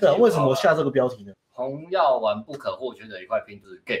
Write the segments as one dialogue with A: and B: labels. A: 对啊，为什么我下这个标题呢？
B: 红药丸不可或缺的一块拼图是 gay？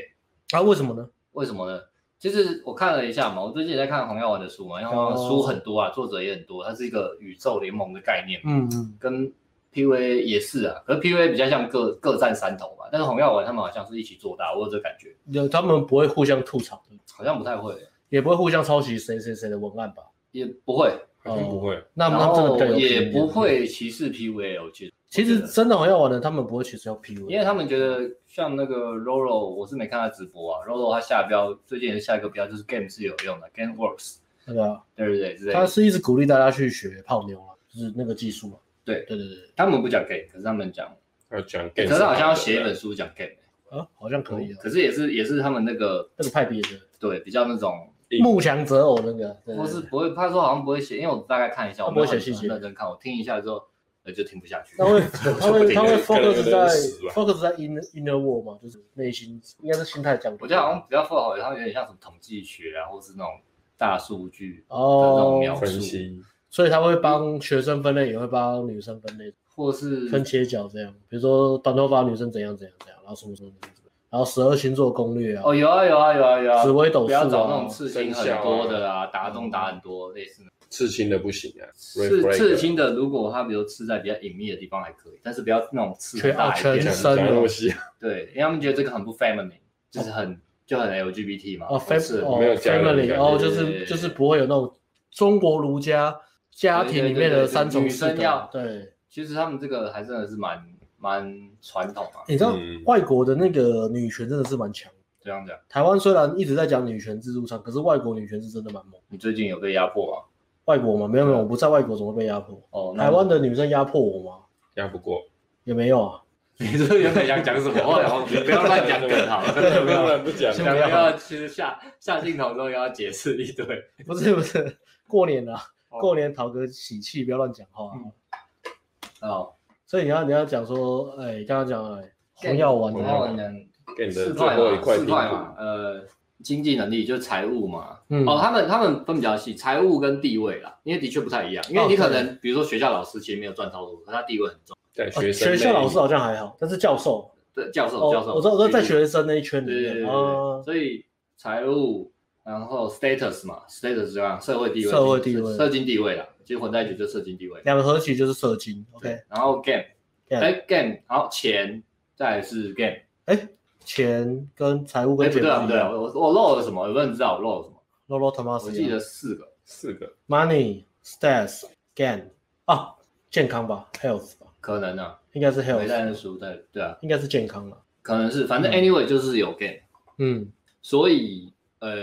A: 啊，为什么呢？
B: 为什么呢？就是我看了一下嘛，我最近也在看红药丸的书嘛，因为
A: 哦
B: 书很多啊，作者也很多，它是一个宇宙联盟的概念嘛，
A: 嗯嗯，
B: 跟 PVA 也是啊，可是 PVA 比较像各各占山头嘛，但是红药丸他们好像是一起做大，我有这感觉，
A: 有他们不会互相吐槽，
B: 好像不太会，
A: 也不会互相抄袭谁谁谁的文案吧？哦
B: 也不会，
C: 好像不会，
A: 那
B: 然
A: 他们真的
B: 后
A: 比较有
B: 也
A: 品味
B: 不。会歧视 PVA，我记得，
A: 其
B: 我
A: 实
B: 觉得
A: 真的很要玩的，他们不会取消 PU，
B: 因为他们觉得像那个 Roro，我是没看他直播啊，Roro 他下标最近也是下一个标就是 Game 是有用的，Game Works，
A: 那个啊
B: 对不对？之类
A: 他
B: 的。
A: 是一直鼓励大家去学泡妞啊，就是那个技术嘛。
B: 对
A: 对对对，
B: 他们不讲 gay，可是他们讲，
C: 要讲 gay，
B: 哎可是好像要写一本书讲 gay，
A: 啊，好像可以啊，
B: 可是也是也是他们那个
A: 那个派别的
B: 对比较那种，
C: 嗯
A: 慕强择偶那个，对对
B: 或
A: 对
B: 是不会，他说好像不会写，因为我大概看一下，
A: 他
B: 我
A: 不会
B: 没
A: 写
B: 有
A: 细
B: 很
A: 节
B: 认真看，我听一下之后，呃，就听不下去。
A: 他会他会他会
C: 说不定有
A: focus
C: 点
A: 在
C: 有点死吧
A: focus 在 inner inner world 嘛，就是内心应该是心态讲。
B: 我觉得好像比较符合，然后有点像什么统计学啊，或是那种大数据，这种
A: 哦，
B: 描
C: 分析，
A: 所以他会帮学生分类，也会帮女生分类，
B: 或是
A: 分切角这样。比如说短头发女生怎样怎样怎样，然后什么什么什么什么，然后十二星座攻略啊，
B: 哦，有啊有啊有啊有啊，
A: 紫微斗
B: 不
A: 数啊
B: 要找那种刺青很多的啊，打洞打很
A: 嗯
B: 多类似的。
C: 刺青的不行啊，
B: 刺刺青的，如果它比如刺在比较隐秘的地方还可以，但是不要那种刺很大一
A: 全全
B: 点
C: 讲
B: 的。
A: 身
C: 讲
A: 的
C: 东西，
B: 对，因为他们觉得这个很不 feminine，就是很就很 LGBT 嘛。
A: 哦
B: 不是
A: ，fam 哦
C: 没有家人的
A: family
C: 感觉
A: 哦，
B: 对
A: 就
B: 对对
A: 是
B: 对
A: 就是不会有那种中国儒家家庭里面的三
B: 对
A: 种
B: 对对
A: 四
B: 对女生要
A: 德。对，
B: 其实他们这个还真的是蛮蛮传统啊，
A: 你知道
C: 嗯
A: 外国的那个女权真的是蛮强的。
B: 这样讲。
A: 台湾虽然一直在讲女权自助餐，可是外国女权是真的蛮猛。
B: 你最近有被压迫吗？
A: 外国嘛，没有没有，我不在外国怎么会被压迫？
B: 哦，那
A: 台湾的女生压迫我吗？
C: 压不 过，
A: 也没有啊。
B: 你是不是原本想讲 什么？后来我你不要乱讲梗好了。
C: 要 不然不 讲，
B: 想
A: 不
B: 不
A: 要
B: 要其实下下镜头之后又要解释一堆。
A: 不是不是，过年了、
B: 哦
A: 过年讨个喜气，不要乱讲话、啊
B: 嗯哦，
A: 所以你要你要讲说，哎、刚刚讲哎， 红药丸
B: 我
C: 红
A: 的
C: 药
A: 话
C: 丸
B: 要讲
C: 给你
B: 四
C: 的最
B: 块
C: 后
B: 嘛，
C: 一块
B: 四
C: 拼
B: 块嘛
C: 图，，
B: 呃，经济能力就是财务嘛。
A: 嗯
B: 哦，他们他们分比较细，财务跟地位啦，因为的确不太一样，因为
A: 哦
B: 你可能比如说学校老师其实没有赚超多，可他地位很重。
C: 在
A: 啊
C: 学
A: 学
C: 生
A: 校老师好像还好，但是教授，
B: 对，教授
A: 哦
B: 教授，
A: 我知道我知道在
B: 必须
A: 学生那一圈里
B: 对对对对
A: 面
B: 对，
A: 啊，
B: 所以财务，然后 status 嘛，status 是这样，社会地位，
A: 社会地位
B: 社经地位啦，其实混在一起就社经地位。
A: 两个合起就是射精，OK，
B: 然后 game，
A: Game
B: 哎 game，然后钱，再来是 game，
A: 钱跟财务
B: 哎
A: 跟
B: 不
A: 钱
B: 对啊不对啊，我我我漏了什么？有没有人知道我漏了什么？
A: l o l o
B: 我记得四个，
C: 四个
A: 啊 money stats gain 啊，健康吧，health 吧，
B: 可能啊，
A: 应该是
B: 没
A: health，
B: 带认输，对对啊，
A: 应该是健康了，
B: 可能是，反正 anyway 就是有 game，
A: 嗯
B: 所以呃，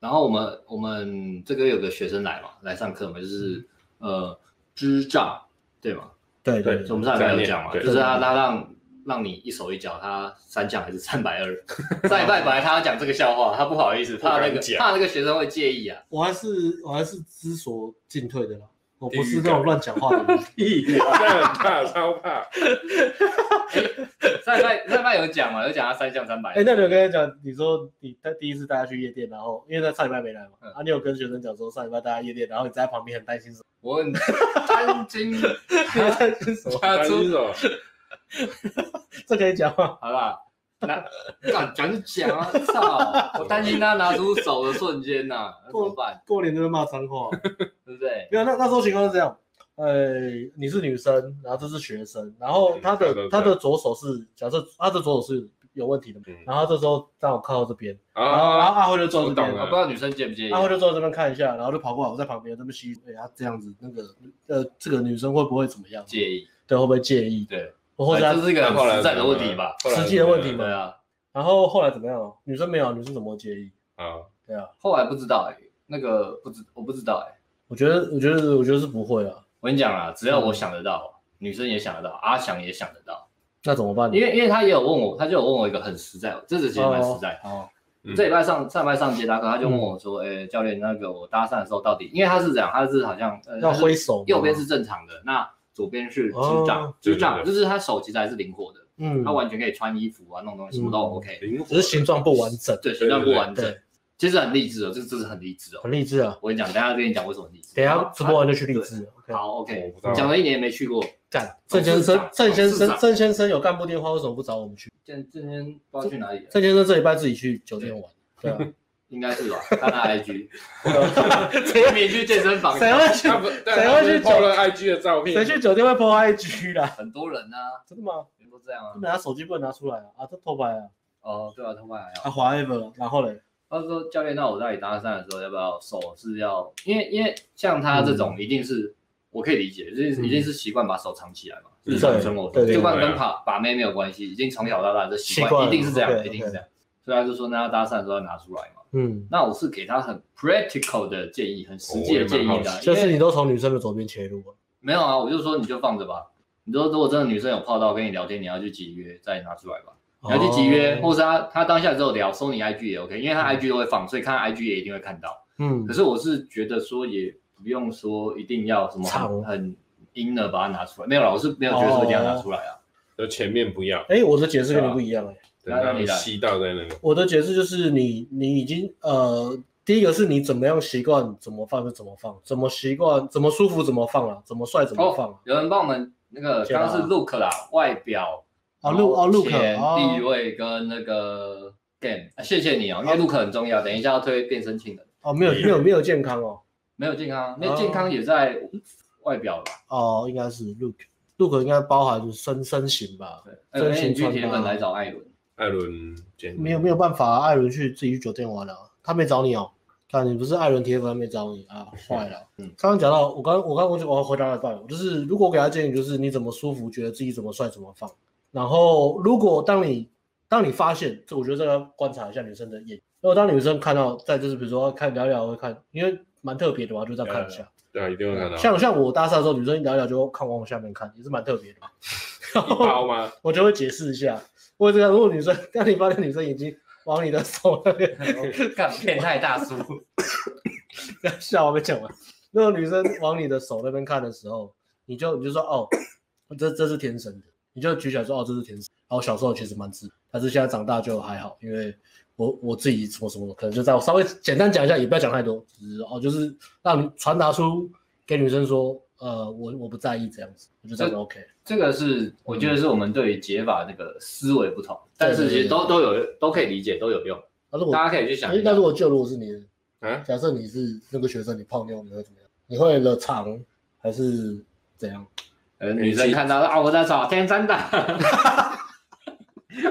B: 然后我们我们这个有个学生来嘛，来上课嘛，就是呃支障，对吗？
A: 对
C: 对
A: 对
B: 我们上礼拜有讲嘛，
C: 概念
B: 就是他他让让你一手一脚，他三项还 是三百 二。上礼拜本来他要讲这个笑话，他不好意思，怕那
C: 不
B: 个
C: 敢讲
B: 怕那个学生会介 意啊。
A: 我还是我还是知所进退的啦，我
C: 地
A: 不
C: 狱
A: 是那
C: 感
A: 种乱讲话的人。
C: 屁，这很怕超 怕，
B: 上礼拜上礼拜有讲嘛，有讲他三项三百。
A: 哎、那你有跟他讲，你说你带第一次带他去夜店，然后因为他上礼拜没来嘛，
B: 嗯
A: 啊，你有跟学生讲说上礼拜带他夜店，然后你在旁边很担心什么？
B: 我很担 心
C: 啊
B: 他
A: 担心什么？
B: 他出
C: 手，
A: 这可以讲吗？
B: 好啦，那敢讲就讲啊！操，我担心他拿出手的瞬间呐、那怎么办？
A: 过年都会骂脏话，
B: 对不对？
A: 没有，那那时候情况是这样，呃，你是女生，然后这是学生，然后他的、
C: 嗯对对对
A: 他的左手是假设他的左手是有问题的嘛，
C: 嗯
A: 然后这时候刚好靠到这边，然后然后
C: 啊，
A: 阿辉就坐这边
C: 我懂，
B: 我
C: 了
B: 不知道女生介不介意。
A: 阿辉就坐这边看一下，然后就跑过来，我在旁边这么吸，哎、他这样子那个呃这个女生会不会怎么样？
B: 介意，
A: 对，会不会介意？
B: 对，
A: 或者他
B: 哎这是一个
C: 后
B: 很
C: 来
B: 实在的问题吧？
A: 实际的问题嘛
B: 对啊。
A: 然后后来怎么样啊？女生没有，女生怎么会介意？
C: 啊，
A: 对啊，
B: 后来不知道哎、那个不知我不知道哎、
A: 我觉得，我觉得，我觉得是不会啊。
B: 我跟你讲啦，只要我想得到，女生也想得到，阿翔也想得到，
A: 那怎么办呢？
B: 因为因为他也有问我，他就有问我一个很实在，这次其实蛮实在。
A: 哦，
C: 嗯
B: 这礼拜上上礼拜上捷达课，他就问我说：“哎、教练，那个我搭讪的时候到底，因为他是这样，他是好像、呃、
A: 要
B: 他是
A: 挥手吗
B: 右边是正常的，那左边是指掌
A: 哦，
B: 指、
C: 对对
B: 掌
C: 对
B: 就是他手其实还是灵活的，
A: 嗯
B: 他完全可以穿衣服啊，弄东西什么都 OK，、
C: 灵活
A: 只是形状不完整。
B: 对，形状不完整
A: 对。
B: 其实很励志哦，这这是很励志哦。
A: 很励志啊。
B: 我跟你讲，等一下跟你讲为什么很励志。
A: 等一下
B: 好
A: 直播完就去励志。OK，
B: 好
C: 我
B: ，OK，
C: 不知道
B: 讲了一年也没去过，
A: 干郑先生，
B: 董
A: 郑
B: 事长
A: 先生，
B: 董事长
A: 郑先生有干部电话，为什么不找我们去？
B: 今今天不知道去哪里了，
A: 郑先生这礼拜自己去酒店玩，对啊，
B: 应该 是吧？看他 IG，谁没去健身房？
A: 谁会 去？
C: 他不，但
A: 谁
C: 他
A: 会
C: 不是
A: 去
C: 抛
A: 酒
C: 了 IG 的照片，
A: 谁去酒店会 po IG 啦？
B: 很多人啊，
A: 真的吗？
B: 全都这样啊
A: 他。们拿手机不能拿出来啊！啊，这偷拍啊！
B: 哦，对啊，头发还好。
A: 啊，whatever，然后嘞，
B: 他说教练，那我带你搭讪的时候，要不要手是要？因为因为像他这种，一定是、我可以理解，就是
A: 嗯
B: 一定是习惯把手藏起来嘛，
C: 嗯
B: 日常生活
A: 对
B: 中，
A: 对
B: 就跟
C: 对
B: 跟把把妹没有关系，已经从小到大的习
A: 习惯
B: 惯，一
A: 了
B: 定是这样，
A: OK，
B: 一定是这样。所以他就说，那他搭讪的时候要拿出来嘛。
A: 嗯，
B: 那我是给他很 practical 的建议，很实际的建
C: 哦我
B: 议
C: 也蛮
B: 的
C: 好，奇
B: 因
A: 就是
B: 为
A: 你都从女生的左边切入啊，
B: 没有啊，我就说你就放着吧。你说如果真的女生有泡到跟你聊天，你要去集约再拿出来吧。你要去集约，
A: 哦
B: 或是他他当下之后聊，收你 IG 也 OK，因为他 IG 都会放，所以看他 IG 也一定会看到。
A: 嗯
B: 可，是我是觉得说，也不用说一定要什么
A: 长
B: 很很阴的把它拿出来，没有啦，我是没有觉得说一定要拿出来啊。
C: 就前面不要，
A: 哎，我的解释跟你不一样哎，
C: 等他
B: 那你
C: 们
B: 来
C: 吸到在那里。
A: 我的解释就是你你已经呃，第一个是你怎么样习惯怎么放就怎么放，怎么习惯怎么舒服怎么放啊，怎么帅怎么放
B: 哦
A: 啊，，
B: 有人帮我们那个
A: 解答
B: 刚刚是 look 啦，外表
A: 啊，look 哦，look
B: 钱地
A: 哦，
B: 位跟那个 game，啊谢谢你哦，因为 look 很重要，等一下要推变身庆的，
A: 哦，没有没有没有健康哦，
B: 没有健康，因为健康也在外表吧。
A: 哦，应该是 look look 应该包含身身形吧，
B: 对，哎
A: 真
B: 哎，
A: 心
B: 你去
A: 穿
B: 铁
A: 搭哦
B: 粉来找艾伦，
C: 艾伦简
A: 没有没有办法、啊，艾伦去自己去酒店玩了、他没找你哦。看你不是艾伦铁粉，他没找你啊，坏了。
B: 嗯
A: 刚刚讲到，我刚我刚我就我回答了一半，就是如果我给他建议，就是你怎么舒服，觉得自己怎么帅怎么放。然后如果当你当你发现这，我觉得这个要观察一下女生的眼。如果当女生看到，再就是比如说看聊聊会看，因为蛮特别的嘛，就这样看一下。
C: 对啊，一定会看到。
A: 像像我搭讪的时候，女生一聊聊就看往下面看，也是蛮特别的嘛。然
C: 一
A: 后
C: 包吗？
A: 我就会解释一下。我这个，如果女生， 当你发现女生已经往你的手那边，
B: 干变态大叔，
A: 不要笑，我没讲完。如果女生往你的手那边看的时候，你就你就说哦，这这是天生的，你就举起来说哦，这是天生。然后小时候其实蛮直，但是现在长大就还好，因为我我自己什么什么，可能就在我稍微简单讲一下，也不要讲太多，只是哦，就是让你传达出给女生说，呃，我我不在意这样子，我就这样就 OK。
B: 这个是我觉得是我们对于解法那个思维不同，但是
A: 嗯
B: 其实都都有都可以理解，都有用，
A: 但是我
B: 大家可以去想
A: 哎
B: 一下
A: 那。如果就如果是你，
C: 啊，
A: 假设你是那个学生，你泡妞你会怎么样？你会冷场还是怎样？
B: 呃，女生看到啊，我在找天真的，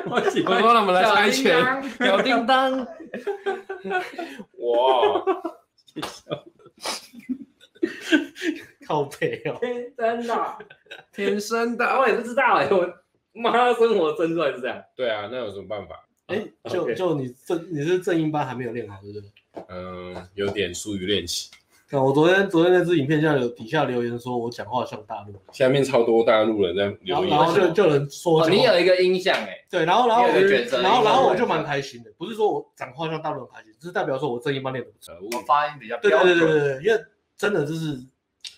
B: 我喜欢
C: 我说我们来猜拳
B: 小叮当，
C: 哇，
A: 靠背
C: 啊
A: 哦，
B: 天真的，天生的，我也不知道哎，我妈生活生出来是这样，
C: 对啊，那有什么办法？
A: 哎、就
B: OK
A: 就你正你是正音班还没有练好，对不对？
C: 嗯，有点疏于练习。
A: 看我昨天昨天那支影片下有底下留言说我讲话像大陆，
C: 下面超多大陆人在
A: 然后
C: 留
A: 然后
C: 言，呃
A: 就就有人说我
B: 哦，
A: 讲话、
B: 你有一个音像哎，
A: 对，然后然后我
B: 你有
A: 就
B: 一个卷舌
A: 然后
B: 音
A: 然后我
B: 对
A: 就蛮开心的，不是说我讲话像大陆人开心，只是代表说我正音班练的不错。
C: 可
B: 我
C: 恶，
B: 发音比较
A: 对
B: 标
A: 对
B: 准，
A: 对对对，因为真的就是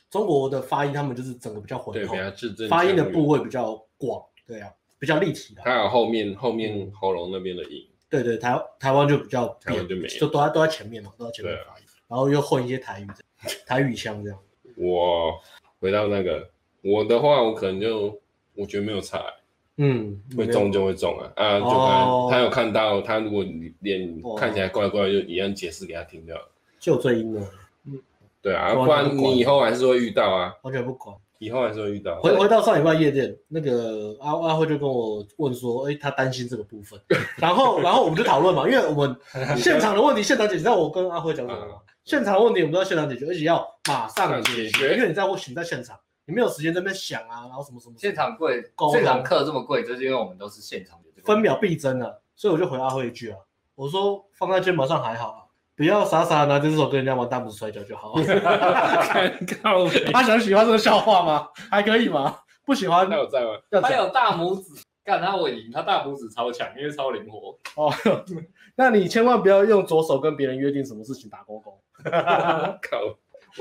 A: 中国的发音，他们就是整个比较浑
C: 对，
A: 厚
C: 比，较字正
A: 发音的
C: 腔圆
A: 部位比较广，对啊，比较立体的。
C: 还有后面后面喉咙那边的音，
A: 对对，台台湾就比较
C: 台湾
A: 扁
C: 就没有
A: 就都在都在前面嘛，都在前面
C: 对啊
A: 发音，然后又混一些台语这样，台语腔这样。
C: 我回到那个我的话，我可能就我觉得没有差欸、
A: 嗯，
C: 会中就会中啊啊！就
A: 哦
C: 看他有看到，他如果你脸
A: 哦
C: 看起来怪怪，就一样解释给他听就好了。
A: 就最阴了，
C: 对啊，
A: 不然
C: 不
A: 他
C: 然
A: 不管
C: 你以后还是会遇到啊，
A: 完全不管。
C: 以后还是会遇到。
A: 回回到上礼拜夜店，那个阿阿辉就跟我问说，哎、他担心这个部分， 然后然后我们就讨论嘛，因为我们现场的问题现场解决，你知道我跟阿辉讲什么吗？现场的问题我们都要现场解决，而且要马上解
C: 啊马上解决
A: 决，因为你在我你在现场，你没有时间在那边想啊，然后什么什么，
B: 现场贵
A: 沟，通
B: 这堂课这么贵，就是因为我们都是现场的这个
A: 分秒必争啊，所以我就回阿辉一句啊，我说放在肩膀上还好啊，不要傻傻地拿这只手跟人家玩弹幕摔跤就好、啊
C: 靠，
A: 他想喜欢这个笑话吗？还可以吗？不喜欢
C: 他有在吗？
A: 要
B: 他
A: 讲
B: 有大拇指，干他我赢，他大拇指超强，因为超灵活。
A: 哦。 那你千万不要用左手跟别人约定什么事情打勾勾，
C: 靠，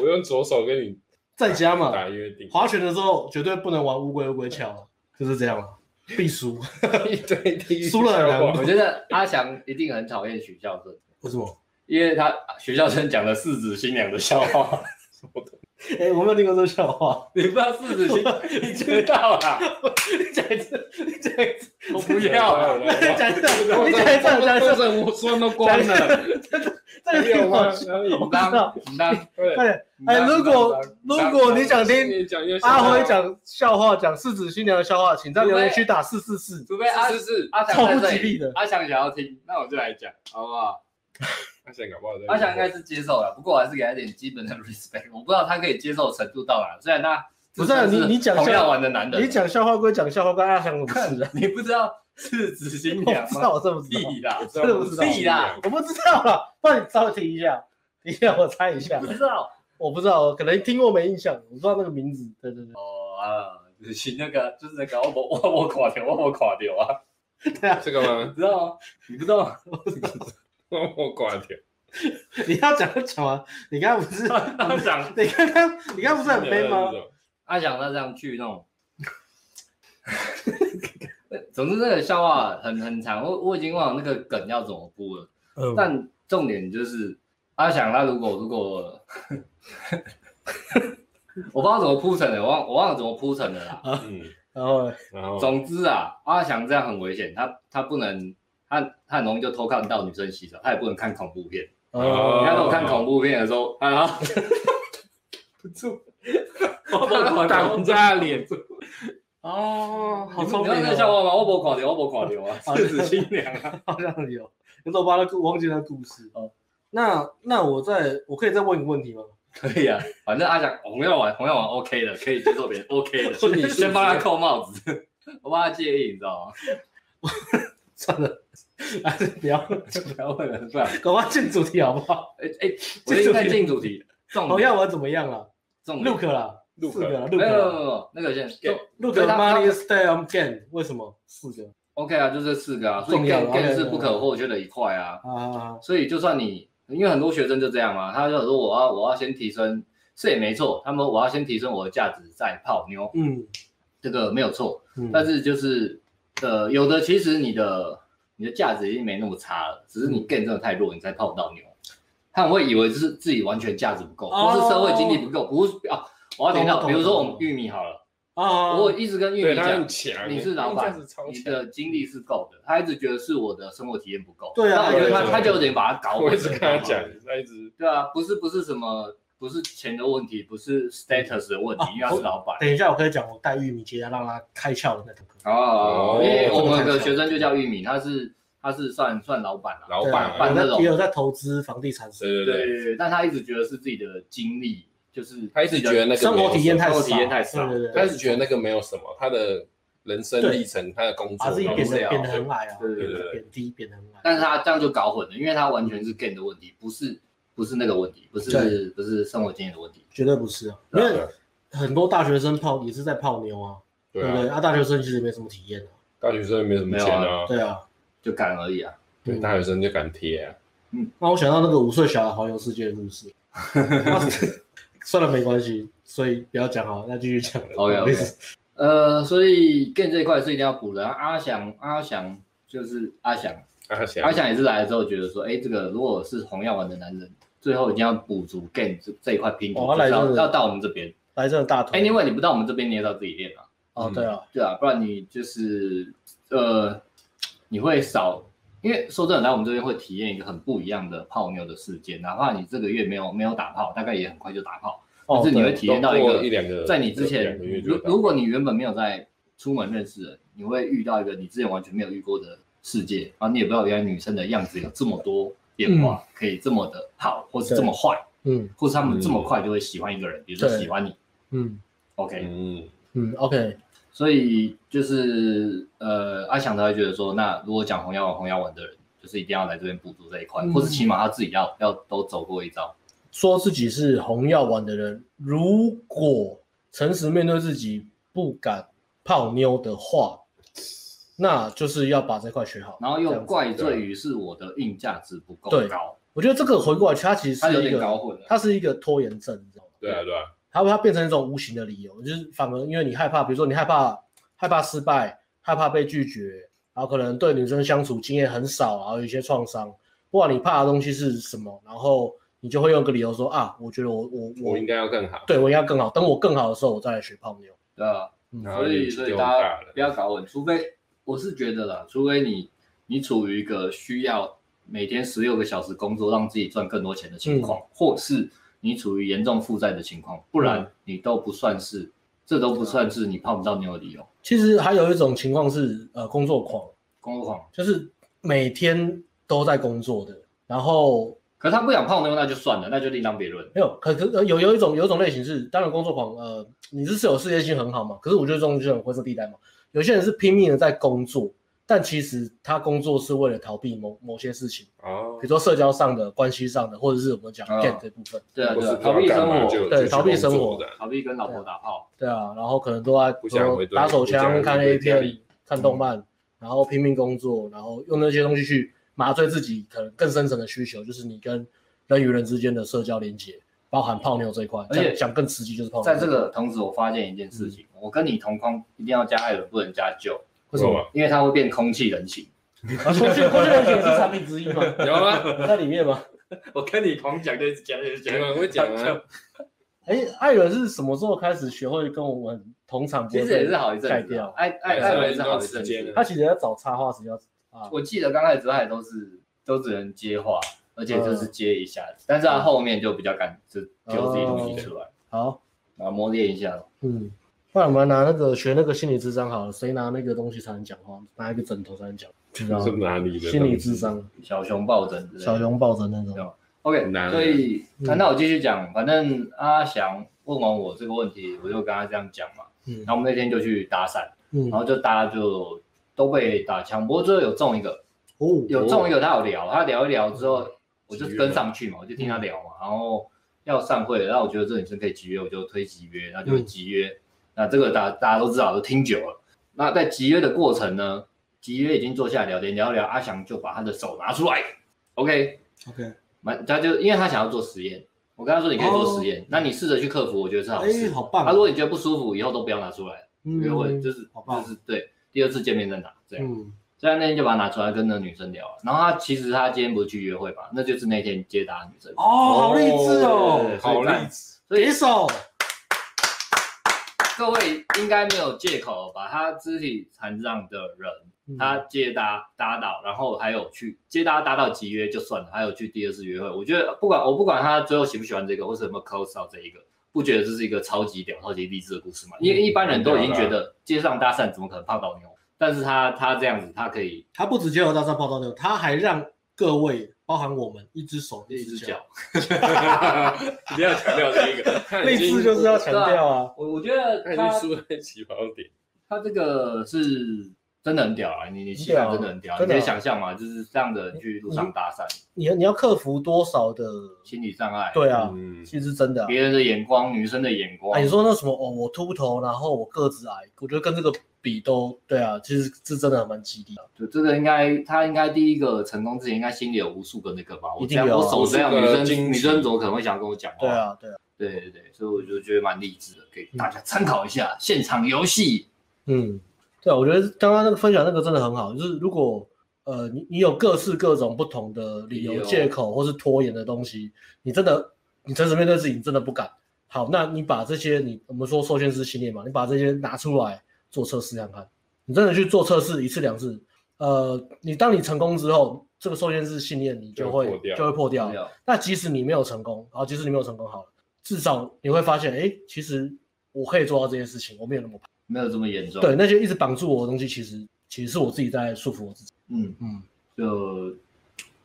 C: 我用左手跟你
A: 在家嘛，
C: 打约定，
A: 划拳的时候绝对不能玩乌龟乌龟壳啊，就是这样啊，必输。
C: 一堆地狱
A: 输了
C: 笑话
A: 人
B: 我觉得阿翔一定很讨厌许孝顺，
A: 为什么？
B: 因为他学校生讲了四子新娘的笑话，
A: 哎、我没有听过这个笑话，
B: 你不知道四子新， 你知道
A: 啊
B: 啦？
A: 你讲一次，你讲一次，
B: 我不要
C: 来
B: 啊！
C: 来来
A: 讲一次，你讲一次，讲一次，
C: 我酸都光了，
A: 这个挺好笑。
C: 没有
A: 我
C: 吗
A: 不知道
B: 当当
C: 快
A: 快
C: 点
A: 点，哎，如果如果你想听
C: 你讲
A: 阿辉，讲笑话，讲四子新娘的笑话，请在留言区打四四四，
B: 除非阿
C: 是是，
B: 阿
A: 超
B: 翔
A: 不
B: 在
A: 吉
B: 这里，
A: 利的。
B: 阿翔想要听，那我就来讲，好不好？
C: 阿翔搞不好在
B: 阿翔应该是接受了，不过我还是给他一点基本的 respect。我不知道他可以接受程度到哪，虽然他
A: 不是啊你你讲
B: 同
A: 笑
B: 样
A: 话
B: 玩的男人，
A: 你讲笑话归讲笑话，关阿翔什么事啊？
B: 你不知道是子新
A: 我
B: 娘
A: 不知
B: 吗？
A: 道，我真不知道，
B: 屁啦！
C: 我知道
A: 不知道
B: 屁啦，
A: 啊我不知道啦。不然你稍微提一下，提一下我猜一下
B: 不。知道
A: 我不知道，可能听过没印象，我不知道那个名字。对对对，
B: 哦啊，就是那个，就是那个，我我我我垮掉，我我垮掉啊，
C: 这个吗？
B: 你知道吗？你不知道？啊
C: 我挂掉，
A: 你要讲就讲啊，你刚 刚不是，
B: 阿翔，
A: 你刚刚你刚刚不是很悲吗？？
B: 阿翔他这样去那种， 总之那个笑话很很长，我我已经忘了那个梗要怎么播了，
A: 嗯，
B: 但重点就是阿翔他如果如果。 我不知道怎么铺陈的，我忘我忘了怎么铺陈的啦。
C: 嗯，
A: 然后呢
C: 然后
B: 总之啊，阿翔这样很危险，他他不能，他他很容易就偷看到女生洗澡，他也不能看恐怖片。
A: 哦
B: 你看我看恐怖片的时候，啊，不住， 我不
C: 挡在脸，
B: 哦，
A: 好聪明哦
B: 你知道那笑话吗？我不垮流，我不垮流啊，
A: 好
B: 赤子心娘 啊，
A: 好像有，可是我把那个忘记那故事哦。那那我再我可以再问你个问题吗？
B: 可以啊，反正阿翔红药丸，红药丸 OK 的，可以接受别人 OK 的，
C: 是你
B: 先帮他扣帽子， 我怕他介意，你知 道吗？
A: 算了，还是不要 了，
B: 就不要问了，不然，
A: 赶快进主题好不好？
B: 哎哎，我现在进主题，重
A: 好
B: 点
A: 像我怎么样了
B: 重点，
A: ？Look 啦，
C: Luke
A: 四个啦
B: 没有没有
A: ，Look
B: 没有那个先重
A: Look
B: 对他
A: money stay on game，为什么四个？
B: OK 啊，就这四个啊，所以
A: 重要
B: game
A: OK，
B: game 是不可或缺的一块啊。
A: 啊，
B: 所以就算你，因为很多学生就这样嘛，他就说我要我要先提升，是也没错，他们我要先提升我的价值再泡妞，
A: 嗯
B: 这个没有错。
A: 嗯，
B: 但是就是呃，有的其实你的你的价值已经没那么差了，只是
C: 嗯
B: 你 game 真的太弱，你才泡不到妞。他们会以为就是自己完全价值不够，
A: 哦
B: 或是社会经历不够，不是啊。我要点到，
A: 懂懂
B: 比如说我们
A: 懂
B: 玉米好了，
A: 啊，
B: 我一直跟玉
C: 哦对
B: 米
C: 他
B: 讲
C: 很，强，
B: 你是老板，你
C: 的
B: 的经历是够的。他一直觉得是我的生活体验不够，
A: 对啊
B: 那我觉得他
C: 对对对
B: 他就有点把他搞
C: 我
B: 混
C: 一
B: 了。
C: 直跟他
B: 你知道
C: 讲
B: 吗，
C: 他一直
B: 对啊，不是不是什么，不是钱的问题，不是 status 的问题，
C: 嗯
B: 因为他是老板。
A: 等一下，我可以讲我带玉米接他让他开窍的那堂课。
B: 哦，因为
C: 哦
B: 我们有个学生就叫玉米，他是他是算算老板啊，
C: 老
A: 对
C: 板
A: 啊
C: 啊，
B: 办那种
A: 也有在投资房地产，
C: 对对
B: 对
C: 对，
B: 对对，但他一直觉得是自己的经历，就是
C: 他一直觉得那个
A: 生活体验太少，
B: 生活体验太少
A: 对对对，
C: 他一直觉得那个没有什么，他的人生历程，他的工
A: 把
C: 作
A: 啊自己贬
B: 无
A: 得
B: 聊
A: 贬得很矮啊，
B: 对对
C: 对对
A: 贬低贬得很矮。
B: 但是他这样就搞混了，因为他完全是 game 的问题，不是不是那个问题，不是
A: 对
B: 不是生活经验的问题。
A: 绝对不是啊，因
B: 对啊
A: 为很多大学生泡也是在泡妞啊，
C: 对
A: 不
C: 啊
A: 对？，啊，大学生其实没什么体验啊，
C: 大学生也没什么钱
B: 没
C: 啊，
A: 对啊。
B: 就敢而已啊！
C: 对，大学生就敢贴啊，
A: 那我想到那个五岁小孩环游世界的故事， 算了，没关系，所以不要讲好了，那继续讲。
B: OK，OK 呃，所以 game 这一块是一定要补的啊。阿翔，阿翔就是阿翔，
C: 阿翔
B: 阿翔也是来了之后觉得说，哎、这个如果是红药丸的男人，最后一定要补足 game 这这一块拼图，
A: 哦他
B: 就
A: 来
B: 是要
A: 就是
B: 要到我们这边。
A: 来这大
B: 哎、
A: 腿，
B: 因为你不到我们这边，你也到自己练啊，
A: 哦，对啊，
B: 对啊，不然你就是呃，你会少。因为说真的，来我们这边会体验一个很不一样的泡妞的世界，哪怕你这个月没有没有打炮，大概也很快就打炮。
A: 哦，
B: 但是你
A: 对
B: 会体验到一
C: 都
B: 个
C: 过一两个，
B: 在你之
C: 两
B: 前
C: 个月，就
B: 如
C: 到
B: 如果你原本没有在出门认识人，你会遇到一个你之前完全没有遇过的世界，然后你也不知道原来女生的样子有这么多变化，可以这么的好，或是这么坏，
A: 嗯
B: 或是他们这么快就会喜欢一个人，比如说
A: 对
B: 喜欢你
A: 嗯
B: ，OK，、
C: 嗯，
A: 嗯，OK，
B: 所以就是呃，阿翔他会觉得说，那如果讲红药丸红药丸的人，就是一定要来这边补足这一块，
A: 嗯
B: 或是起码他自己要要都走过一遭，
A: 说自己是红药丸的人，如果诚实面对自己，不敢泡妞的话，那就是要把这块学好。
B: 然后
A: 这
B: 又
A: 样子
B: 怪
C: 啊
B: 罪于是我的硬价值不够
A: 对
B: 高，
A: 我觉得这个回过来，它其实
B: 他有
A: 是一
B: 点搞
A: 个，
B: 混了，
A: 它是一个拖延症，你知道吗？
C: 对啊对啊，
A: 它它变成一种无形的理由，就是反而因为你害怕，比如说你害怕害怕失败，害怕被拒绝，然后可能对女生相处经验很少，然后有一些创伤，哇，你怕的东西是什么，然后你就会用个理由说啊，我觉得我我
C: 我应该要更好。
A: 对我应该更好，等我更好的时候我再来学泡妞。
B: 对啊，
A: 嗯
C: 然后
B: 所
C: 年
B: 以
C: 纪
B: 所以
C: 就
B: 大
C: 大
B: 家
C: 了
B: 不要搞混，除非我是觉得啦，除非你你处于一个需要每天十六个小时工作让自己赚更多钱的情
C: 嗯
B: 况，或是你处于严重负债的情况，不
C: 嗯
B: 然你都不算是，这都
C: 啊
B: 不算是你泡不到妞的理由。
A: 其实还有一种情况是呃工作狂，
B: 工作狂，
A: 就是每天都在工作的，然后
B: 可是他不想泡妞，那就算了，那就另当别论。
A: 没有，可可呃有有一种有一种类型是，当然工作狂，呃，你是是有事业心很好嘛，可是我觉得这种就是很灰色地带嘛。有些人是拼命的在工作，但其实他工作是为了逃避某某些事情，
C: 哦
A: 比如，说社交上的、关系上的，或者是我们讲
B: 啊
A: gay 这部分，
B: 对啊，
C: 或
B: 对
C: 是
B: 啊，
C: 不知
B: 逃
C: 道
B: 避
C: 干
B: 生
C: 嘛
B: 活，
C: 就
A: 对
C: 就去
A: 逃避
C: 工
A: 生
C: 作
A: 活
C: 的
B: 逃避跟老婆打炮，
A: 对啊，然后可能都在
C: 不
A: 什
C: 想
A: 么
C: 回对
A: 打手枪、
C: 不想
A: 看
C: 回
A: A
C: 家里
A: 片、看动漫，然后拼命工作，然后用那些东西去麻醉自己可能更深层的需求，就是你跟人与人之间的社交连接，包含泡妞这一块。
B: 而且
A: 讲讲更实际就是泡妞，
B: 在这个同时，我发现一件
C: 嗯
B: 事情，我跟你同框一定要加艾伦，不能加酒，
A: 为什么？
C: 么？
B: 因为它会变空气人情。
A: 啊，过去过去人也是产品之一嘛，
C: 有啊，
A: 在里面嘛。
B: 我跟你狂讲，就是讲，就是
C: 你们会讲 啊。
A: 哎，艾伦是什么时候开始学会跟我们同场？
B: 其实也是好一阵
A: 盖
B: 子啊
A: 掉，。
B: 艾艾艾伦也是好一
C: 时
B: 阵
C: 间
B: 子。
A: 他其实要找插画时要啊，
B: 我记得刚开始他也都是都只能接话，而且
A: 嗯
B: 就是接一下子，但是他后面就比较敢
A: 哦
B: 就丢自己东西出来，
A: 好，
B: 然后磨练一下咯。
A: 嗯，不然我们拿那个学那个心理智商好了，谁拿那个东西才能讲话？拿一个枕头才能讲，知道
C: 是
A: 吗？
C: 哪里的
A: 心理 智商，
B: 小熊抱枕之类的。
A: 小熊抱着那种
B: 对，OK，
C: 难啊
B: 所以、
A: 嗯
B: 啊那我继续讲，反正阿翔问完我这个问题，我就跟他这样讲嘛。
A: 嗯
B: 然后我们那天就去搭讪，
A: 嗯，
B: 然后就大家就都被打枪，不过最后有中一个，
A: 哦，
B: 有中一个他有聊，他聊一聊之后，我就跟上去嘛，我就听他聊
A: 嗯
B: 嘛，然后要散会了，然后我觉得这女生可以集约，我就推集约，那
A: 嗯
B: 就集约。那这个大大家都知道，都听久了。那在集约的过程呢，集约已经坐下来聊天，聊一聊，阿翔就把他的手拿出来，OK，
A: OK，
B: 蛮他就因为他想要做实验，我跟他说你可以做实验，那你试着去克服，我觉得是好事。
A: 哦哎，好棒，
B: 他如果你觉得不舒服，以后都不要拿出来，
A: 嗯
B: 因为我就是
A: 好棒
B: 就是对，第二次见面再拿这样。
A: 嗯
B: 所以他那天就把它拿出来跟那女生聊了。然后他其实他今天不是去约会吧？那就是那天接答的女生。
A: 哦，好励志哦，
C: 好励志，
B: 所以
A: 给手，
B: 各位应该没有借口把他肢体残障的人，
A: 嗯
B: 他接搭搭到，然后还有去接搭搭到集约就算了，还有去第二次约会。我觉得不管我不管他最后喜不喜欢这个，或是有没有 close 到这一个，不觉得这是一个超级屌、超级励志的故事吗？
A: 嗯
B: 因为一般人都已经觉得街上搭讪怎么可能泡到妞？但是他他这样子，他可以
A: 他不止接有大战泡到妞，他还让各位，包含我们，一只手
B: 一只脚。。
C: 一定要强调这一个， 他
A: 励
C: 已经
A: 志就是要强调啊，
B: 我我觉得
C: 他已
B: 他
C: 经输在起跑点，
B: 他这个是真的很屌啊！你你西感真的很屌啊，
A: 真
B: 你
A: 的啊
B: 可以想象嘛，就是这样的人去路上搭讪，
A: 你你要克服多少的？
B: 心理障碍，
A: 对啊，
C: 嗯，
A: 其实真的啊。
B: 别人的眼光，女生的眼光，
A: 啊，你说那什么哦，我秃头，然后我个子矮，我觉得跟这个比都对啊，其实这真的还蛮激励的。
B: 就这个应该他应该第一个成功之前，应该心里有无数个那个吧？我
A: 一
B: 这
A: 定有
B: 样
A: 啊
B: 我手这样，
C: 无数
B: 女
C: 个
B: 生
C: 惊
B: 女
C: 喜
B: 生怎么可能会想跟我讲话？
A: 对，啊，嗯对啊，
B: 对对对，所以我就觉得蛮励志的，给大家参考一下现场游戏。
A: 嗯，对啊，我觉得刚刚那个分享那个真的很好，就是如果呃你你有各式各种不同的理
B: 理
A: 由、
B: 由
A: 借口或是拖延的东西，你真的你诚实面对自己，你真的不敢。好，那你把这些你我们说受限制系列嘛，你把这些拿出来做测试看看，你真的去做测试一次两次，呃，你当你成功之后，这个受限制信念你就
C: 就
A: 会
C: 会破掉
A: 就会破掉，
B: 没有
A: 那即使你没有成功，好，即使你没有成功好了，至少你会发现，哎，其实我可以做到这件事情，我没有那么怕。
B: 没有这么严重。
A: 对，，那些一直绑住我的东西，其实其实是我自己在束缚我自己。
B: 嗯，
A: 嗯，
B: 就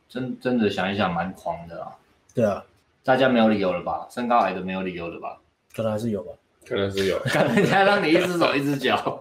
B: 真真的想一想，蛮狂的啦。
A: 对啊，
B: 大家没有理由了吧？身高矮的没有理由了吧？
A: 可能还是有吧。
C: 可能是有
B: 看人家让你一只手一只脚，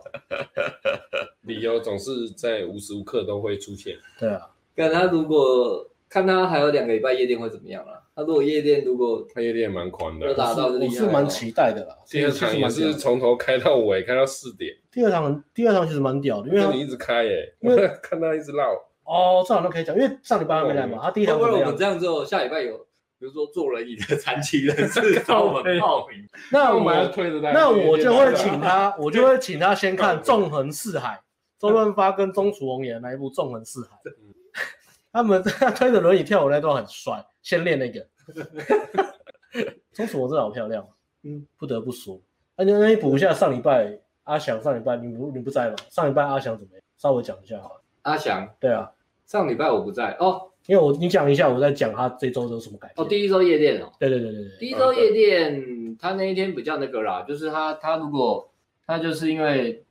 C: 理由，总是在无时无刻都会出现。
A: 对啊，
D: 但他如果看他还有两个礼拜夜店会怎么样啊？他如果夜店如果
C: 他夜店蛮狂
D: 有
C: 的，
D: 打到
A: 我
D: 厉害
A: 是
D: 哦
A: 蛮期待的啦。
C: 第二
A: 其实
C: 场
A: 蛮
C: 也
A: 屌的
C: 是从头开到尾，开到四点，
A: 第二场，第二场其实蛮屌的，因为
C: 跟
A: 他
C: 你一直开耶，
A: 因为
C: 我 看他一直绕，
A: 哦，这场都可以讲，因为上礼拜还没来嘛，他第一
D: 会
A: 场
D: 不
A: 怎
D: 会
A: 么
D: 我
A: 样
D: 们？这样之后，下礼拜有比如说坐轮椅的残疾人 士找我们报名？
A: 那我们
C: 推着他，
A: 那我就会 请他，我就会请他先看《纵横四海》，周润发跟钟楚红演的那一部《纵横四海》，他们 他推着轮椅跳舞那段很帅，先 练那个。钟楚红真的好漂亮，
D: 嗯，
A: 不得不说。那就那你补一下上礼拜阿翔，上礼拜你不你不在吗？上礼拜阿翔怎么样？稍微讲一下好了。
D: 阿翔
A: 对啊，
D: 上礼拜我不在哦
A: 因为我你讲一下，我在讲他这周有什么改
D: 哦，
A: 变。
D: 第一周夜店哦，
A: 对对对对对，
D: 第
B: 呃
D: 一周夜店他那一天比较那个啦，就是他他如果
B: 他就是因为，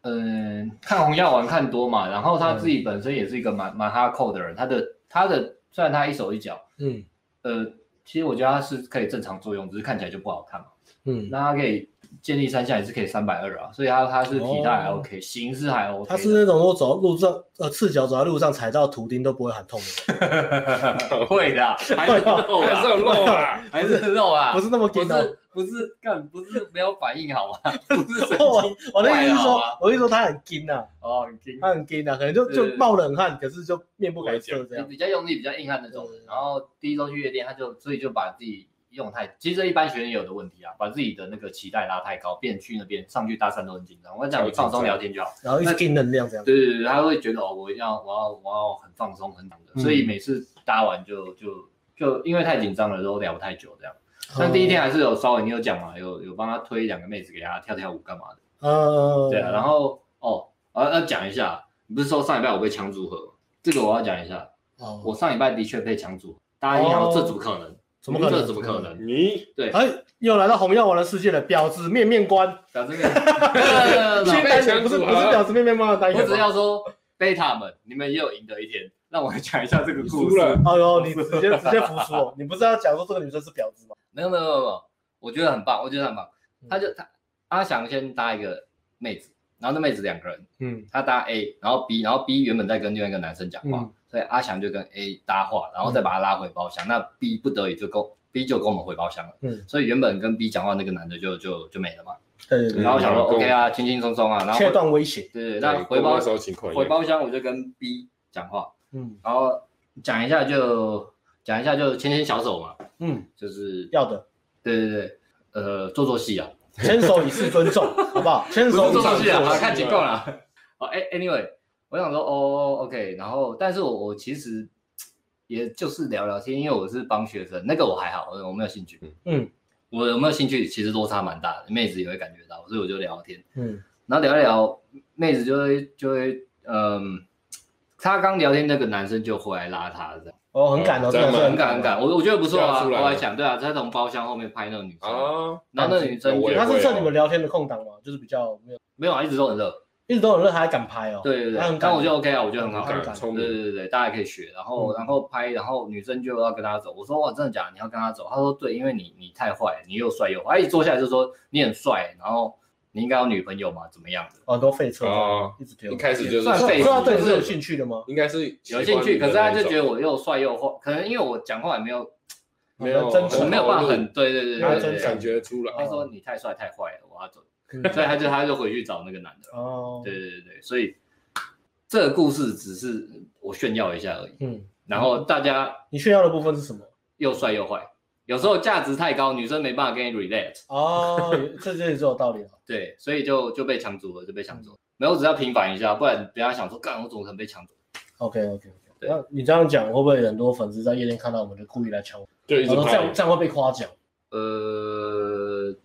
B: 嗯、看红药丸看多嘛，然后他自己本身也是一个蛮蛮哈扣的人，他的他的虽然他一手一脚，
A: 嗯
B: 呃，其实我觉得他是可以正常作用，只是看起来就不好看嘛。
A: 嗯，
B: 那他可以建立三下也是可以三百二啊，所以他他是体态还
A: 哦
B: OK，、形式还 OK 的。
A: 他是那种如果走到路上呃赤脚走在路上踩到图钉都不会喊痛的，
B: 会的啊，还是肉
C: 还是
B: 啊，
C: 有肉 啊，
B: 还是肉啊，
A: 不是那么
B: 不
A: 劲的。
B: 是不是干不是没有反应好吗？ 不是神
A: 我
B: 经
A: 我的意思是说
B: 怪了好吗，
A: 我意思说他很劲啊，
B: 哦，你听
A: 他很劲啊，可能就
B: 对对
A: 就
B: 对
A: 冒冷汗，可是就面不改色这
B: 你
A: 样。
B: 比较用力比较硬汉那种人，然后第一周去夜店，他就所以就把自己用太，其实这一般学生也有的问题啊，把自己的那个期待拉太高，变去那边上去搭讪都很紧张。我讲你放松聊天就好，
A: 然后一直
B: 那
A: 给能量这样。
B: 对对对，他会觉得哦，我要我要我要很放松很懂的，
A: 嗯
B: 所以每次搭完就就就因为太紧张了都聊不太久这样。但第一天还是有稍微你有讲嘛，有有帮他推两个妹子给他跳跳舞干嘛的，
A: 呃，
B: 对啊，然后哦，呃要讲一下，你不是说上礼拜我被强组合吗，这个我要讲一下。
A: 哦
B: 我上礼拜的确被强组，大家一想
A: 哦
B: 这怎么可能？
A: 怎么可能嗯
B: 这怎么可能？
C: 你
A: 哎，又来到红药丸的世界了，婊子面面观，
B: 表 示面，
A: 现在
C: 相
A: 不是
C: 处
A: 不
C: 啊
A: 是婊子面面观的单
B: 我
A: 元
B: 只
A: 吗。
B: 要说贝塔们，你们也有赢得一天。让我讲一下这个
C: 你
B: 故
C: 输
B: 事。
C: 了，
A: 哎呦，你直 接直接服输哦我，你不是要讲说这个女生是婊子吗？
B: 没有没有没有没有，我觉得很棒，我觉得很棒。
A: 嗯
B: 他就他阿翔先搭一个妹子，然后那妹子两个人，
A: 嗯
B: 他搭 A，然后 B，然后 B 原本在跟另外一个男生讲话，
A: 嗯
B: 所以阿翔就跟 A 搭话，然后再把他拉回包厢。那 B 不得已就跟 B 就跟我们回包厢了。
A: 嗯，
B: 所以原本跟 B 讲话那个男的就就就没了嘛。
A: 对对对
B: 然后想说
C: 嗯
B: OK 啊，轻轻松松啊，然后
A: 切
B: 回
A: 断威胁。
B: 对对，
C: 对
B: 那回
C: 跟哎我
B: 包
C: 那时候情况一
B: 回
C: 样，
B: 包厢我就跟 B 讲话，
A: 嗯
B: 然后讲一下就讲一下就牵牵小手嘛，
A: 嗯，
B: 就是
A: 要的，
B: 对对对，呃，做做戏啊，
A: 牵手以示尊 重，好不好？牵
B: 不
A: 手
B: 是
A: 以示
B: 做
A: 尊
B: 做戏啊，
A: 重
B: 好看情况啦。哦，哎，anyway，我想说哦，OK，然后但是我我其实也就是聊聊天，因为我是帮学生，那个我还好，我我没有兴趣，
A: 嗯
B: 我有没有兴趣其实落差蛮大的，妹子也会感觉到，所以我就聊聊天。
A: 嗯
B: 然后聊一聊，妹子就会就会，嗯，他刚聊天那个男生就回来拉她，这样
A: 哦，很感哦，
C: 这
A: 真的
C: 样
A: 是
C: 吗
B: 很敢很敢，我我觉得不错
C: 对啊
B: 啊，
C: 出来了
B: 我还想对啊，他从包厢后面拍那个女生，
C: 啊，
B: 然后那个女生
C: 我也
B: 就
A: 他是
C: 会哦
A: 趁你们聊天的空档嘛，就是比较没有，
B: 没有啊，一直都很热，
A: 一直都很热，他还敢拍哦。
B: 对对
A: 他
B: 对
A: 很，敢
B: 但我就 OK 啊，我觉得很好
A: 很
B: 看
A: 敢。
C: 干聪
B: 对
C: 明，
B: 对对对，大家可以学，然后
A: 嗯
B: 然后拍，然后女生就要跟他走。我说哇，真的假的？你要跟他走？他说对，因为你你太坏了，你又帅又坏。他一坐下来就说你很帅，然后你应该有女朋友嘛，怎么样的？
A: 哦，很多废车
C: 哦，
A: 一直丢。
C: 一开始就是
A: 所以所以
B: 废
A: 他
B: 车
A: 对你是有兴趣的吗？
C: 应该是
B: 有兴趣，可是他就觉
C: 得
B: 得我又帅又坏，可能因为我讲话也没有，
C: 没有
A: 真
B: 我
A: 诚
B: 没有办法很 对对对
A: 他
B: 对
A: 真
B: 对
A: 诚哦
C: 感
B: 对。
C: 觉出来，
B: 他说你太帅太坏了，我要走，
A: 嗯
B: 所以他就他就回去找那个男的了。
A: 哦，
B: 对对对对，所以这个故事只是我炫耀一下而已。
A: 嗯，
B: 然后大家
A: 你炫耀的部分是什么？
B: 又帅又坏，有时候价值太高，女生没办法跟你 relate。
A: 哦，这这也是有道理的。
B: 对，所以就就被抢走了，就被抢走了。没有，我只要平反一下，不然不要想说，干我怎么可能被抢走？
A: OK OK OK。
B: 对
A: 那你这样讲，会不会很多粉丝在夜店看到我们就故意来抢我？
C: 就一
A: 然
C: 直
B: 哦
A: 后这
C: 拍
A: 样，这样会被夸奖。
B: 呃，
A: 如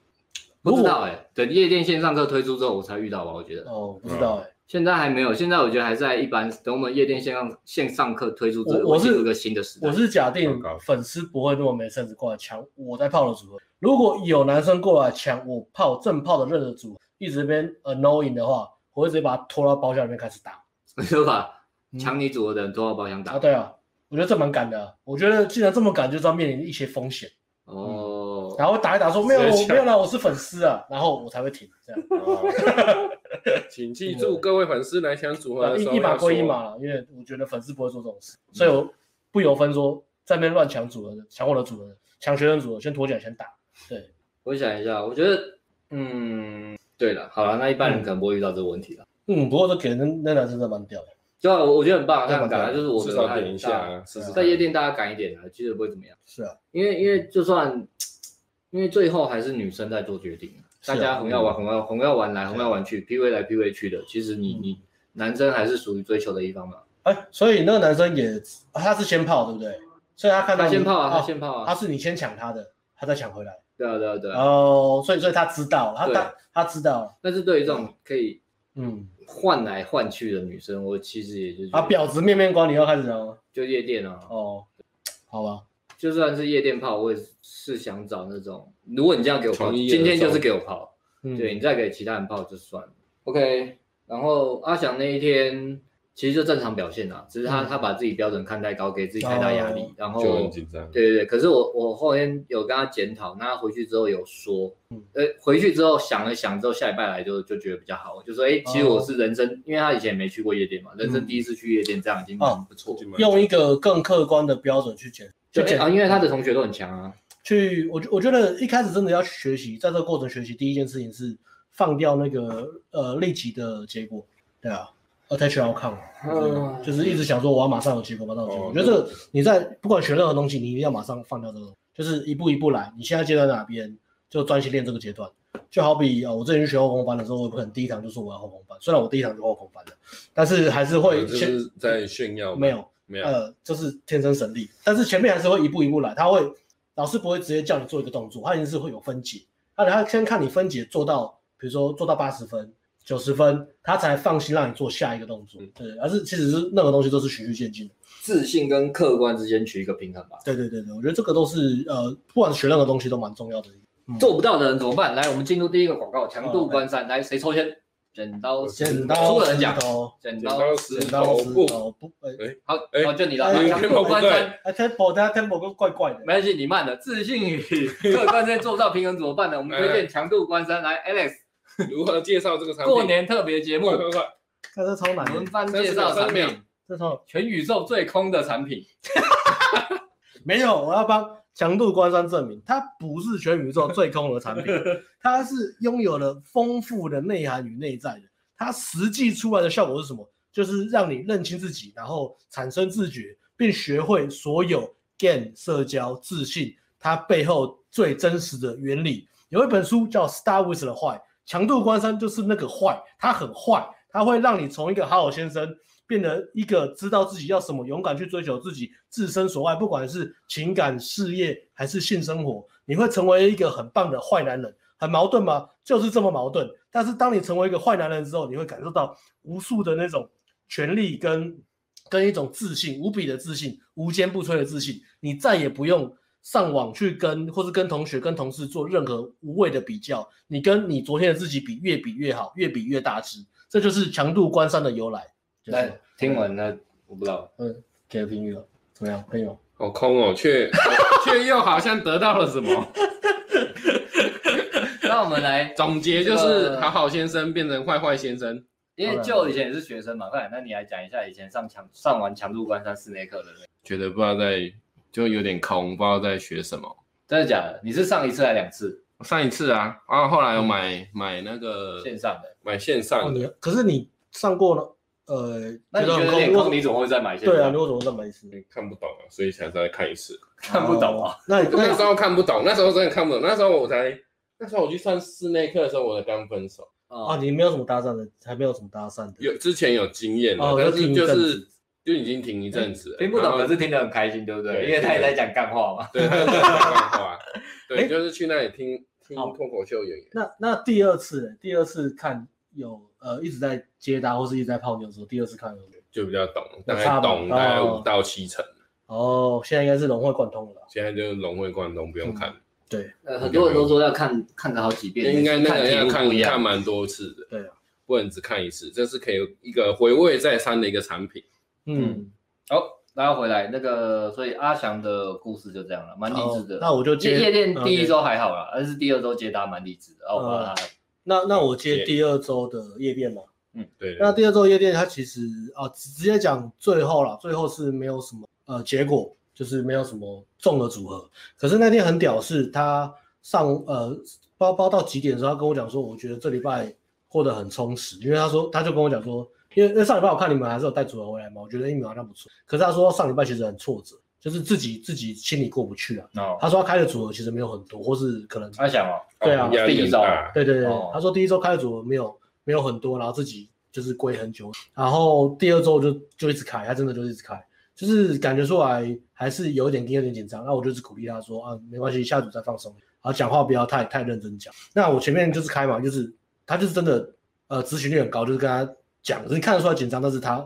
B: 不
A: 果
B: 知道哎、等夜店线上课推出之后，我才遇到吧，我觉得。
A: 哦，不知道
C: 嗯
A: 哎，
B: 现在还没有，现在我觉得还在一般。等我们夜店线上线上课推出之后，
A: 我我是
B: 进入一个新的时代。
A: 我是假定
C: 糟糕
A: 粉丝不会那么没 sense 过来抢我在泡的组合。如果有男生过来抢我泡正泡的热的组合，一直在那边 annoying 的话，我会直接把他拖到包厢里面开始打。
B: 没有吧？
A: 嗯
B: 抢你组合的人都要包厢打
A: 啊，。对啊，我觉得这蛮敢的啊。我觉得既然这么敢，就是要面临一些风险，
B: 哦，
A: 然后打一打说没有，
C: 是
A: 我
C: 啊
A: 没有啦，我是粉丝啊，然后我才会停这样。
C: 啊 请记住各位粉丝来抢组合
A: 啊
C: 的时候
A: 一一码
C: 要
A: 归一
C: 说嗯
A: 码，啦，因为我觉得粉丝不会做这种事，所以我不由分说在那边乱抢组合的，抢我的组合的，抢学生组合，先拖起来先打。对，
B: 我想一下，我觉得，嗯，对了，好了，那一般人可能不会遇到这个问题了。
A: 嗯，不过这给人那男生真的蛮屌的。
B: 对啊，我我觉得很棒，
A: 那
B: 那
A: 蛮
B: 很
A: 棒
B: 敢，就是我
C: 至
B: 们
C: 少
B: 大
C: 点一下啊，试试
B: 在
C: 看
B: 夜店大家敢一点啊，其实不会怎么样。
A: 是啊，
B: 因为因为就算，因为最后还是女生在做决定啊，
A: 是啊啊
B: 大家红药丸红药红药丸来红药丸去，P V 来 P V 去的，其实你
A: 嗯
B: 你男生还是属于追求的一方嘛。
A: 哎，所以那个男生也、啊他是先泡对不对？所以他看到
B: 他
A: 你
B: 先泡啊，
A: 哦
B: 他先泡
A: 他
B: 啊，
A: 是你先抢他的，他再抢回来。
B: 对啊对啊对啊。
A: 哦，所以所以他知道，他
B: 对
A: 他他知道，
B: 但是对于这种可以
A: 嗯，
B: 换来换去的女生，我其实也就
A: 啊，
B: 觉
A: 婊
B: 得
A: 子面面观，你要开始了吗？
B: 就夜店啊，
A: 哦，好吧，
B: 就算是夜店泡，我也是想找那种，如果你这样给我泡，
C: 从一而
B: 今天就
C: 终
B: 是给我泡，
A: 嗯，
B: 对你再给其他人泡就算了。
D: OK，
B: 然后阿翔那一天其实就正常表现啦，只是他、
A: 嗯
B: 他把自己标准看太高，给自己太大压力，
A: 哦
B: 然后
C: 就很紧张。
B: 对对对，可是我我后天有跟他检讨，那他回去之后有说，
A: 嗯
B: 呃，回去之后想了想之后，下礼拜来就就觉得比较好，就说哎，其实
D: 哦
B: 我是人生，因为他以前也没去过夜店嘛，人生
D: 嗯
B: 第一次去夜店，这样已经
A: 哦
B: 很不错。
A: 用一个更客观的标准去检，
B: 就
A: 去
B: 哎
A: 检
B: 啊，因为他的同学都很强啊，
A: 去，我觉我觉得一开始真的要学习，在这个过程学习，第一件事情是放掉那个呃立即的结果，对啊，attention outcome，
D: 嗯
A: 啊就是一直想说我要马上有结果，马上有结果。
C: 哦
A: 我觉得这个你在不管学任何东西，你一定要马上放掉这个东西，就是一步一步来。你现在阶段在哪边，就专心练这个阶段。就好比呃，我之前去学后空翻的时候，我也不可能第一堂就说我要后空翻，虽然我第一堂就后空翻了，但是还是会
C: 就
A: 先、
C: 是在炫耀吗，
A: 没有
C: 没有，
A: 呃，就是天生神力，但是前面还是会一步一步来，他会老师不会直接叫你做一个动作，他一定是会有分解，他他先看你分解做到，比如说做到八十分、九十分，他才放心让你做下一个动作，
B: 嗯
A: 对，而是其实是任何东西都是循序渐进的，
D: 自信跟客观之间取一个平衡吧。
A: 对对对对，我觉得这个都是呃，不管学任何东西都蛮重要的，嗯
B: 做不到的人怎么办？来，我们进入第一个广告，强
D: 哦
B: 度
D: 哎
B: 关山，来谁抽签？剪刀石
A: 剪
B: 输
A: 刀
B: 的
A: 石
B: 人讲，
A: 头，
B: 剪
C: 剪
B: 刀
C: 刀石
A: 剪刀
C: 头
A: 石
C: 布，
A: 头不，哎
B: 好，
C: 哎
B: 好就你了，
A: 哎
B: 强度关山。
A: 哎，tempo，大家 tempo 都怪怪的，
B: 没关系，你慢了。自信与客观之间做不到平衡怎么办呢？我们推荐强度关山来，Alex
C: 如何介绍这个产品？哦
B: 过年特别节目
C: 快，快快！
A: 看这超难的
B: 轮，番介绍产
C: 30秒
B: 品，
A: 这超
B: 全宇宙最空的产品。
A: 没有，我要帮强度关山证明，它不是全宇宙最空的产品，它是拥有了丰富的内涵与内在的。它实际出来的效果是什么？就是让你认清自己，然后产生自觉，并学会所有 gain 社交自信它背后最真实的原理。有一本书叫《Star with 的坏》，强度关山就是那个坏，它很坏，它会让你从一个好好先生变得一个知道自己要什么，勇敢去追求自己自身所爱，不管是情感、事业还是性生活，你会成为一个很棒的坏男人。很矛盾吗？就是这么矛盾。但是当你成为一个坏男人之后，你会感受到无数的那种权力跟跟一种自信，无比的自信，无坚不摧的自信。你再也不用上网去跟或是跟同学、跟同事做任何无谓的比较。你跟你昨天的自己比，越比越好，越比越大只。这就是强度关山的由来。就是
B: 来，听完了，我不知道。
A: 给评语了，啊怎么样？可以吗？
C: 好空哦，却 却又好像得到了什么。
B: 那我们 来，
C: 总结就
B: 这
C: 是
B: 个
C: 好好先生变成坏坏先生，
B: 因为就以前也是学生嘛，快点，那你来讲一下以前上强上完强度关山室内课的人，
C: 觉得不知道在就有点空，不知道在学什么。
B: 真的假的？你是上一次还两次
C: 上一次啊，啊后来有买、买那个
B: 线上的？
C: 买线
A: 哦，
C: 上的，
A: 你可是你上过了，呃，
B: 那你觉得有点
A: 很空
B: 空，你怎么会再买线上？
A: 对啊，你为什么这么没事？
C: 看不懂啊，所以才再看一次。
B: 看不懂啊。
A: 哦。那你
C: 那
A: 那
C: 时候看不懂，那时候真的看不懂，那时候我才，那时候我去上室内课的时候，我才刚分手，
A: 啊，
B: 哦，
A: 你没有什么搭讪的，还没有什么搭讪的。
C: 有之前有经验了，
A: 哦
C: 但是
A: 就停一
C: 就
A: 阵子哎
C: 是就已经停一阵子了，
B: 听不懂，
C: 然后
A: 啊
B: 可是听得很开心，对不对？
C: 对
B: 因为他也在讲干话嘛。
C: 对，他就是讲漫 画
A: 哎
C: 啊对，就是去那里听听
A: 好
C: 脱口秀演员。
A: 那那第二次呢，第二次看有呃一直在接搭或是一直在泡妞的时候，第二次看有
C: 就比较懂，大
A: 差
C: 概
A: 吧
C: 懂大概
A: 哦
C: 五到七成，
A: 哦，现在应该是融会贯通了啦。
C: 现在就是融会贯通，不用看，
A: 对，
B: 呃，很多人都说要看看个好几
A: 嗯
B: 遍，
C: 应该那个要
B: 看题目
C: 看
B: 不一
C: 看
B: 样。
C: 蛮多次的，
A: 对啊，
C: 不能只看一次，这是可以一个回味再三的一个产品。
A: 嗯，
B: 嗯，好，然后回来那个，所以阿翔的故事就这样了，蛮励志
A: 哦
B: 的。
A: 那我就接
B: 夜夜店
D: 啊
A: 嗯
B: 第一周还好啦，但是第二周接搭蛮励志的。哦，我
A: 嗯
B: 把它
A: 那那我接第二周的夜店嘛。
C: 对，
A: 那第二周夜店它其实啊，直直接讲最后啦，最后是没有什么呃结果，就是没有什么中的组合。可是那天很屌，是他上呃包包到几点的时候，他跟我讲说，我觉得这礼拜过得很充实，因为他说他就跟我讲说，因为因为上礼拜我看你们还是有带组合回来嘛，我觉得你们好像不错。可是他说上礼拜其实很挫折，就是自己自己心里过不去
D: 嗯
A: 啊。
B: 哦，
A: 他说他开的组合其实没有很多，或是可能
B: 阿翔哦，
A: 对啊
C: 压力很大，
A: 对对对，
B: 哦
A: 他说第一周开的组合没有没有很多，然后自己就是归很久，然后第二周就就一直开，他真的就一直开，就是感觉出来还是有点有点紧张。那我就是鼓励他说啊，没关系，下组再放松，然后讲话不要太太认真讲。那我前面就是开嘛，就是他就是真的呃执行率很高，就是跟他讲，你看得出来紧张，但是他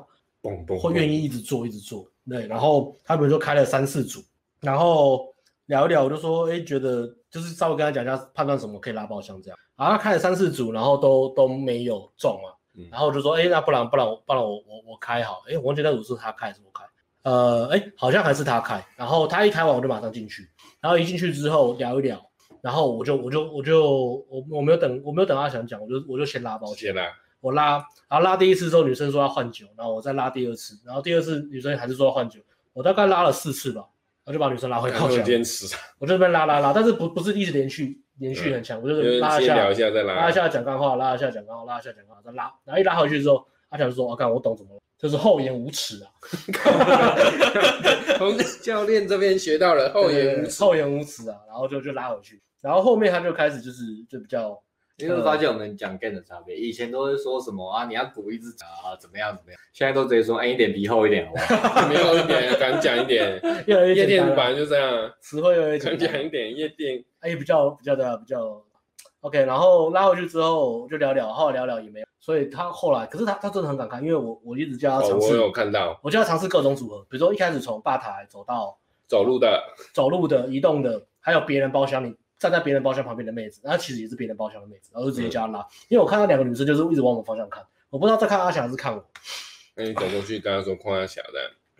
C: 蹦蹦
A: 会愿
C: 意
A: 意一直做，一直做。对，然后他们就开了三四组，然后聊一聊，我就说，哎，觉得就是稍微跟他讲一下判断什么可以拉爆箱这样。然后他开了三四组，然后都都没有中嘛
C: 嗯，
A: 然后我就说，哎，那不然不然我不然我我我开好，哎，我忘记那组是他开还是我开，呃，哎，好像还是他开。然后他一开完我就马上进去，然后一进去之后聊一聊，然后我就我就我就我我没有等我没有等他想讲，我就我就先拉包
C: 谢啦，
A: 我拉，然后拉第一次之后，女生说要换酒，然后我再拉第二次，然后第二次女生还是说要换酒，我大概拉了四次吧，然后就把女生拉回
C: 他
A: 靠
C: 们
A: 墙，
C: 坚持，
A: 我就这边拉拉拉，但是不不是一直连续连续很强，我就
C: 就是是
A: 拉一
C: 先
A: 下
C: 聊一下再
A: 拉
C: 拉
A: 一，下讲干话，拉一下讲干话，拉一下讲干话，再拉，然后一拉回去之后，阿强就说：“我、啊看我懂怎么了，就是厚颜无耻啊，
D: 从教练这边学到了厚颜无耻。
A: 厚颜无耻啊。”然后就就拉回去，然后后面他就开始就是就比较
D: 你有没有发现我们讲 game 的差别？以前都会说什么啊，你要鼓励自己啊，怎么样怎么样，现在都直接说，哎，你脸皮厚一点好不 好？
C: 没有一点敢讲一 点，
A: 越来越
C: 夜
A: 简
C: 店
A: 单了，
C: 版就这样，
A: 词汇越来越
C: 敢
A: 简单
C: 讲。一点夜店，
A: 哎，比较比较的比较 OK，然后拉回去之后就聊聊，后来聊聊也没有，所以他后来，可是他他真的很敢看，因为我我一直叫他
C: 哦，
A: 尝
C: 我
A: 试，
C: 有看到
A: 我叫他尝试各种组合，比如说一开始从吧台走到
C: 走路的，
A: 走路的、移动的，还有别人包厢里站在别人包厢旁边的妹子，然后其实也是别人包厢的妹子，然后就直接
C: 嗯
A: 叫他拉，因为我看到两个女生就是一直往我方向看，我不知道在看阿翔还是看我，
C: 那哎你走过去跟他说框他小的，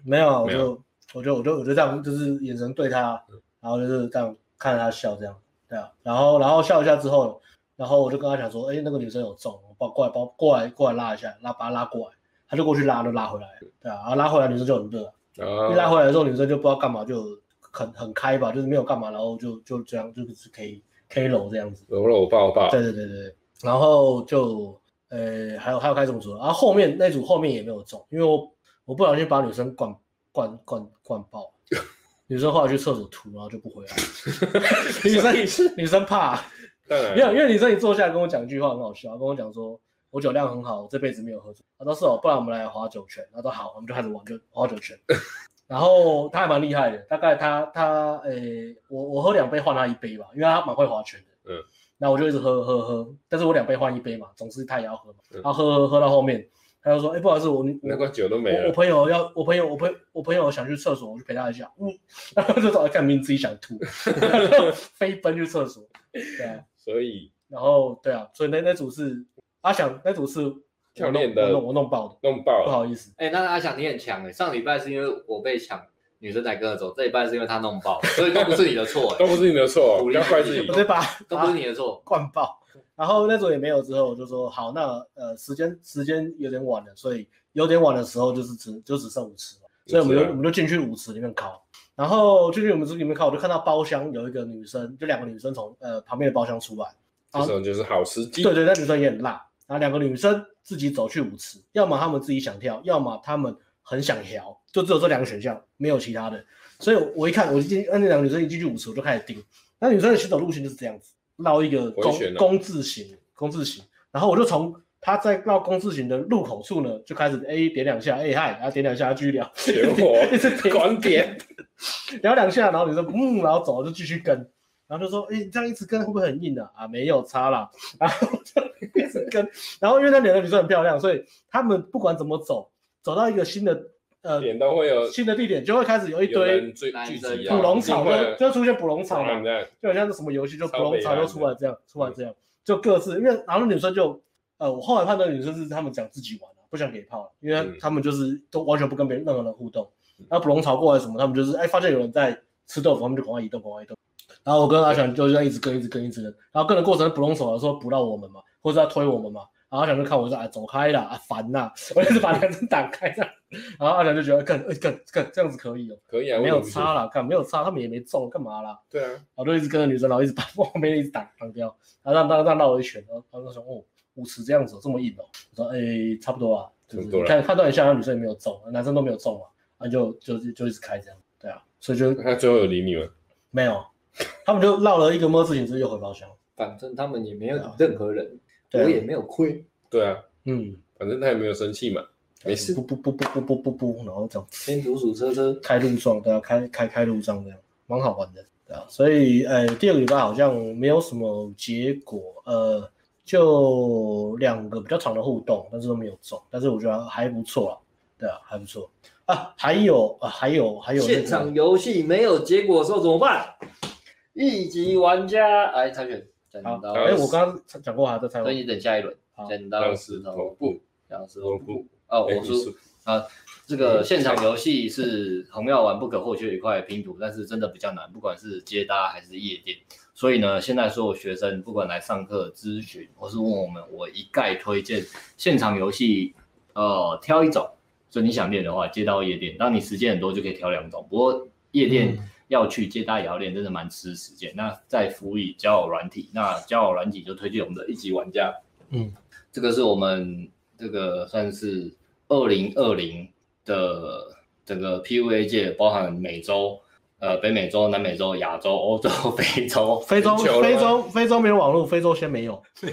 A: 没有，我
C: 没
A: 就我就我就我就这样，就是眼神对他，然后就是这样看着他笑这样，对啊，然后然后笑一下之后，然后我就跟他讲说，哎，那个女生有中，我把过来把过来过来拉一下，拉把她拉过来，他就过去拉就拉回来，对啊，然后拉回来女生就很热，一拉
C: 哦，
A: 回来的时候女生就不知道干嘛就很很开吧，就是没有干嘛，然后就就这样就是可以 K 楼这样子，
C: 揉揉抱抱，
A: 对对对对，然后就呃还有还有开什么组，然后后面那组后面也没有中，因为我我不小心把女生灌灌灌灌爆，女生后来去厕所吐，然后就不回来。女生 女生怕，
C: 当
A: 没有，
C: 然
A: 因为女生一坐下来跟我讲一句话很好笑，跟我讲说我酒量很好，我这辈子没有喝醉。她说是哦，不然我们来划酒拳。她说好，我们就开始玩就划酒拳。然后她还蛮厉害的，大概她她诶，我我喝两杯换她一杯吧，因为她蛮会划拳的。
C: 嗯。
A: 那我就一直喝喝喝，但是我两杯换一杯嘛，总之她也要喝嘛。
C: 嗯
A: 然后喝喝喝到后面，她就说：“哎、不好意思，我
C: 那
A: 我
C: 罐酒都没
A: 我我
C: 了，
A: 朋友要，我朋友，我朋友我朋友想去厕所，我去陪他一下，嗯， 然后就找干明自己想吐， 然后飞奔去厕所，对啊，
C: 所以
A: 然后对啊，所以那那组是阿翔，那组是我弄
C: 教练的
A: 我弄我弄爆的，
C: 弄爆
A: 不
C: 了，
A: 好意思，
D: 哎，那阿翔你很强哎，上礼拜是因为我被抢，女生才跟着走，这礼拜是因为他弄爆，所以都不是你的错
C: 都
D: 哎，
C: 不是你的 错，
D: 鼓
C: 不
D: 励
C: 要怪
D: 自
C: 自
D: 己
C: 己
A: 我，就把
D: 都不是你的错。
A: 灌爆。然后那组也没有之后，我就说好，那呃时间时间有点晚了，所以有点晚的时候就是只就只剩舞池了，所以我们就
C: 舞池啊
A: 我们就进去舞池里面烤。然后进去我们里面烤，我就看到包厢有一个女生，就两个女生从呃旁边的包厢出来，
C: 这种就是好时机，
A: 哦对对，那女生也很辣。然后两个女生自己走去舞池，要么她们自己想跳，要么她们很想摇，就只有这两个选项，没有其他的。所以我一看，我一进那两个女生一进去舞池，我就开始盯。那女生的行走路线就是这样子，绕一个
C: 回旋
A: 弓
C: 啊
A: 弓字形，弓字形。然后我就从她在绕弓字形的入口处呢，就开始哎点两下，哎嗨，然后点两下继续聊，
C: 点火
A: 一直点
C: 管点，
A: 聊两下，然后你说嗯，然后走了就继续跟，然后就说，哎、你这样一直跟会不会很硬啊？啊，没有差啦，然后就一直跟，然后因为那两个女生很漂亮，所以她们不管怎么走，走到一个新的呃
C: 点都会有
A: 新的地点，就会开始有一
C: 有
A: 堆
C: 人追
D: 男
C: 聚
D: 生
C: 集啊，
A: 捕龙
C: 一
A: 草，
C: 定会有
A: 就就出现捕龙草
C: 当
A: 嘛
C: 然，的，
A: 就很像是什么游戏，就捕
C: 超
A: 龙
C: 北
A: 草就
C: 蓝
A: 出来这样，出来这样，就各自，因为然后那女生就，呃，我后来判断女生是她们想自己玩啊的、不想给炮了，因为
C: 嗯
A: 她们就是都完全不跟别人任何人互动。然后捕龙草过来什么，她们就是哎发现有人在吃豆腐，她们就赶快移动，赶快移动。然后我跟阿翔就这样一直跟，一直跟，一直跟，然后跟的过程捕龙手的时候捕到我们嘛，或者要推我们嘛，然后阿翔就看我说啊走开啦，啊烦呐， 我就是把两只打开这样，然后阿翔就觉得干哎干干这样子可以哦，
C: 可以啊，
A: 没有
C: 为什么
A: 差啦，干没有差，他们也没中，干嘛啦？
C: 不行，对啊，
A: 然后就一直跟着女生，然后一直把 旁边一直打挡掉，然后让让让绕了一圈，然后他就说哦，舞池这样子哦这么硬哦，我说哎差不多啊，就是
C: 差不多啦
A: 看判断一下，那女生也没有中，男生都没有中嘛，然后就就就一直开这样，对啊，所以就
C: 他最后有理你吗？
A: 没有，他们就绕了一个么字形之后又回包厢，
D: 反正他们也没有
A: 对啊
D: 任何人，我
A: 对啊
D: 也没有亏，
C: 对啊，
A: 嗯，
C: 反正他也没有生气嘛，没事。
A: 不不不不不不不不，然后这样
D: 天竺鼠车车，
A: 开路撞，对啊，开开开路障这样，蛮好玩的，对啊。所以呃，第二个礼拜好像没有什么结果，呃，就两个比较长的互动，但是都没有中，但是我觉得还不错啊，对啊，还不错啊。还有啊，还有还有、那个
B: 现场游戏没有结果的时候怎么办？一级玩家哎，猜拳，剪
A: 好，
B: 刀，
A: 哎，我刚刚讲过还在台
B: 所
A: 湾
B: 以，你等下一轮
A: 好，
B: 剪刀
C: 当
B: 石
C: 时
B: 头
C: 头
B: 布
C: 布，
B: 两石头
C: 头
B: 布
C: 布。
B: 哦，
C: 哎
B: 我
C: 你
B: 输
C: 输
B: 啊。这个现场游戏是红药丸不可或缺的一块拼图，但是真的比较难，不管是接搭还是夜店。所以呢，现在所有学生不管来上课咨询或是问我们，我一概推荐现场游戏，呃，挑一种。所以你想练的话，接到夜店，当你时间很多就可以挑两种。不过夜店要去接搭也要练，真的蛮吃时间。那再辅以交友软体，那交友软体就推荐我们的一级玩家，
A: 嗯，
B: 这个是我们这个算是二零二零的这个 PUA 界，包含美洲、呃北美洲、南美洲、亚洲、欧洲、 非洲，
A: 非洲
C: 很久了
A: 非洲非洲没有网络，非洲先没有，非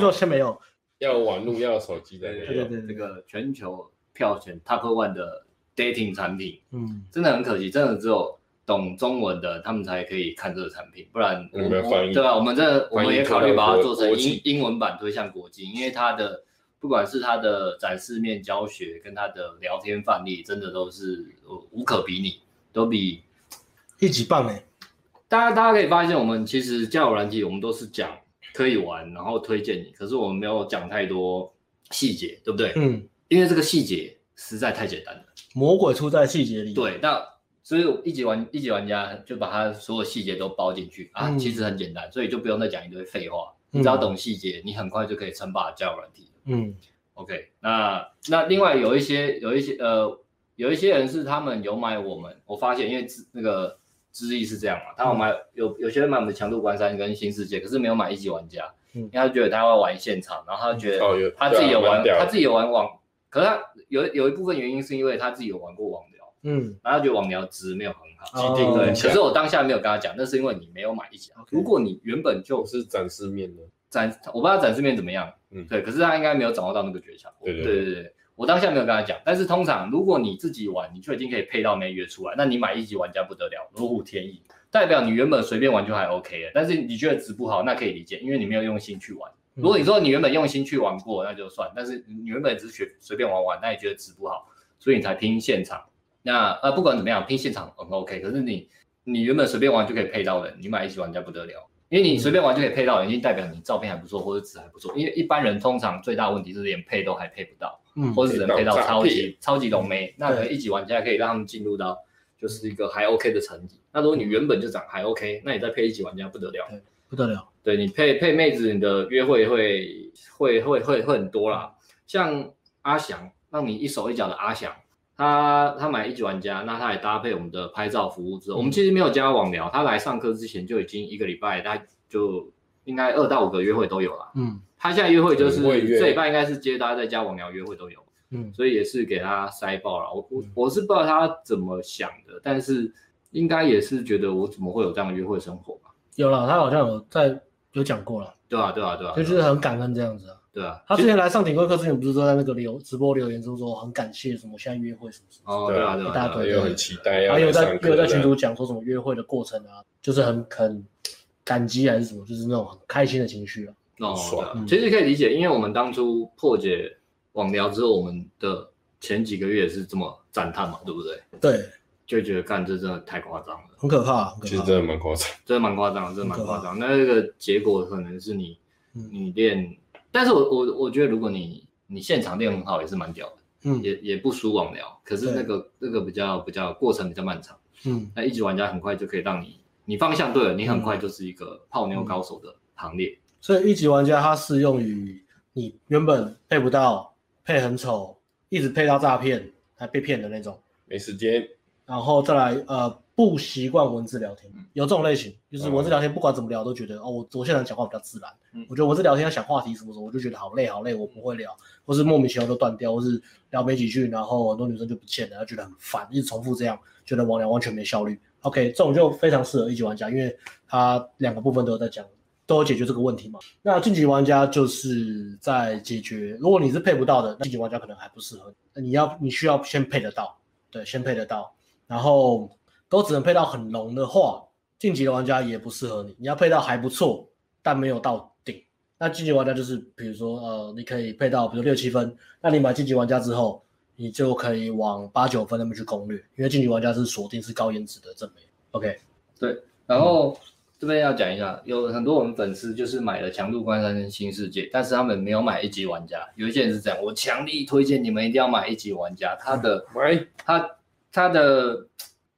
A: 洲先没有，
C: 要网络，要手机的那
A: 对对
C: 种，
A: 对
B: 这
A: 对，
B: 个全球票选 Top One 的 dating 产品，
A: 嗯，
B: 真的很可惜，真的只有懂中文的他们才可以看这个产品，不然我
C: 有没有翻译
B: 对啊吧？我们这我
C: 翻译
B: 们也考虑把它做成
C: 国
B: 英
C: 际
B: 英文版推向国际，因为它的不管是它的展示面教学跟它的聊天范例，真的都是呃无可比拟，都比
A: 一级棒哎，
B: 大家大家可以发现，我们其实交友软体我们都是讲可以玩，然后推荐你，可是我们没有讲太多细节，对不对？
A: 嗯，
B: 因为这个细节实在太简单了。
A: 魔鬼出在细节里，，
B: 对，那所以一级玩一级玩家就把他所有细节都包进去啊，
A: 嗯
B: 其实很简单，所以就不用再讲一堆废话，你只要懂细节，你很快就可以称霸交友软体。
A: 嗯
B: OK，那那另外有一些有一些呃有一些人是他们有买我们，我发现因为资那个资历是这样嘛，
A: 嗯
B: 他有买、有有些人买我们的强度关山跟新世界，可是没有买一级玩家，
A: 嗯
B: 因为他觉得他要玩现场，然后他觉得
C: 哦有
B: 他自己有
C: 对
B: 玩，
C: 啊蛮屌的
B: 他自己有玩网，可是他有有一部分原因是因为他自己有玩过网聊。
A: 嗯
B: 然后他觉得网聊值没有很好。
A: 哦
C: 既定
B: 对，
C: 印
B: 可
C: 象
B: 是我当下没有跟他讲，那是因为你没有买一起。啊
A: OK
B: 如果你原本就
C: 我是展示面的，
B: 展，我不知道展示面怎么样，
C: 嗯
B: 对，可是他应该没有掌握到那个诀窍。我
C: 对
B: 对
C: 对
B: 对对对我当下没有跟他讲，但是通常如果你自己玩，你就已经可以配到妹约出来，那你买一级玩家不得了，如虎添翼，代表你原本随便玩就还 OK 了，但是你觉得值不好，那可以理解，因为你没有用心去玩。如
A: 嗯
B: 果你说你原本用心去玩过，那就算；但是你原本只是学随便玩玩，那你觉得值不好，所以你才拼现场。那呃，不管怎么样，拼现场很 OK。可是你你原本随便玩就可以配到人，你买一起玩家不得了，因为你随便玩就可以配到人，已经代表你照片还不错，或者值还不错。因为一般人通常最大的问题是连配都还配不到，
A: 嗯
B: 或者只能配到超级超级龙妹。那可能
A: 对
B: 一级玩家可以让他们进入到就是一个还 OK 的层级。那如果你原本就长还 OK，那你再配一级玩家不得了。
A: 不得了，
B: 对你配配妹子，你的约会会会会会会很多啦。像阿翔，让你一手一脚的阿翔，他他买一级玩家，那他也搭配我们的拍照服务之后，我们其实没有加网聊，他来上课之前就已经一个礼拜，他就应该二到五个约会都有啦。
A: 嗯
B: 他现在约会就是
C: 嗯会约
B: 这礼拜应该是接搭再加网聊约会都有。
A: 嗯
B: 所以也是给他塞爆了。我我我是不知道他怎么想的，但是应该也是觉得我怎么会有这样的约会生活吧？
A: 有了，他好像有在有讲过了，
B: 对啊，对啊，对啊，
A: 就
B: 对
A: 是
B: 啊
A: 很感恩这样子啊。
B: 对啊，
A: 他之前来上顶规课之前，不是都在那个留直播留言中说很感谢什么，现在约会什么什么，
B: 哦，
C: 对
B: 对啊，
C: 啊
B: 对啊，
A: 一大
B: 对啊
A: 堆
B: 对啊
C: 又很期待
A: 然
C: 要
A: 后有
C: 来
A: 在
C: 上
A: 有
C: 课
A: 在群
C: 的。
A: 主讲说什么约会的过程啊，就是很很感激还是什么，就是那种很开心的情绪啊。
B: 哦，
C: 爽
B: 对啊
A: 嗯
B: 其实可以理解，因为我们当初破解网聊之后，我们的前几个月也是这么赞叹嘛，对不对？
A: 对，
B: 就觉得干这真的太夸张了，
A: 很可怕，很
C: 其实
A: 可怕
C: 真。的蛮夸张，
B: 真的蛮夸张的，真的蛮夸张。那这个结果可能是你
A: 嗯
B: 你练，但是我我我觉得如果你你现场练很好也是蛮屌的，
A: 嗯
B: 也也不输网聊，可是
A: 对
B: 那个那个比较比较过程比较漫长，
A: 嗯
B: 那一级玩家很快就可以让你你方向对了，你很快就是一个泡妞高手的行列。
A: 所以一级玩家它适用于你原本配不到，配很丑，一直配到诈骗，还被骗的那种，
C: 没时间，
A: 然后再来呃不习惯文字聊天，有这种类型，就是文字聊天不管怎么聊都觉得哦，我我现场讲话比较自然，
B: 嗯
A: 我觉得文字聊天要想话题什么什么，我就觉得好累好累，我不会聊，或是莫名其妙就断掉，或是聊没几句，然后很多女生就不见了，她觉得很烦，一直重复这样，觉得网聊完全没效率。OK，这种就非常适合一级玩家，因为他两个部分都有在讲都有解决这个问题嘛。那晋级玩家就是在解决，如果你是配不到的，那晋级玩家可能还不适合你。你要你需要先配得到，对，先配得到，然后都只能配到很浓的话，晋级的玩家也不适合你。你要配到还不错，但没有到顶，那晋级玩家就是比如说呃，你可以配到比如六七分，那你买晋级玩家之后，你就可以往八九分那边去攻略，因为晋级玩家是锁定是高颜值的正妹。OK，
B: 然后这边要讲一下，有很多我们粉丝就是买了《强度关山》跟《新世界》，但是他们没有买一级玩家。有一些人是这样，我强力推荐你们一定要买一级玩家，他的
C: 喂，
B: 他他的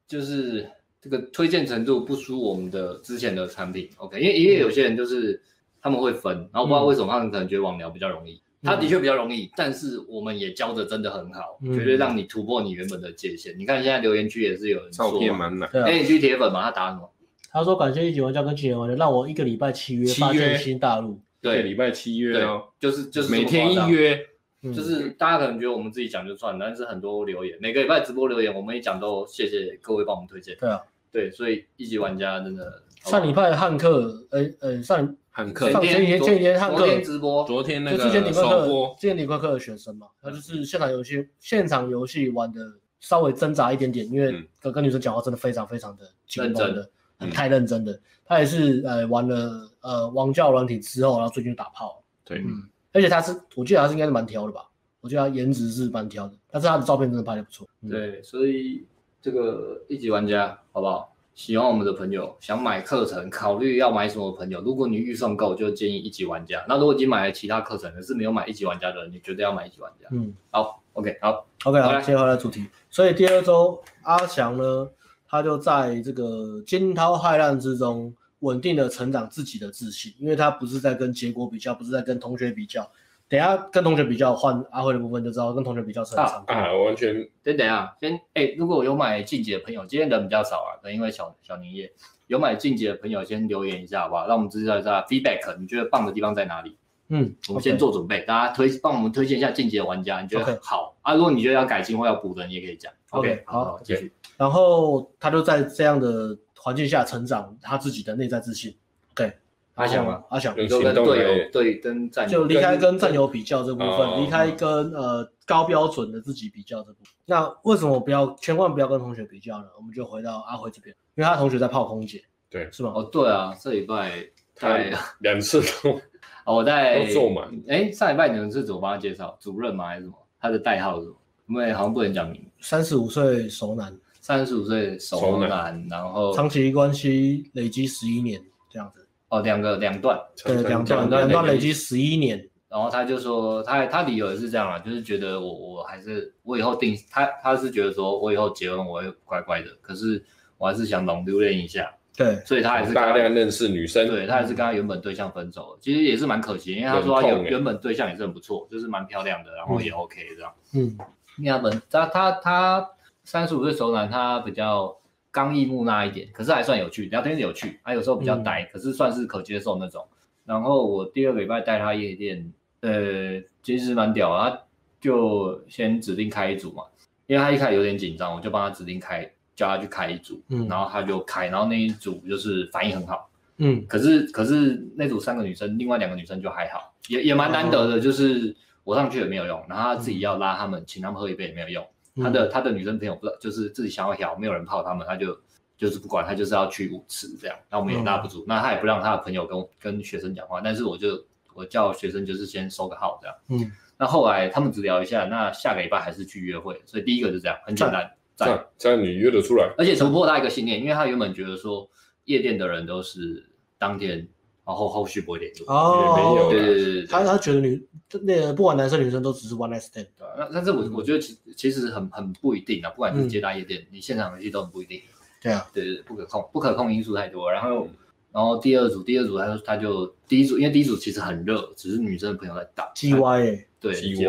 B: 就是这个推荐程度不输我们的之前的产品。OK，因为因为有些人就是他们会分，然后不知道为什么他们可能觉得网聊比较容易，他的确比较容易，但是我们也教的真的很好，
A: 嗯
B: 绝对让你突破你原本的界限。你看现在留言区也是有人说
C: 照
B: 嘛
C: 片蛮难，
A: 对啊、
B: 哎、你去铁粉嘛，他答什么？
A: 他说感谢一级玩家跟七级玩家，让我一个礼拜契约
C: 契
A: 发
C: 约
A: 现新大陆。
C: 这
B: 对
C: 礼，拜七约哦，
B: 就是就是这么
C: 每天
B: 夸张
C: 一约，
A: 嗯
B: 就是大家可能觉得我们自己讲就算了，但是很多留言，每个礼拜直播留言，我们一讲都谢谢各位帮我们推荐。
A: 对啊，
B: 对，所以一级玩家真的
A: 上礼拜汉克，呃呃，上
C: 很客
A: 上
B: 昨
C: 气。
A: 前几天
B: 天
A: 前几天汉克
B: 昨天直播，
C: 昨天那
A: 就之前
C: 个
A: 理工
C: 首
A: 课
C: 播，，
A: 之前理工课的学生嘛，他就是现场游戏现场游戏玩的稍微挣扎一点点，因为
C: 嗯
A: 跟跟女生讲话真的非常非常的紧绷
B: 认
A: 的，很太认真的。他也是呃玩了呃王教软体之后，然后最近就打炮，
C: 对，
A: 嗯，而且他是我记得他是应该是蛮挑的吧，我记得他颜值是蛮挑的，但是他的照片真的拍的不错，嗯，
B: 对，所以这个一级玩家好不好？喜欢我们的朋友，想买课程，考虑要买什么朋友，如果你预算够，就建议一级玩家。那如果已经买了其他课程，可是没有买一级玩家的人，你绝对要买一级玩家。
A: 嗯。
B: 好，OK，好，
A: OK，
B: 好
A: 好，
B: 嘞
A: 接回来主题。所以第二周，阿翔呢，他就在这个惊涛骇浪之中，稳定的成长自己的自信，因为他不是在跟结果比较，不是在跟同学比较。等一下跟同学比较，换阿辉的部分就知道跟同学比较是很常见的。
C: 啊，完全
B: 先等一下，先哎、如果有买晋级的朋友，今天人比较少啊，可能因为小小年夜，有买晋级的朋友先留言一下好不好？让我们知道一下 feedback，你觉得棒的地方在哪里？
A: 嗯，
B: 我们先
A: OK
B: 做准备，大家推帮我们推荐一下晋级的玩家，你觉
A: OK
B: 得好啊？如果你觉得要改进或要补的，你也可以讲。
A: OK，好
B: 好，继续。
A: 然后他就在这样的环境下成长他自己的内在自信。OK，
B: 阿翔吗？
A: 阿翔
C: 对
B: 你说跟
C: 哦行动
B: 队
C: 来
B: 友对跟战
A: 就离开跟战友比较这部
C: 哦
A: 分，离开跟呃高标准的自己比较这部分。那为什么不要千万不要跟同学比较呢？我们就回到阿辉这边，因为他同学在泡空姐，
C: 对
A: 是吗？
B: 哦，对啊，这礼 拜在
C: 两次都
B: 哦我在
C: 都坐满。
B: 哎，上礼拜你们是怎么帮他介绍？主任吗还是什么？他的代号是什么？因为好像不能讲名。
A: 三十五岁熟男，
B: 三十五岁熟
C: 熟男
B: 男，然后
C: 哦
A: 长期关系累积十一年这样子，
B: 哦两个两段，
A: 对，两段
C: 长
A: 两段累
C: 累
A: 积十一年，
B: 然后他就说他他理由也是这样啊，就是觉得我我还是我以后定他他是觉得说我以后结婚我会乖乖的，可是我还是想懂留恋一下，
A: 对，
B: 所以他还是跟他
C: 大量认识女生，
B: 对他还是跟他原本对象分手了，其实也是蛮可惜，因为他说他原
C: 很痛欸
B: 原本对象也是很不错，就是蛮漂亮的，然后也 OK 这样。
A: 嗯，
B: 因为他本他他他三十五岁熟男，他比较刚毅木讷一点，可是还算有趣，聊天有趣，他有时候比较呆，可是算是可接受那种。然后我第二个礼拜带他夜店，呃，其实蛮屌啊，他就先指定开一组嘛，因为他一开始有点紧张，我就帮他指定开，叫他去开一组，
A: 嗯
B: 然后他就开，然后那一组就是反应很好。
A: 嗯，
B: 可是可是那组三个女生，另外两个女生就还好，也也蛮难得的，就是我上去也没有用，然后他自己要拉他们，请他们喝一杯也没有用。
A: 嗯
B: 他的他的女生朋友不知道，就是自己想要调，没有人泡他们，他就就是不管，他就是要去舞池这样，那我们也拉不住，那他也不让他的朋友跟跟学生讲话，但是我就我叫学生就是先收个号这样。
A: 嗯，
B: 那后来他们只聊一下，那下个礼拜还是去约会，所以第一个就这样，很简单，
C: 这样这样你约得出来，
B: 而且突破他一个信念，因为他原本觉得说夜店的人都是当天，然后后续不会联络。
A: 哦，
C: 也没有
B: 对
C: 啦
B: 对对对
A: 他
B: 对。
A: 他觉得女那个不管男生女生都只是 one night stand，
B: 啊那那这我我觉得其其实很很不一定啊，不管
A: 嗯
B: 是接待夜店，你现场游戏都很不一定。
A: 对啊，
B: 对对，对不可控不可控因素太多。然后然后第二组第二组他就他就第一组，因为第一组其实很热，只是女生的朋友在打。
A: ，G Y 哎，
B: 对
C: GY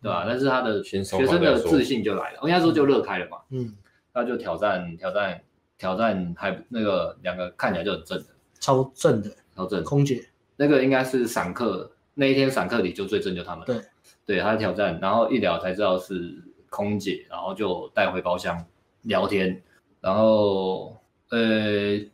B: 对啊吧？但是他的学
C: 嗯先收
B: 生
C: 好再
B: 的
C: 说
B: 自信就来了，我应该说就热开了嘛。
A: 嗯，
B: 他就挑战挑战挑战还那个两个看起来就很正的，
A: 超正的
B: 然后正
A: 空姐，
B: 那个应该是散客那一天散客里就最正就他们了
A: 对，
B: 对他挑战，然后一聊才知道是空姐，然后就带回包厢聊天，然后呃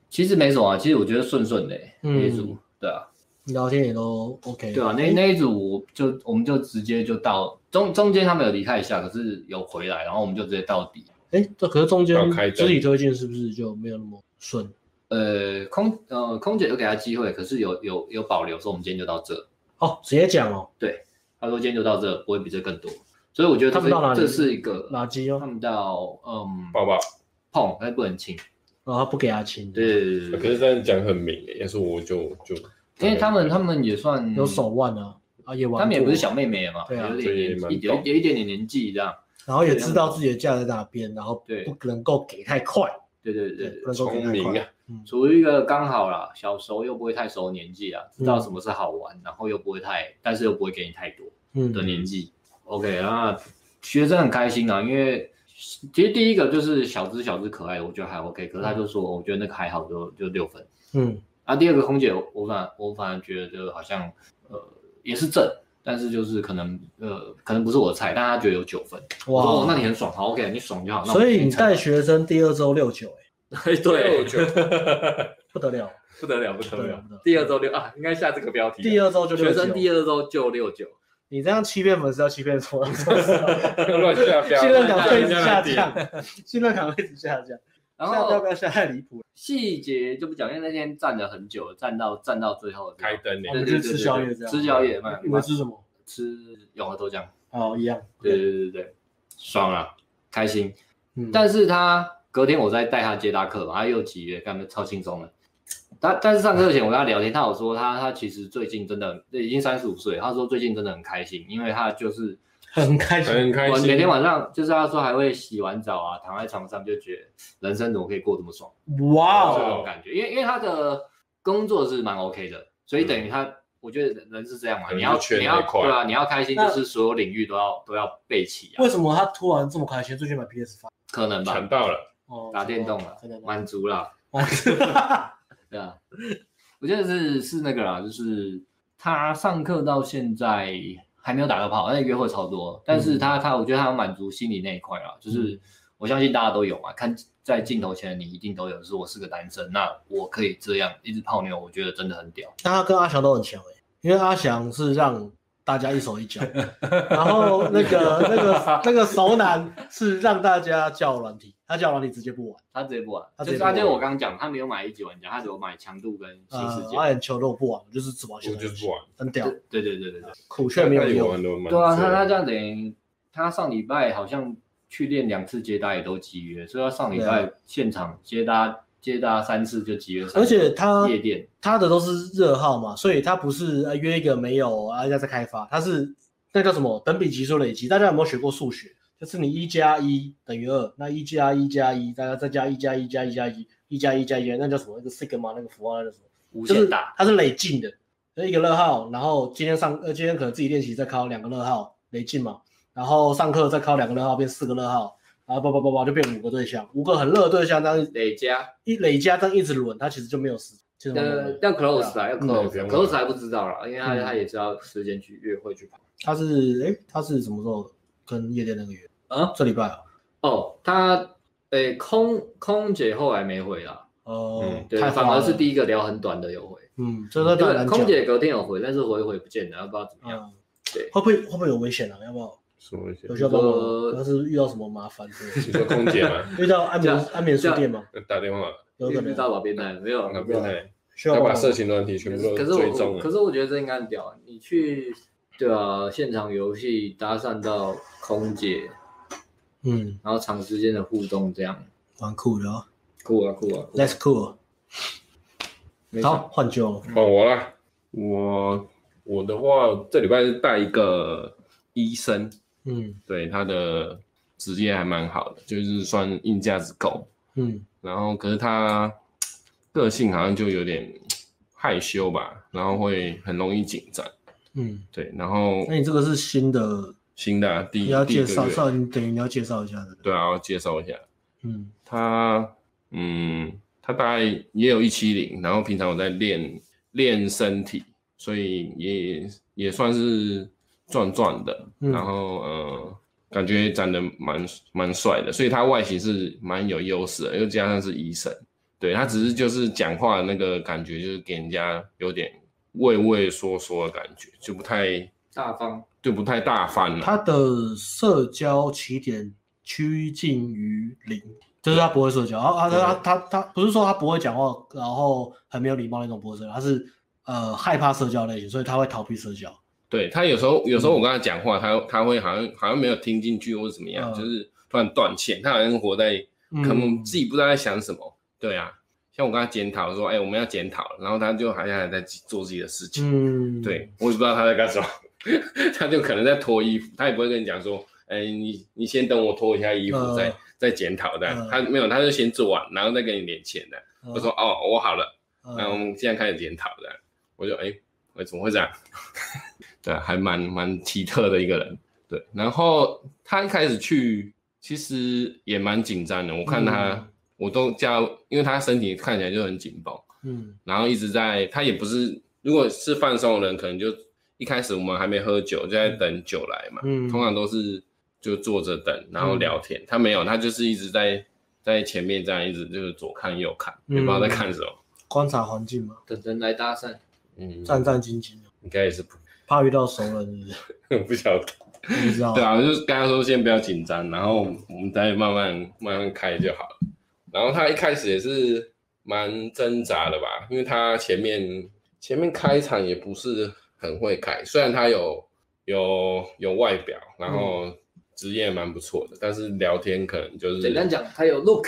B: 其实没什么啊，其实我觉得顺顺的、欸，
A: 嗯
B: 那一组对啊，
A: 聊天也都 OK。
B: 对啊，那那一组我就我们就直接就到中中间他们有离开一下，可是有回来，然后我们就直接到底。
A: 哎，这可是中间
C: 要开
A: 肢
C: 灯
A: 体推进是不是就没有那么顺？
B: 呃，空呃空姐有给他机会，可是有有有保留说我们今天就到这，
A: 哦，直接讲哦，
B: 他说今天就到这，不会比这更多。所以我觉得
A: 他们到哪
B: 这
A: 里
B: 是这是一个
A: 垃圾
B: 他
A: 哦，
B: 们到嗯
C: 抱抱。
B: 碰，但是不能亲。
A: 然后他不给他亲，，
B: 对对对对
C: 可
B: 对，
C: 是这样讲很明欸，要是我就就，
B: 因为他们他们也算
A: 有手腕啊，啊也玩，
B: 他们也不是，小妹妹嘛，
A: 对啊
B: 有
C: 所以
B: 点
C: 也
B: 年
C: 蛮
B: 纪，有
C: 懂
B: 有一点点年纪这样。
A: 然后也知道自己的价在哪边，然后
B: 对
A: 不能够给太快，
B: 对对对对
A: 不，能够给
C: 聪
A: 太
C: 明
A: 快，
C: 啊，
A: 嗯，
B: 处于一个刚好啦，小熟又不会太熟的年纪啦，知道什么是好玩，然后又不会太，但是又不会给你太多的
A: 嗯，
B: 年纪。OK，那学生很开心啊，因为其实第一个就是小只小只可爱的，我觉得还 OK，可是他就说，我觉得那个还好就，就六分。
A: 嗯，
B: 啊，第二个空姐，我我反我反而觉得好像呃也是正，但是就是可能呃可能不是我的菜，但他觉得有九分。我说、哦、那
A: 哇，
B: 你很爽，好 OK，你爽就好。那我
A: 所以
B: 给
A: 你
B: 菜吧
A: 带学生第二周六九，哎，
D: 对，
A: 不得了，
D: 不得了，不得
A: 不
D: 了
A: 得了不得了！
D: 第二周六啊，应该下这个标
B: 嗯
D: 题啊。
A: 第二周就
D: 学
A: 六
D: 生第
A: 九，
D: 二周就六九，
A: 你这样欺骗粉丝要欺骗 错，
C: 乱下标，
A: 信任感会一直
C: 乱
A: 下
C: 点
A: 降，信任感会一直下降，
B: 然
A: 下标
B: 后
A: 不要下太离谱了，
B: 细节就不讲，因为那天站了很久，站到站到最后
C: 开灯欸
A: 我
C: 呢，
A: 们
B: 对对
A: 去
B: 对
A: 吃
B: 对
A: 宵
B: 对
A: 夜这样，
B: 吃宵夜嘛
A: 你们吃什么？
B: 吃永和豆浆，
A: 哦，一样，
B: 对对对对对，爽啊，开心。
A: 嗯，
B: 但是他隔天我再带他接他课嘛，他又集约，干嘛超轻松的。他但是上课前我跟他聊天，他有说他他其实最近真的已经三十五岁，他说最近真的很开心，因为他就是
A: 很开心，
C: 很开
B: 我
C: 心。
B: 每天晚上就是他说还会洗完澡啊，躺在床上就觉得人生怎么可以过这么爽。
A: 哇
B: 这
A: 哦，
B: 种感觉，因为因为他的工作是蛮 OK 的，所以等于他，我觉得人是这样嘛，
C: 可能
B: 你要
C: 是缺
B: 你
C: 那
B: 要
C: 一块
B: 对啊，你要开心，
A: 那
B: 就是所有领域都要都要备齐啊
A: 为，什么他突然这么开心？最近买 PS 发
B: 可能吧
C: 抢，到了，
A: 哦，
B: 打电动了
A: 真的，吗？
B: 满足了，
A: 哇
B: 对啊，我觉得是是那个啦，就是他上课到现在还没有打个炮，但是约会超多，但是他他我觉得他有满足心理那一块啦，就是我相信大家都有嘛，看在镜头前的你一定都有，就是我是个男生，那我可以这样一直泡妞，我觉得真的很屌。
A: 但他跟阿翔都很强哎、因为阿翔是让大家一手 一脚，然后那个那个那个熟男是让大家叫软体，他叫软体直接不玩，
B: 他直接不玩，
A: 他直
B: 啊就
A: 接不
B: 是他
A: 玩
B: 就我刚刚讲，他没有买一级玩家，他只有买强度跟新世
A: 呃，
B: 界。
A: 阿眼球都不玩，我就是只玩
C: 我
A: 现在
C: 就不玩，
A: 很屌，
B: 对对对对对，
A: 苦却没有
C: 有
A: 用，
C: 玩的蛮
B: 对啊，
C: 多
B: 他
C: 的
B: 他这样等于他上礼拜好像去练两次接搭也都集约，所以他上礼
A: 啊
B: 拜现场接搭接搭三次就集约三次，
A: 而且他
B: 夜店
A: 他的都是热号嘛，所以他不是呃约一个没有啊，家在开发，他是那叫什么等比级数累积。大家有没有学过数学？就是你一加一等于二，那一加一加一，大家再加一加一加一加一，一加一加一，那叫什么？那个 sigma 那个符号那叫什么？
B: 无
A: 就
B: 限
A: 是
B: 大，
A: 它是累进的，就一个乐号，然后今天上呃今天可能自己练习再考两个乐号累进嘛，然后上课再考两个乐号变四个乐号，然后叭叭叭叭就变五个对象，五个很热的对象，这样
D: 累加。
A: 一累加这样一直轮，它其实就没有时间。其实蛮累的
D: 呃，要 close 啊，要
A: 嗯
D: close，close、
C: 嗯
D: close 还不知道啦，因为他、
A: 嗯
D: 他也知道时间去约会去跑。
A: 他是哎，他是什么时候跟夜店那个约？
D: 啊，
A: 这礼拜啊？
D: 哦，他诶、空空姐后来没回啦，
A: 哦、
C: 嗯
D: 对，
A: 太
D: 反而是
A: 第，
D: 第一个聊很短的有回。
A: 嗯，这个
D: 对，
A: 对
D: 空姐隔天有回，但是回回不见了，不知道怎么样。
A: 嗯，
D: 对
A: 会不会会不会有危险啊？要不要
C: 什么一些
A: 有需要帮忙？
D: 呃
A: 要是遇到什么麻烦之类的，
C: 你说空姐吗？
A: 遇到安眠
D: 这样
A: 安眠书店吗？
C: 打电话，
A: 有可
D: 遇
A: 能
D: 到老变态没有？
C: 那变
B: 啊
C: 态，
A: 需要
C: 要
A: 帮
C: 把
A: 忙
C: 色情软体全部
D: 可是可
C: 都
D: 是
C: 追
D: 我
C: 踪
D: 我
C: 了
D: 可。是我觉得这应该很屌，你去对啊，现场游戏搭讪到空姐，
A: 嗯，
D: 然后长时间的互动这样，
A: 蛮酷的哦
D: 酷啊酷啊！酷啊
A: ，That's cool。
D: 没错
A: 好，换旧
C: 换我啦，我我的话，这礼拜是带一个医生，
A: 嗯
C: 对他的职业还蛮好的，就是算硬价值够。
A: 嗯
C: 然后可是他个性好像就有点害羞吧，然后会很容易紧张。
A: 嗯，
C: 对，然后
A: 那你这个是新的，
C: 新的、啊、第
A: 你
C: 一
A: 要
C: 第一
A: 介
C: 个
A: 绍，
C: 月
A: 少你等于你要介绍一下的。
C: 对啊，我介绍一下
A: 嗯
C: 他，嗯，他大概也有一七零，然后平常我在练练身体，所以也也算是壮壮的，
A: 嗯
C: 然后呃，感觉长得蛮蛮帅的，所以他外形是蛮有优势的，又加上是医生，对他只是就是讲话的那个感觉就是给人家有点畏畏缩缩的感觉，就不太
D: 大方，
C: 就不太大方了。
A: 他的社交起点趋近于零，就是他不会社交。然后啊，他他他不是说他不会讲话，然后很没有礼貌那种不会社交，他是呃害怕社交类型，所以他会逃避社交。
C: 对他有时候有时候我跟他讲话，他他会好像好像没有听进去或者怎么
A: 嗯
C: 样，就是突然断线，他好像活在可能自己不知道在想什么。对啊，像我跟他检讨说，哎、我们要检讨了，然后他就好像还在做自己的事情。
A: 嗯，
C: 对，我也不知道他在干什么， 他就可能在脱衣服，他也不会跟你讲说，哎、你你先等我脱一下衣服
A: 嗯
C: 再、再检讨的。
A: 嗯
C: 他没有，他就先做完，然后再跟你连线的。
A: 嗯，
C: 我说哦，我好了，
A: 嗯，
C: 那我们现在开始检讨的。我就哎、我怎么会这样？ 对，啊还蛮蛮奇特的一个人。对，然后他一开始去，其实也蛮紧张的。我看他，
A: 嗯
C: 我都叫，因为他身体看起来就很紧绷。
A: 嗯
C: 然后一直在，他也不是，如果是放松的人，可能就一开始我们还没喝酒，就在等酒来嘛，
A: 嗯，
C: 通常都是就坐着等，然后聊天。他没有，他就是一直在在前面这样，一直就是左看右看，也不知道
A: 嗯
C: 在看什么。
A: 观察环境嘛，
D: 等人来搭讪，
C: 嗯，
A: 战战兢兢的，
C: 应该也是不
A: 怕遇到熟人，是
C: 不晓得。
A: 不 是？你知道
C: 对，啊，就是刚刚说先不要紧张，然后我们再慢慢慢慢开就好了。然后他一开始也是蛮挣扎的吧，因为他前面前面开场也不是很会开，虽然他有有有外表，然后职业蛮不错的，但是聊天可能就是
D: 简单讲，他有 look，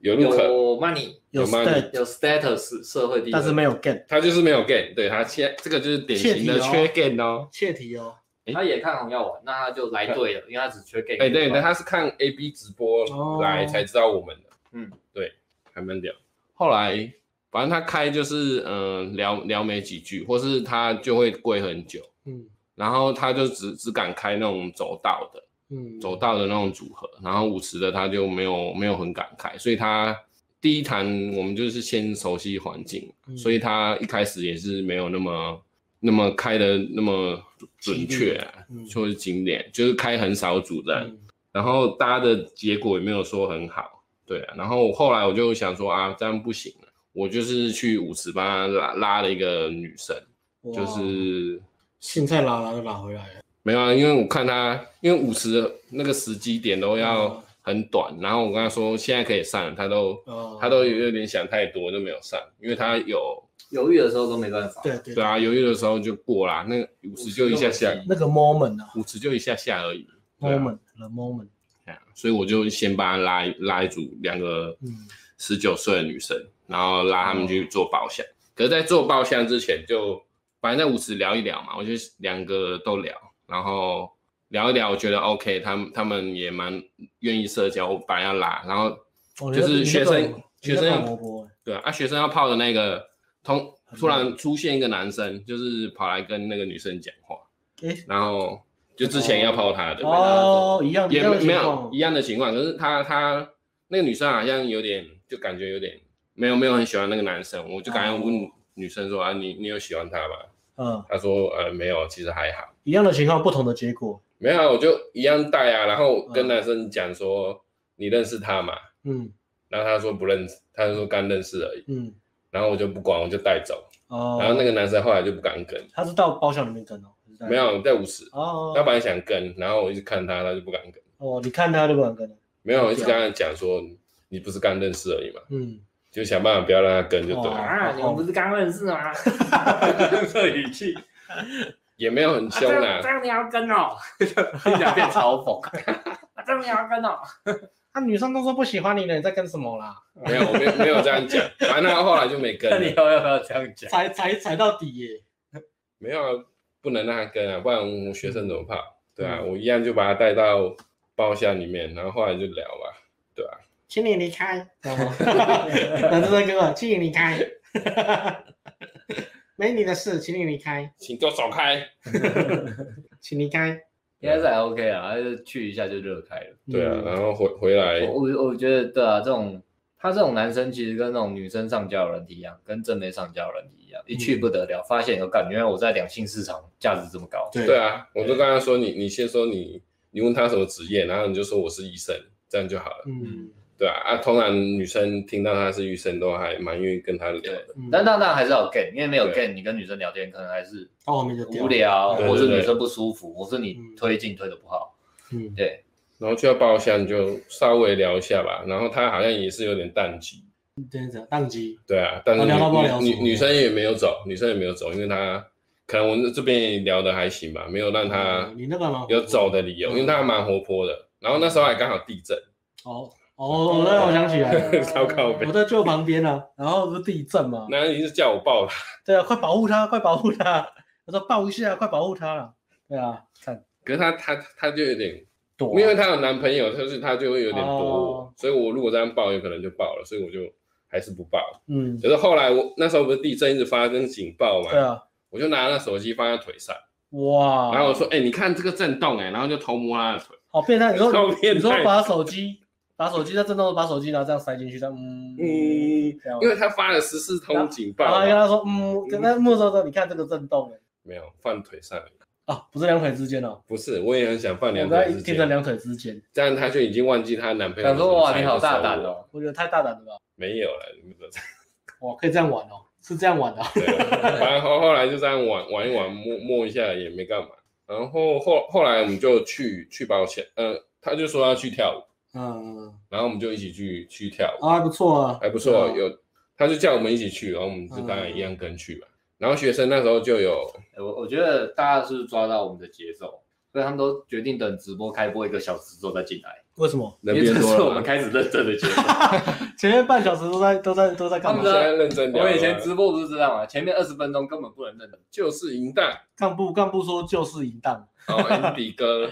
C: 有
D: 有
C: 入可，
D: money，
A: 有
C: 有吗
A: stat，
D: 有 status，社会地位，
A: 但是没有 get，
C: 他就是没有 gain，对他现这个就是典型的
A: 切
C: 缺
A: 题
C: gain 哦。
A: 切题哦，
D: 他也看红药丸，那他就来对了，因为他只缺 gay。
C: 哎、对，那他是看 A B 直
A: 哦
C: 播来才知道我们的。
D: 嗯，
C: 对，还蛮屌。后来反正他开就是嗯、呃聊聊没几句，或是他就会跪很久，
A: 嗯
C: 然后他就只只敢开那种走道的
A: 嗯，
C: 走道的那种组合，然后舞池的他就没有没有很敢开，所以他第一坛我们就是先熟悉环境，
A: 嗯
C: 所以他一开始也是没有那么。那么开的那么准确、啊
A: 嗯，
C: 或是经典，就是开很少组的，
A: 嗯
C: 然后大家的结果也没有说很好，对啊。然后后来我就想说啊，这样不行了，我就是去舞池帮他拉拉了一个女生，
A: 哇
C: 就是
A: 现在拉拉就拉回来了，
C: 没有啊，因为我看他，因为舞池的那个时机点都
A: 嗯
C: 要很短，然后我跟他说现在可以上，他都
A: 哦
C: 他都有点想太多就没有上，因为他有
D: 犹豫的时候都没办法。
A: 对对
C: 对，啊犹豫的时候就过啦，那个舞池就一下下，
A: 那个 moment 啊
C: 舞池就一下下而已。对啊
A: ，moment the moment，
C: 哎呀所以我就先帮他拉一拉一组两个
A: 嗯
C: 十九岁的女生，然后拉
A: 哦
C: 他们去做包厢。可是，在做包厢之前就，反正在舞池聊一聊嘛，我就两个都聊，然后聊一聊，我觉得 OK，他们他们也蛮愿意社交，我本来要拉，然后
A: 哦
C: 就
A: 你那
C: 是
A: 你
C: 学
A: 那个
C: 生
A: 很
C: 学
A: 你
C: 生
A: 那个
C: 要
A: 很活泼欸
C: 对啊啊，学生要泡的那个，通
A: 很
C: 突然出现一个男生，就是跑来跟那个女生讲话，
A: 诶
C: 然后就之前要泡她的，
A: 哦，一样一
C: 也
A: 样的
C: 没
A: 情
C: 没有
A: 况
C: 一，样的情况，可是她她那个女生好像有点，就感觉有点没有没有很喜欢那个男生，我就赶快问
A: 哦
C: 女生说、啊，你你有喜欢他吗？
A: 嗯，
C: 她说呃没有，其实还好，
A: 一样的情况，不同的结果，
C: 没有啊，我就一样带啊，然后跟男生讲说、你认识他嘛，
A: 嗯
C: 然后他说不认识，他就说刚认识而已，
A: 嗯，
C: 然后我就不管，我就带走，
A: 哦，
C: 然后那个男生后来就不敢跟，
A: 他是到包厢里面跟哦，还是在
C: 没有啊在舞池，
A: 哦，
C: 他本来想跟，然后我一直看他，他就不敢跟，
A: 哦，你看他就不敢跟了，
C: 没有，我一直跟他讲说你不是刚认识而已嘛。
A: 嗯，
C: 就想办法不要让他跟就对了，
D: 啊，你们不是刚认识 吗？这语气，啊
C: 也没有很
D: 这
C: 凶啊
D: 样这
C: 啦。
D: 样你要跟 哦，听起来变嘲讽。 啊，这样你要跟哦，
A: 那啊女生都说不喜欢你了，你在跟什么啦？
C: 没有，我没有没有这样 讲。反正他后来就没 跟
D: 那你以
C: 了，
D: 后要不要这样讲？
A: 踩踩踩到底耶，
C: 没有啊，不能让他跟啊，不然我学生怎么怕？对啊，我一样就把他带到包厢里面，然后后来就聊吧。
A: 请你离开，哦知道 吗？男生在跟我，请你离开， 没你的事，请你离开，
C: 请给我走开。
A: 请离开。
B: 应该是还 OK 啊，他就去一下就热开了。
C: 对啊，
A: 嗯
C: 然后回回来，
B: 我我我觉得对啊，这种他这种男生其实跟那种女生上交的人一样，跟正妹上交的人一样，一去不得了，发现有感觉，原来我在两性市场价值这么高。
A: 对
C: 对啊，我就跟他说你你先说你你问他什么职业，然后你就说我是医生，这样就好了。
A: 嗯，
C: 对啊，啊，通常女生听到他是医生都还蛮愿意跟他聊
B: 对
C: 的，，
A: 嗯
B: 但当然还是有 gay，因为没有
C: 对
B: gay，你跟女生聊天可能还是
A: 到后面就掉
B: 无，聊，
C: 对对
B: 或是
C: 对
B: 女生不舒服，或是你
A: 嗯
B: 推进推的不好，
A: 嗯，
B: 对，
C: 然后就要抱一下，你就稍微聊一下吧。然后他好像也是有点淡季，
A: 这样子宕机，
C: 对啊，但是
A: 哦
C: 女
A: 聊到不知道聊
C: 女
A: 什
C: 女
A: 么
C: 女生也没有走，女生也没有走，因为她可能我们这边也聊的还行吧，没有让她
A: 嗯你那个吗？
C: 有走的理由，因为她还蛮活泼的。然后那时候还刚好地震，
A: 哦哦，那我想起来 了，
C: 超靠北
A: 我在舅旁边啊，然后不是地震嘛，
C: 那一直叫我抱她，
A: 对啊，快保护他，快保护他，我说抱一下，快保护他了，对啊，看
C: 可是她她她就有点，
A: 躲啊，
C: 因为她有男朋友，就是她就会有点躲我，
A: 哦
C: 所以我如果这样抱，有可能就爆了，所以我就还是不抱。
A: 嗯，
C: 可是后来我那时候不是地震一直发生警报嘛，
A: 对啊，
C: 我就拿那手机放在腿上，
A: 哇，
C: 然后我说：“哎、你看这个震动哎、然后就偷摸她的腿。
A: 好变态，你说
C: 超变态
A: 你说把手机把手机在震动的时候把手机然后这样塞进去，这样嗯
C: 嗯
A: 这样
C: 因为他发了十四通警报
A: 然
B: 啊
A: 后
C: 嘛，
A: 跟他说嗯，跟他没收说你看这个震动哎，
C: 没有放腿上，
A: 啊，不是两腿之间哦，
C: 不是，我也很想放
A: 我
C: 两
A: 刚才
C: 腿之
A: 一听成
C: 间，
A: 两腿之间，
C: 但他就已经忘记她男朋友。
B: 想说哇，你好大胆！哦，
A: 我觉得太大胆了吧，
C: 没有了，你们都在。
A: 哇，可以这样玩哦，是这样玩的啊，
C: 对 反正后后来就这样玩玩一玩，摸摸一下也没干嘛。然后后后来我们就去去保险，呃，他就说要去跳舞，
A: 嗯，
C: 然后我们就一起去去跳舞，
A: 啊，还不错啊，
C: 还不错，
A: 嗯
C: 有他就叫我们一起去，然后我们就当然一样跟去嘛。然后学生那时候就有
B: 哎我我觉得大家是抓到我们的节奏，所以他们都决定等直播开播一个小时之后再进来，
A: 为什么
C: 人
B: 因为
C: 变
B: 这
C: 多
B: 是我
C: 了
B: 们
C: 嘛，
B: 开始认真的节奏。
A: 前面半小时都在都在都在干嘛
B: 他们的
C: 我们？现在认真聊
B: 我
C: 了嘛。
B: 以前直播不是这样嘛，前面二十分钟根本不能认真，
C: 就是淫荡，
A: 干部干部说就是淫荡，
C: 然后 N D 哥
B: 然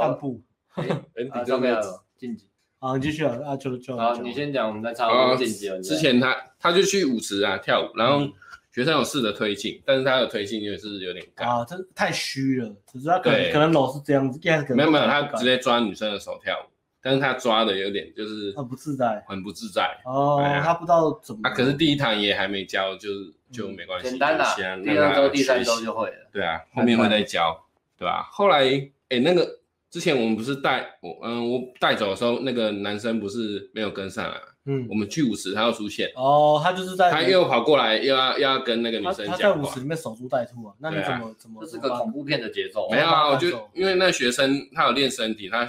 A: 干
B: 后
A: 部
C: ，N D
B: 啊
C: 哥
B: 上
C: 没
B: 面
C: 有
B: 还有晋级，
A: 啊，你继续啊，啊，就就
B: 然后
A: 就
B: 你先讲，我们再差不
C: 啊，
B: 多晋级了。
C: 之前他他就去舞池啊跳舞，然后学生有试着推进，但是他的推进也是有点尬，
A: 啊，这太虚了，只是他可能
C: 对
A: 可能搂是这样子，一开始可能
C: 没有没有，他
A: 不敢
C: 直接抓女生的手跳舞，但是他抓的有点就是
A: 啊不自在
C: 很不自在。
A: 哦
C: 哎，呀
A: 他不知道怎么
C: 啊，可是第一堂也还没教，就是就没关系，
B: 简单啦
C: 就先，
B: 第
C: 让
B: 二
C: 他
B: 周、第三
C: 学
B: 周
C: 习
B: 就会了。
C: 对啊，后面会再教，对吧、后来哎那个。之前我们不是带我嗯，我带走的时候，那个男生不是没有跟上啊。
A: 嗯
C: 我们去舞池，他要出现，
A: 哦，他就是在
C: 他又跑过来，又要又要跟那个女
A: 他
C: 生
A: 他在
C: 讲
A: 舞
C: 话
A: 池。里面守株待兔啊，那你
C: 对
A: 怎
C: 啊
A: 么怎么
B: 这是
A: 怎
B: 个
A: 么
B: 恐
A: 办
B: 怖片的节奏
A: 我，
C: 没有啊，
A: 帮
C: 我
A: 他
C: 就
A: 走
C: 因为那学生他有练身体，他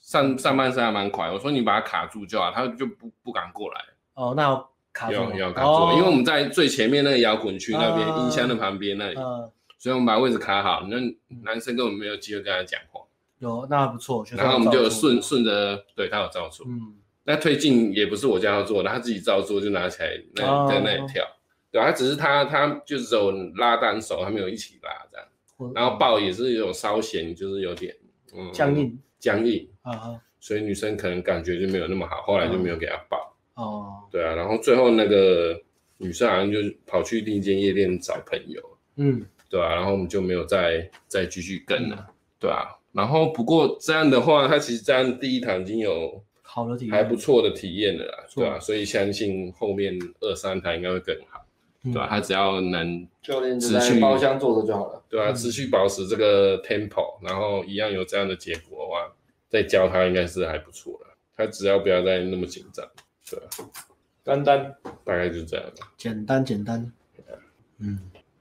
C: 上上半身还蛮快，我说你把他卡住就好，他就不不敢过来，
A: 哦，那有卡住
C: 要
A: 了
C: 要卡
A: 哦
C: 住，因为我们在最前面那个摇滚区那边，
A: 啊
C: 音箱的旁边那里，
A: 呃
C: 所以我们把位置卡好，那男生根本没有机会跟他讲话，
A: 有那还不错，学生
C: 然后我们就
A: 嗯有照做
C: 顺顺着，对他有照做，
A: 嗯
C: 那推进也不是我叫他做的，他自己照做就拿起来那
A: 哦
C: 在那里跳，对，啊他只是他他就只有拉单手，他没有一起拉这样。
A: 或呃
C: 然后抱也是有稍显，就是有点嗯
A: 僵硬
C: 僵硬，
A: 啊哈
C: 所以女生可能感觉就没有那么好，后来就没有给她抱。
A: 哦
C: 对啊，然后最后那个女生好像就跑去另一间夜店找朋友，
A: 嗯
C: 对啊，然后我们就没有再再继续跟了，对啊。然后不过这样的话，她其实这样第一堂已经有
A: 好的体验
C: 还不错的体验了啦，
A: 错
C: 对啊，所以相信后面二三堂应该会更好，
A: 嗯
C: 对啊，她只要能
D: 教练
C: 只去
D: 厢坐着就好了。
C: 对啊，
A: 嗯
C: 持续保持这个 tempo，然后一样有这样的结果的话，再教他应该是还不错了。他只要不要再那么紧张，
D: 丹丹，
C: 大概就这样吧。
A: 简单简单，嗯，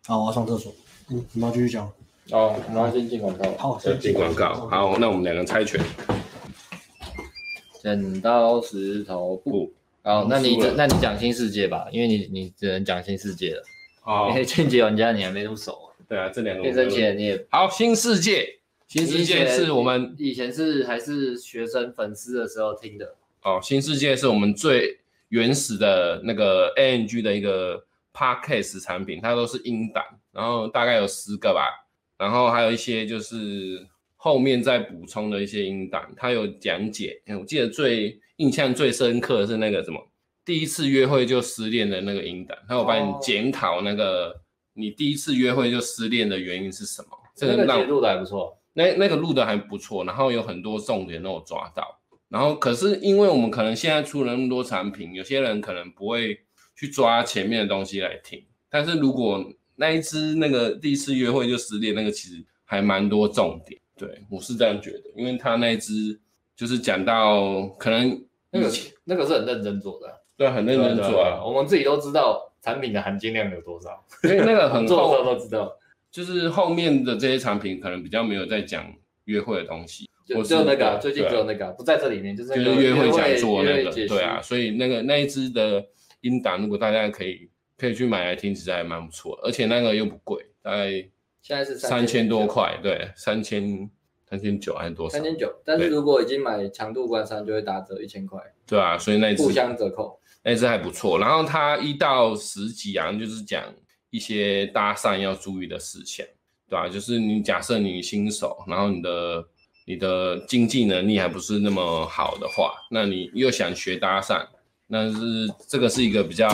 A: 好，我要上厕所，嗯，你们要继续讲，
D: 哦，然后先进广告。
A: 好，
C: 要
A: 先
C: 进广告，好，那我们两个猜拳，
B: 剪刀石头布。好，那你那你讲新世界吧，因为你你只能讲新世界了，
C: 好
D: 哎
B: 因为晋级玩家你还没入手啊，
C: 对啊，这两个我
B: 变
C: 们都
B: 身前你也
C: 好，新世界，新世界是我们
B: 以前是还是学生粉丝的时候听的，
C: 哦，新世界是我们最原始的那个 ANG 的一个 podcast 产品，它都是音档，然后大概有十个吧，然后还有一些就是后面再补充的一些音档，它有讲解。嗯我记得最印象最深刻的是那个什么，第一次约会就失恋的那个音档，它有帮你
B: 哦
C: 检讨那个你第一次约会就失恋的原因是什么。这
B: 那个
C: 让
B: 节
C: 我
B: 录的还不错。
C: 那那个录的还不错，然后有很多重点都有抓到。然后可是因为我们可能现在出了那么多产品，有些人可能不会去抓前面的东西来听。但是如果那一支那个第一次约会就失恋那个，其实还蛮多重点。对我是这样觉得，因为他那一支就是讲到可能
D: 那个那个是很认真做的啊，
C: 对，很认真
D: 对
C: 做
D: 啊
C: 啊，
D: 我们自己都知道产品的含金量有多少，
C: 因为那个
D: 我们
C: 很
D: 做的时
C: 厚，
D: 候都知道，
C: 就是后面的这些产品可能比较没有在讲约会的东西，
D: 就
C: 我
D: 只有
C: 是
D: 那个啊
C: 对
D: 最近只有那个啊不在这里面，就是
C: 就
D: 那
C: 是
D: 个
C: 约会讲座那
D: 约
C: 个，
D: 会解析
C: 对啊，，所以那个那一支的音档，如果大家可以可以去买来听，其实还蛮不错的，而且那个又不贵，大概
D: 现在是
C: 三千
D: 千
C: 多，块，对，三千三千九还是多少？
D: 三千九，但是
C: 对
D: 如果已经买强度关山就会打折一千块，
C: 对啊，所以那一支
D: 互相折扣。
C: 那哎只还不错。然后它一到十几啊，就是讲一些搭讪要注意的事项，对吧、就是你假设你新手，然后你的你的经济能力还不是那么好的话，那你又想学搭讪，那是这个是一个比较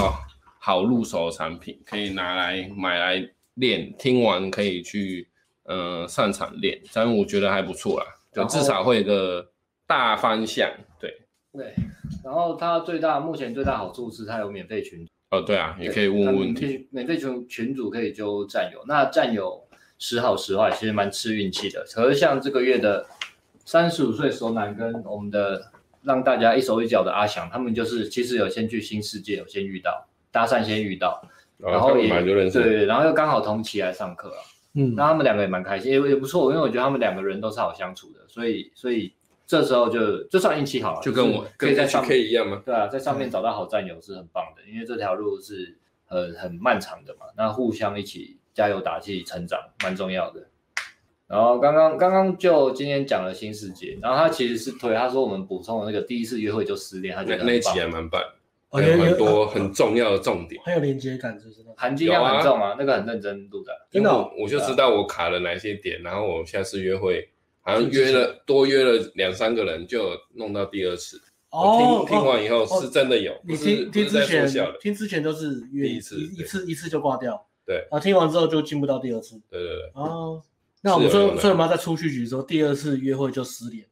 C: 好入手的产品，可以拿来买来练，听完可以去呃上场练，但我觉得还不错啦，就
B: 然后
C: 至少会有一个大方向。对，
B: 对，然后它最大目前最大好处是它有免费群组，
C: 哦对啊，也可以问
B: 它
C: 问
B: 免
C: 问题。
B: 费免费群群主可以揪战友，那战友时好时坏，其实蛮吃运气的。可是像这个月的三十五岁熟男跟我们的让大家一手一脚的阿翔，他们就是其实有先去新世界，有先遇到搭讪先遇到，然后
C: 哦他
B: 也
C: 们本来就认识，
B: 对，然后又刚好同期来上课啊。
A: 嗯
B: 那他们两个也蛮开心，也也不错，因为我觉得他们两个人都是好相处的，所以所以这时候就就算运气好了，
C: 就跟我
B: 是可以在上
C: K 一样吗？
B: 对啊，在上面找到好战友是很棒的，因为这条路是很很漫长的嘛，那互相一起加油打气成长蛮重要的。然后刚刚刚刚就今天讲了新世界，然后他其实是推他说我们补充的那个第一次约会就失恋，他觉
C: 那
B: 得
C: 那一
B: 很
C: 集啊
B: 棒
C: 还蛮棒，
A: 哦
C: 还有
A: 有
C: 很
A: 有
C: 多很重要的重点。
A: 很有连接感，是不是？
B: 含金量很重啊，那个很认真录的。啊
A: 真的
C: 因为
A: 哦
C: 我我就知道我卡了哪些点，然后我下次约会好像约了多约了两三个人，就弄到第二次。我听听完以后
A: 哦
C: 是真的有，不
A: 你
C: 是
A: 听听
C: 不是在
A: 之
C: 说
A: 前
C: 笑的。
A: 听之前都是约
C: 第一次
A: 一
C: 对
A: 次一次就挂掉，
C: 对
A: 然后听完之后就进不到第二次
C: 对对对，
A: 哦。那我们
C: 是有
A: 说
C: 用的
A: 所以我们要在出去局的时候，第二次约会就失 联，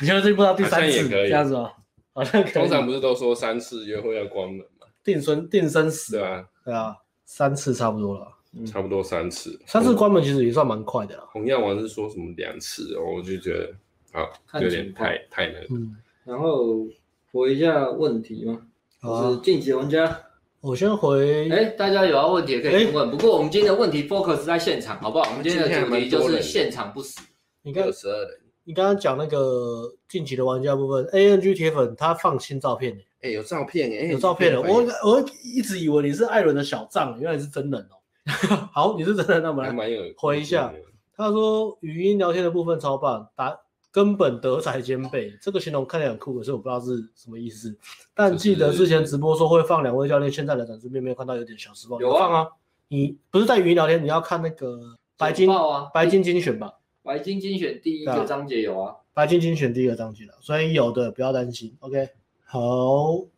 A: 你就进不到第三
C: 好像
A: 次
C: 也可以
A: 这样子吗？好像可以
C: 通常不是都说三次约会要关门嘛，
A: 定生定生
C: 对
A: 死，
C: 吧？
A: 对啊，三次差不多了，
C: 差不多三次。
A: 嗯三次关门其实也算蛮快的啦。
C: 红药丸是说什么两次，哦，我就觉得好
D: 看
C: 有
D: 情
C: 点
D: 况
C: 太太那个。
A: 嗯，
D: 然后回一下问题嘛，
A: 好
D: 就是
A: 啊，
D: 晋级玩家。
A: 我先回
B: 哎，大家有要问题也可以
A: 哎
B: 先问，不过我们今天的问题 focus 在现场，好不好？我们今天
C: 今
B: 的
C: 天还
B: 主
C: 蛮
B: 题
C: 多
B: 就是
C: 人的
B: 现场不死。
A: 你刚
C: 十二人，
A: 你刚刚讲那个晋级的玩家部分，ANG 铁粉他放新照片呢，
C: 哎，有照片哎，
A: 有照片了。
C: 哎
A: 我我一直以为你是艾伦的小账，原来是真人 哦。好，你是真人，那我
C: 还
A: 们来。
C: 蛮有
A: 回一下他说语音聊天的部分超棒，打根本德才兼备，这个形容看起来很酷，可是我不知道是什么意思。但记得之前直播说会放两位教练现在的展示面，没有看到有点小失望。
D: 有啊
A: 放啊，你不是在语音聊天，你要看那个白金
D: 有报啊
A: 白金精选吧？
D: 白金精选第一
A: 对
D: 个
A: 啊
D: 章节有啊，
A: 白金精选第一个章节了，所以有的不要担心。OK，好，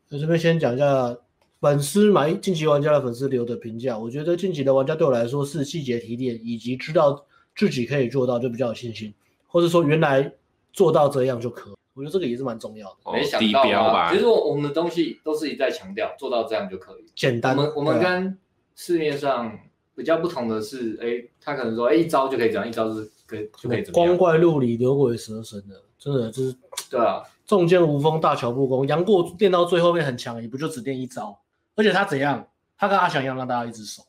A: 那这边先讲一下粉丝买晋级玩家的粉丝留的评价。我觉得晋级的玩家对我来说是细节提点，以及知道自己可以做到，就比较有信心，或者说原来做到这样就可以。我觉得这个也是蛮重要的，
C: 哦
D: 没想
C: 低
D: 到
C: 标吧
D: 啊。其实我我们的东西都是一再强调，做到这样就可以。
A: 简
D: 我
A: 单。
D: 们我们
A: 对啊
D: 跟市面上比较不同的是，哎，他可能说，哎，一招就可以怎样，一招就是可以就可以怎么
A: 光
D: 样，
A: 怪陆离、牛鬼蛇神的，真的就是
D: 对啊，
A: 重剑无锋、大乔不攻。杨过练到最后面很强，也不就只练一招，而且他怎样？他跟阿翔一样，让大家一直守，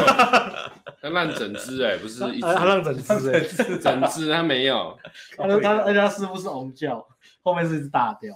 C: 他烂整只哎，不是一
A: 他他 让整支、欸。
C: 只整只，他没有。
A: 他说他而且他师傅是红教，后面是一只大雕，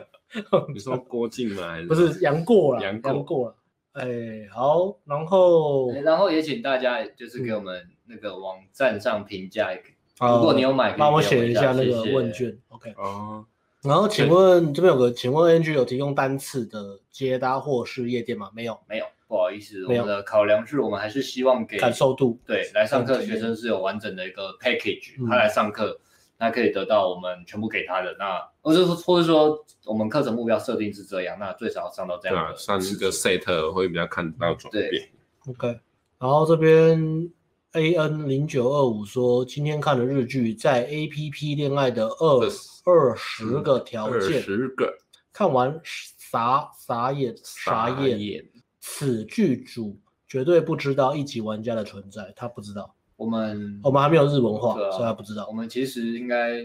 C: 你说郭靖吗？还是
A: 不是杨过啦，
C: 杨
A: 杨
C: 过
A: 过啦。哎、好，然后
B: 哎然后也请大家就是给我们那个网站上评价，
A: 啊
B: 如果你有买，可以
A: 帮我
B: 给
A: 写一下那个问。
B: 谢谢
A: 卷，OK。
C: 哦，
A: 然后请问这边有个，请问 NG 有提供单次的接搭或是夜店吗？没有，
B: 没有，不好意思，我
A: 没有
B: 们的考量是我们还是希望给
A: 感受度
B: 对来上课的学生是有完整的一个 package，、
A: 嗯
B: 他来上课，他可以得到我们全部给他的。那或者说或者说我们课程目标设定是这样，那最少要上到这
C: 对
B: 样
C: 啊，
B: 的
C: 上一个 set 会比较看得到转变。
A: OK，然后这边 A N 零九二五说，今天看的日剧在 A P P 恋爱的二二十个条
C: 二
A: 件，
C: 十个
A: 看完傻傻眼傻眼，此剧组绝对不知道一级玩家的存在，他不知道，哦
B: 我们
A: 我们还没有日文化，
B: 对啊
A: 所以他不知道
B: 我。们其实应该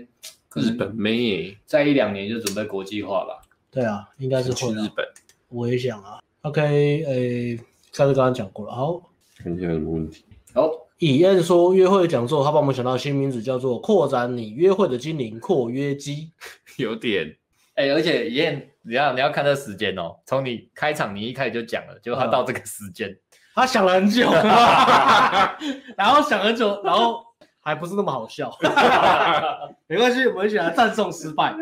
B: 可
C: 日
B: 能
C: 本妹欸耶，
B: 在一两年就准备国际化吧。
A: 对啊，应该是
C: 去
A: 会
C: 日
A: 啊，
C: 本，
A: 我也想啊。OK，诶、上次刚刚讲过了。好，
C: 看一下有什么问题。
B: 哦，
A: 以燕说约会讲座，他帮我们想到新名字叫做“扩展你约会的精灵扩约机
C: 有点
D: 哎、而且燕，你要你要看这时间哦，从你开场你一开始就讲了，结果他到这个时间，”。
A: 他想了很久，啊 然后想很久，然后还不是那么好笑。 没关系，我们一起来赞颂失败，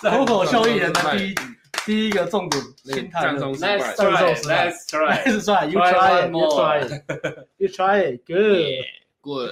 A: 脱口秀艺人的第一集，第一个重点心态
C: 赞
A: 论
C: 颂失
B: Let's
C: 败，
A: 战
B: try,
A: 术失败
B: let's try.
A: Let's try, you
B: Try
A: try it,
B: one
A: you try
B: more.
A: it, you try it, good.
C: 过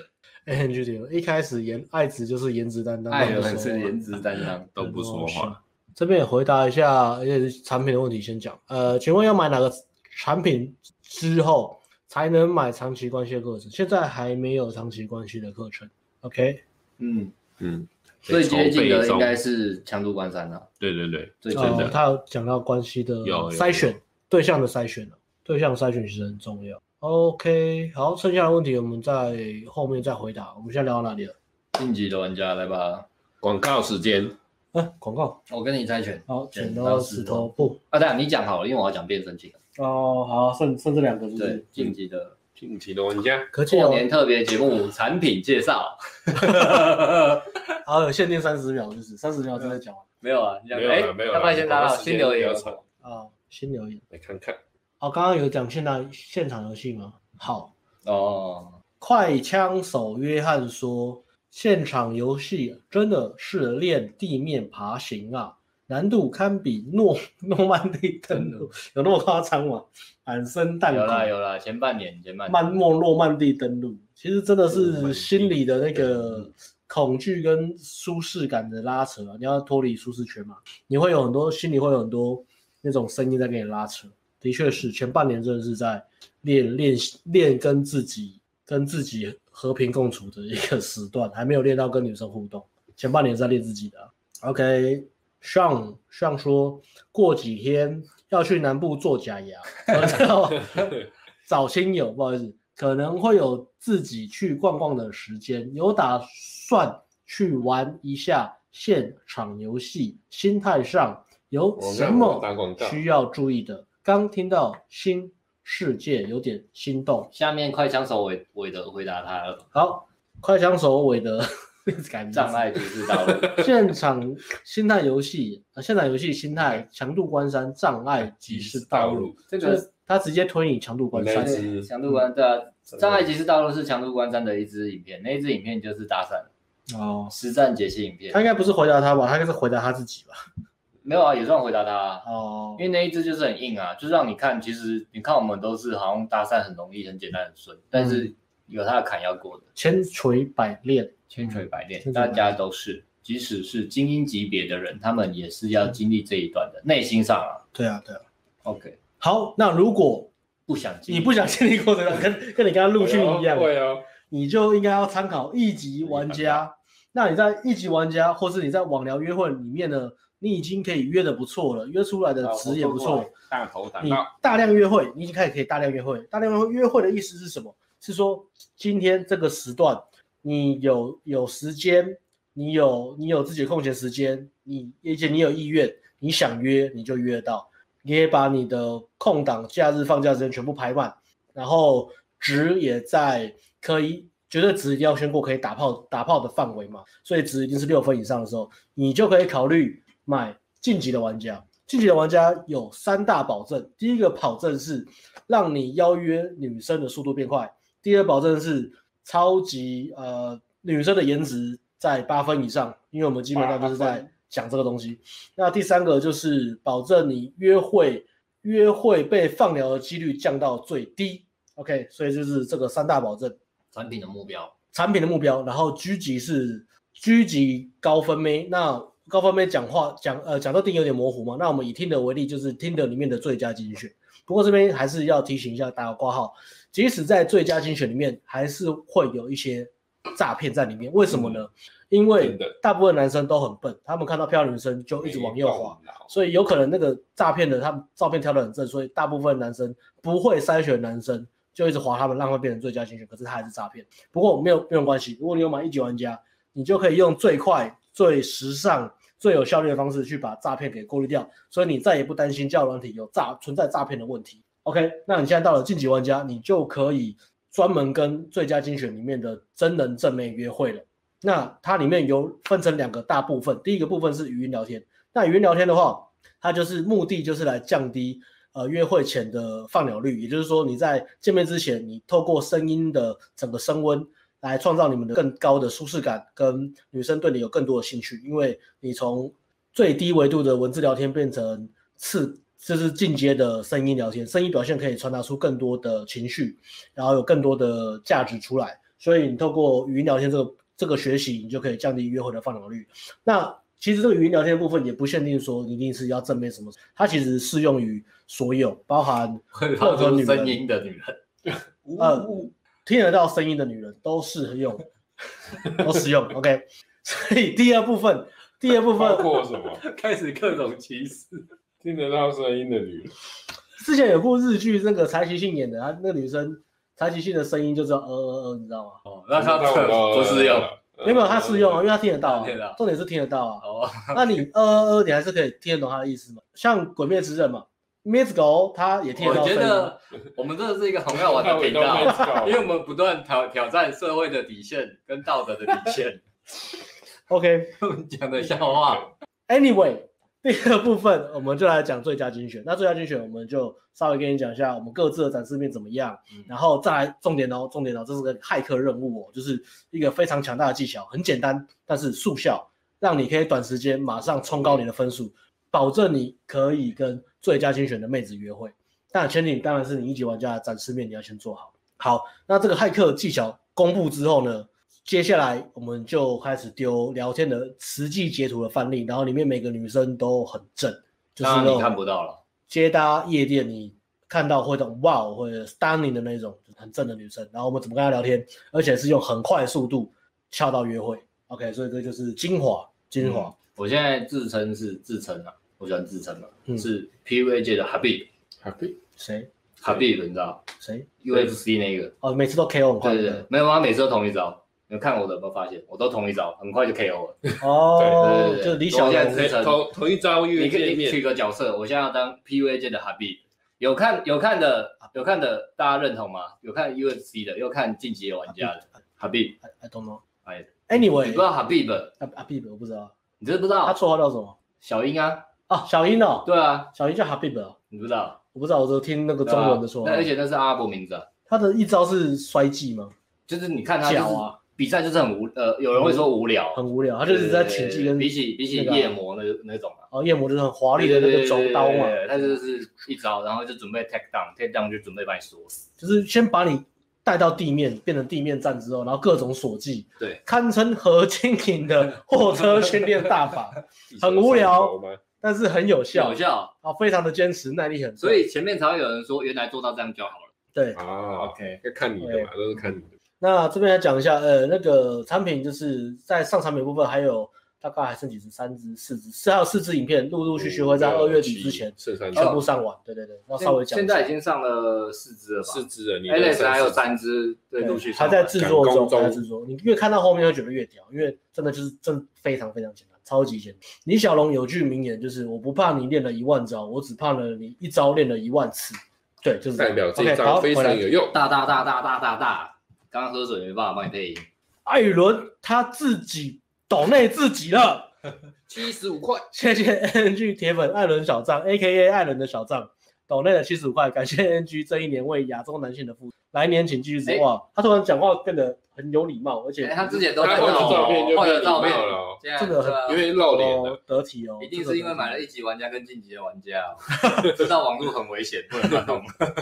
A: 哎，很具体了，一开始颜爱子就是颜值担当，
B: 艾
A: 那 我
B: 尔文
A: 就说
B: 是
A: 了
B: 颜值担当，
C: 都不说话。。
A: 这边也回答一下，而且是产品的问题先讲。呃，请问要买哪个产品之后才能买长期关系的课程？现在还没有长期关系的课程。OK，
B: 嗯，
C: 嗯，
B: 最接近
C: 筹备
B: 的
C: 中
B: 应该是强度关山了。
C: 对对对，
B: 最接
C: 真
B: 近
C: 的
A: 哦，他有讲到关系的
C: 有有
A: 筛选对象的筛选了，对象的筛选其实很重要。OK，好，剩下的问题我们在后面再回答。我们现在聊到哪里了？
B: 晋级的玩家来吧，
C: 广告时间，
A: 啊，广告。
B: 我跟你猜拳。
A: 好，剪
B: 剪
A: 刀
B: 刀
A: 石
B: 石
A: 头
B: 头
A: 布。
B: 啊，对啊，你讲好了，因为我要讲变身器了。
A: 哦，好，剩剩这两个是不
B: 对
A: 是？，
B: 晋级的
C: 晋级的玩家，
A: 可见嗯
B: 过
A: 哦，
B: 年特别节目产品 介绍。
A: 好有限定三十秒，就是三十秒之内讲完。
B: 没有啊，你讲
C: 没有啊
B: 哎，
C: 没有啊
B: 要不然先打
C: 我
B: 到
C: 们时
B: 新
C: 间
B: 留言
C: 比较长。
A: 啊，新留言。
C: 来看看，
A: 哦，刚刚有讲现场现场游戏吗？好，
B: 哦，
A: 快枪手约翰说，现场游戏真的是练地面爬行啊，难度堪比诺 诺曼底登陆，有那么夸张吗？俺生蛋
B: 有啦
A: 壳，
B: 有啦，前半年前半
A: 曼
B: 年。
A: 莫诺曼底登陆，其实真的是心里的那个恐惧跟舒适感的拉扯、啊，你要脱离舒适圈嘛，你会有很多心里会有很多那种声音在给你拉扯。的确是前半年真的是在练练习练跟自己跟自己和平共处的一个时段，还没有练到跟女生互动。前半年是在练自己的啊、OK，上上说过几天要去南部做假 牙，我知道找亲友，不好意思，可能会有自己去逛逛的时间，有打算去玩一下现场游戏，心态上有
C: 我
A: 什
C: 看我
A: 么
C: 打广告
A: 需要注意的？刚听到新世界有点心动，
B: 下面快枪手韦韦德回答他了，
A: 好，快枪手韦德 改名字
B: 障碍不 是道路。
A: 现场心态游戏，呃，现场游戏心态强度关山障碍即是道路，，
C: 嗯
B: 这
A: 就
B: 个
A: 是他直接推你强度关山
C: 那。是
B: 强度关对啊，障碍骑士道路是强度关山的一支影片，那一支影片就是搭讪
A: 哦，
B: 实战解析影片
A: 他。应该不是回答他吧？他应该是回答他自己吧？
B: 没有啊，也算回答他、啊，
A: 哦
B: 因，为那一支就是很硬啊，就让你看，其实你看我们都是好像搭讪很容易、很简单、很
A: 嗯
B: 顺，但是有他的坎要过的，
A: 千锤百炼，
B: 千锤百炼
A: 千，锤百
B: 大
A: 炼
B: 家都是，即使是精英级别的人，他们也是要经历这一段的，内心上啊
A: 对啊，对啊。
B: ，OK，
A: 好，那如果
B: 不想经历，
A: 你不想经历过程，跟跟你刚刚陆逊一样，
C: 会哦，
A: 你就应该要参考一级玩家。那你在一级玩家，或是你在网聊约会里面呢，你已经可以约的不错了，约出来的值也不错。，
C: 大头打
A: 你
C: 到，
A: 大量约会，你已经开始可以大量约会。大量约会约会的意思是什么？是说今天这个时段，你有有时间，你有你有自己的空闲时间，你而且你有意愿，你想约你就约得到，你也把你的空档、假日、放假时间全部排满，然后值也在可以。绝对值一定要先过可以打炮打炮的范围嘛，所以值一定是六分以上的时候，你就可以考虑买晋级的玩家。晋级的玩家有三大保证，第一个保证是让你邀约女生的速度变快，第二保证是超级呃女生的颜值在八分以上，因为我们基本上就是在讲这个东西。那第三个就是保证你约会约会被放疗的几率降到最低。OK，所以就是这个三大保证。
B: 产品的目标，
A: 产品的目标，然后狙击是狙击高分妹。那高分妹讲话讲呃讲到定有点模糊嘛，那我们以听的为例，就是 Tinder 里面的最佳精选。不过这边还是要提醒一下打个挂号，即使在最佳精选里面，还是会有一些诈骗在里面。为什么呢？因为
C: 真的
A: 大部分男生都很笨，他们看到漂亮女生就一直往右滑，，所以有可能那个诈骗的他们照片挑得很正，所以大部分男生不会筛选男生，就一直划他们，让他变成最佳精选。可是他还是诈骗。不过没有没有关系，如果你有买一级玩家，你就可以用最快最时尚、最有效率的方式去把诈骗给过滤掉，所以你再也不担心交友软体有诈存在诈骗的问题。OK，那你现在到了晋级玩家，你就可以专门跟最佳精选里面的真人正妹约会了。那它里面有分成两个大部分，第一个部分是语音聊天。那语音聊天的话，它就是目的就是来降低呃约会前的放鸟率，也就是说你在见面之前，你透过声音的整个升温来创造你们的更高的舒适感，跟女生对你有更多的兴趣，因为你从最低维度的文字聊天变成次。就是进阶的声音聊天，声音表现可以传达出更多的情绪，然后有更多的价值出来。所以你透过语音聊天这个这个学习，你就可以降低约会的放鸟率。那其实这个语音聊天的部分也不限定说一定是要正面什么，它其实适用于所有，包含
D: 会
A: 任
D: 发
A: 何
D: 出
A: 女人
D: 声音的女人，
A: 呃听得到声音的女人都适用， 都适用。OK，所以第二部分，第二部
C: 包
A: 分
C: 括什么？
D: 开始各种歧视。
C: 听得到声音的女人，
A: 之前有部日剧，那个柴崎幸演的，她那个女生柴崎幸的声音就知道呃呃呃，你知道吗？
D: 哦，那他
C: 听到呃
D: 不适用。
A: 没有，没有，它适用啊，因为它听得到、
D: 它听得
A: 啊
D: 到，
A: 重点是听得到啊。
D: 哦，
A: 那你呃呃，呃你还是可以听得懂它的意思嘛？像《鬼灭之刃》嘛，《灭之狗》它也听
D: 我
A: 得到声
D: 觉
A: 音。
D: 得我们真的是一个很好
C: 我
D: 玩的频道，因为
C: 因
D: 我们不断挑挑战社会的底线跟道德的底 线，
A: OK，Anyway，、
D: 我们讲的笑话。
A: 第二部分我们就来讲最佳精选。那最佳精选我们就稍微跟你讲一下我们各自的展示面怎么样，
D: 嗯
A: 然后再来重点哦，重点哦，这是个骇客任务哦，就是一个非常强大的技巧，很简单，但是速效，让你可以短时间马上冲高你的分数，保证你可以跟最佳精选的妹子约会。但前提当然是你一级玩家的展示面你要先做好。好，那这个骇客技巧公布之后呢，接下来我们就开始丢聊天的实际截图的范例，然后里面每个女生都很正，就是
D: 当
A: 那
D: 然你看
A: 种
D: 不到了，
A: 接搭夜店你看到会懂哇或者 stunning 的那种很正的女生，然后我们怎么跟她聊天，而且是用很快的速度撬到约会。OK，所以这就是精华，精华。
B: 我现在自称是自称啊，我喜欢自称嘛、
A: 嗯
B: 是 PUA 界的 Habib
A: 谁
B: Habib，你知道
A: 谁
B: UFC 那个？
A: 哦，每次都 KO 很快。
B: 对对对，没有，他啊每次都同一招。你们看我的有没有发现？我都同一招，很快就 KO 了。
A: 哦，
B: 对对对对
A: 就是李小
B: 我现在
A: 龙
B: 是
C: 为同同一招
B: 你
C: 越
B: 可
C: 见
B: 以取
C: 面，
B: 个角色，我现在要当 PUA 界的 Habib。有看有看的有看的，大家认同吗？有看 UFC 的，又看晋级的玩家的 Habib。
A: I- I don't know。
B: 哎你不知
A: Anyway，
B: 道哦 Habib，
A: 阿阿 b 我不知道，
B: 你真的不知
A: 他
B: 道？
A: 绰号叫什么？
B: 小英啊，
A: 哦，小英哦，
B: 对啊，
A: 小英叫 Habib 哦，
B: 你不知道？
A: 我不知道，我只有听那个
B: 对
A: 中
B: 吧
A: 文的绰号
B: 那。而且那是阿拉伯名字啊，
A: 他的一招是摔技吗？
B: 就是你看他就
A: 脚
B: 是
A: 啊
B: 比赛就是很无呃，有人会说无聊，
A: 很无聊，他就是在请技
B: 对对对
A: 跟
B: 比起比起
A: 那个啊
B: 夜魔那那种啊，
A: 哦夜魔就是很华丽的那个轴刀嘛，
B: 对对对对对对他就是一招，然后就准备 take down，take down 就准备把你锁死。
A: 就是先把你带到地面，变成地面战之后，然后各种锁技，
B: 对，
A: 堪称何晶莹的货车训练大法，很无聊，
C: 吗？
A: 但是很有效
B: 有，效，
A: 啊，非常的坚持，耐力很够，
B: 所以前面才会有人说，原来做到这样就好了。
A: 对。
C: 啊，
B: OK，
C: 要看你的嘛，都是看你的。
A: 那这边来讲一下，呃，那个产品就是在上产品部分还有大概还剩几支，三支、四支，是还有四支影片，陆陆续续会
C: 啊
A: 在二月底之前
C: 剩三
A: 全
C: 只，
A: 部上完。对对对，那稍微讲一
B: 哦现
A: 下。
B: 在已经上了四支了吧？
C: 四只了，你的
B: Alex 还有
C: 三
B: 三支，对，
A: 对
B: 陆续
A: 还
B: 上
A: 在
B: 来
A: 制作
C: 赶
A: 中，
C: 工中
A: 还在制作。你越看到后面，会觉得越屌，因为真的就是真的非常非常简单，超级简单。李小龙有句名言，就是我不怕你练了一万招，我只怕了你一招练了一万次。对，就是
C: 只
A: 这
C: 代
A: 样
C: 表这
A: OK，好
C: 招非
A: 回来
C: 常有用。
B: 大大大大大大大，刚刚喝水没办法帮你配音，
A: 艾宇伦他自己抖内自己了。
C: 七十五块，
A: 谢谢 NG 铁粉艾伦小张，A.K.A 艾伦的小张，抖内了七十五块，感谢 NG 这一年为亚洲男性的付出，来年请继续指
B: 哎
A: 望。他突然讲话变得很有礼貌，而且
B: 哎，他之前都
C: 他
B: 在
C: 换
B: 弄
C: 了照片就
B: 换
C: 变
B: 了
C: 礼
B: 照
C: 貌
B: 片，
C: 了哦，
B: 现在
A: 这个很
B: 对啊
C: 因为露脸
A: 哦
C: 了。
A: 得体哦，
B: 一定
A: 这个
B: 是因为
A: 得体
B: 买了一级玩家跟晋级的玩家、哦， 知道网络很危险，不能乱动。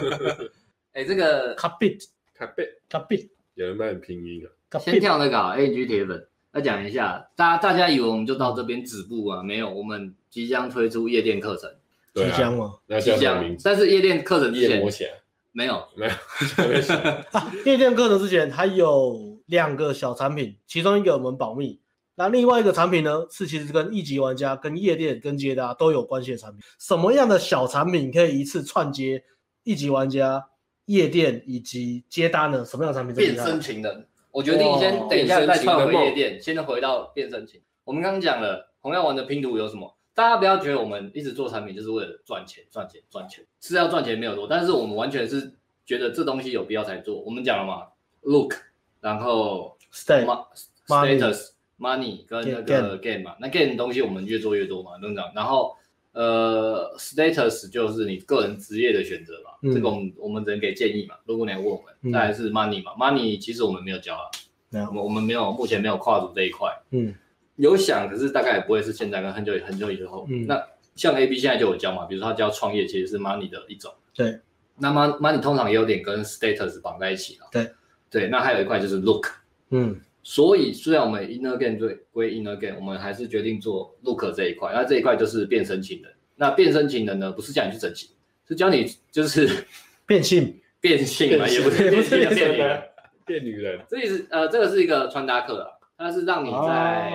B: 哎、这个
A: 卡比
C: 他被
A: 卡比
C: 有人帮你拼音了，
A: 卡比
B: 先跳那个啊 ANG 铁粉，要讲一下，大家大家以为我们就到这边止步啊？没有，我们即将推出夜店课程，
C: 对
A: 即
C: 啊，
A: 将吗？
C: 那叫
B: 即
C: 什么
B: 将
C: 名，字？
B: 但是夜店课程之
C: 夜
B: 前
C: 魔 侠
B: 没有，
C: 没有，还没想
A: 啊，夜店课程之前还有两个小产品，其中一个我们保密，那另外一个产品呢是其实跟一级玩家、跟夜店、跟接搭都有关系的产品。什么样的小产品可以一次串接一级玩家、夜店以及接搭呢？什么样的产品最
B: 变
A: 厉害
B: 身？情人。我决定先
A: 哇
B: 等一下再
C: 变身情人
B: 串回
C: 梦
B: 夜店，先回到变身情人。我们刚刚讲了，红药丸的拼图有什么？大家不要觉得我们一直做产品就是为了赚钱、赚钱、赚钱，是要赚钱没有错，但是我们完全是觉得这东西有必要才做。我们讲了嘛，look，然后
A: stay
B: ma-
A: Money
B: status money 跟那
A: Game
B: 个 game 嘛，那 game 的东西我们越做越多嘛，等等。然后呃，status 就是你个人职业的选择嘛，
A: 嗯
B: 这个我们我们只能给建议嘛。如果你要问我
A: 嗯
B: 们，再来是 money 嘛，money 其实我们没有教啊，
A: 没有
B: 我们我们没有目前没有跨足这一块。
A: 嗯
B: 有想，可是大概也不会是现在跟很久很久以后。
A: 嗯
B: 那像 A B 现在就有教嘛，比如说他教创业其实是 money 的一种。
A: 对。
B: 那 mon- money 通常也有点跟 status 绑在一起了。
A: 对。
B: 对，那还有一块就是 look。
A: 嗯
B: 所以虽然我们 inner game 对归 inner game，我们还是决定做 look 这一块。那这一块就是变身情人。那变身情人呢，不是叫你去整形，是教你就是
A: 变性
B: 变性嘛，也不是
A: 也不
B: 变
A: 是
B: 性啊，变
A: 变
B: 性啊。
C: 变女人，
B: 这也是呃，这个是一个穿搭课啦，它是让你在、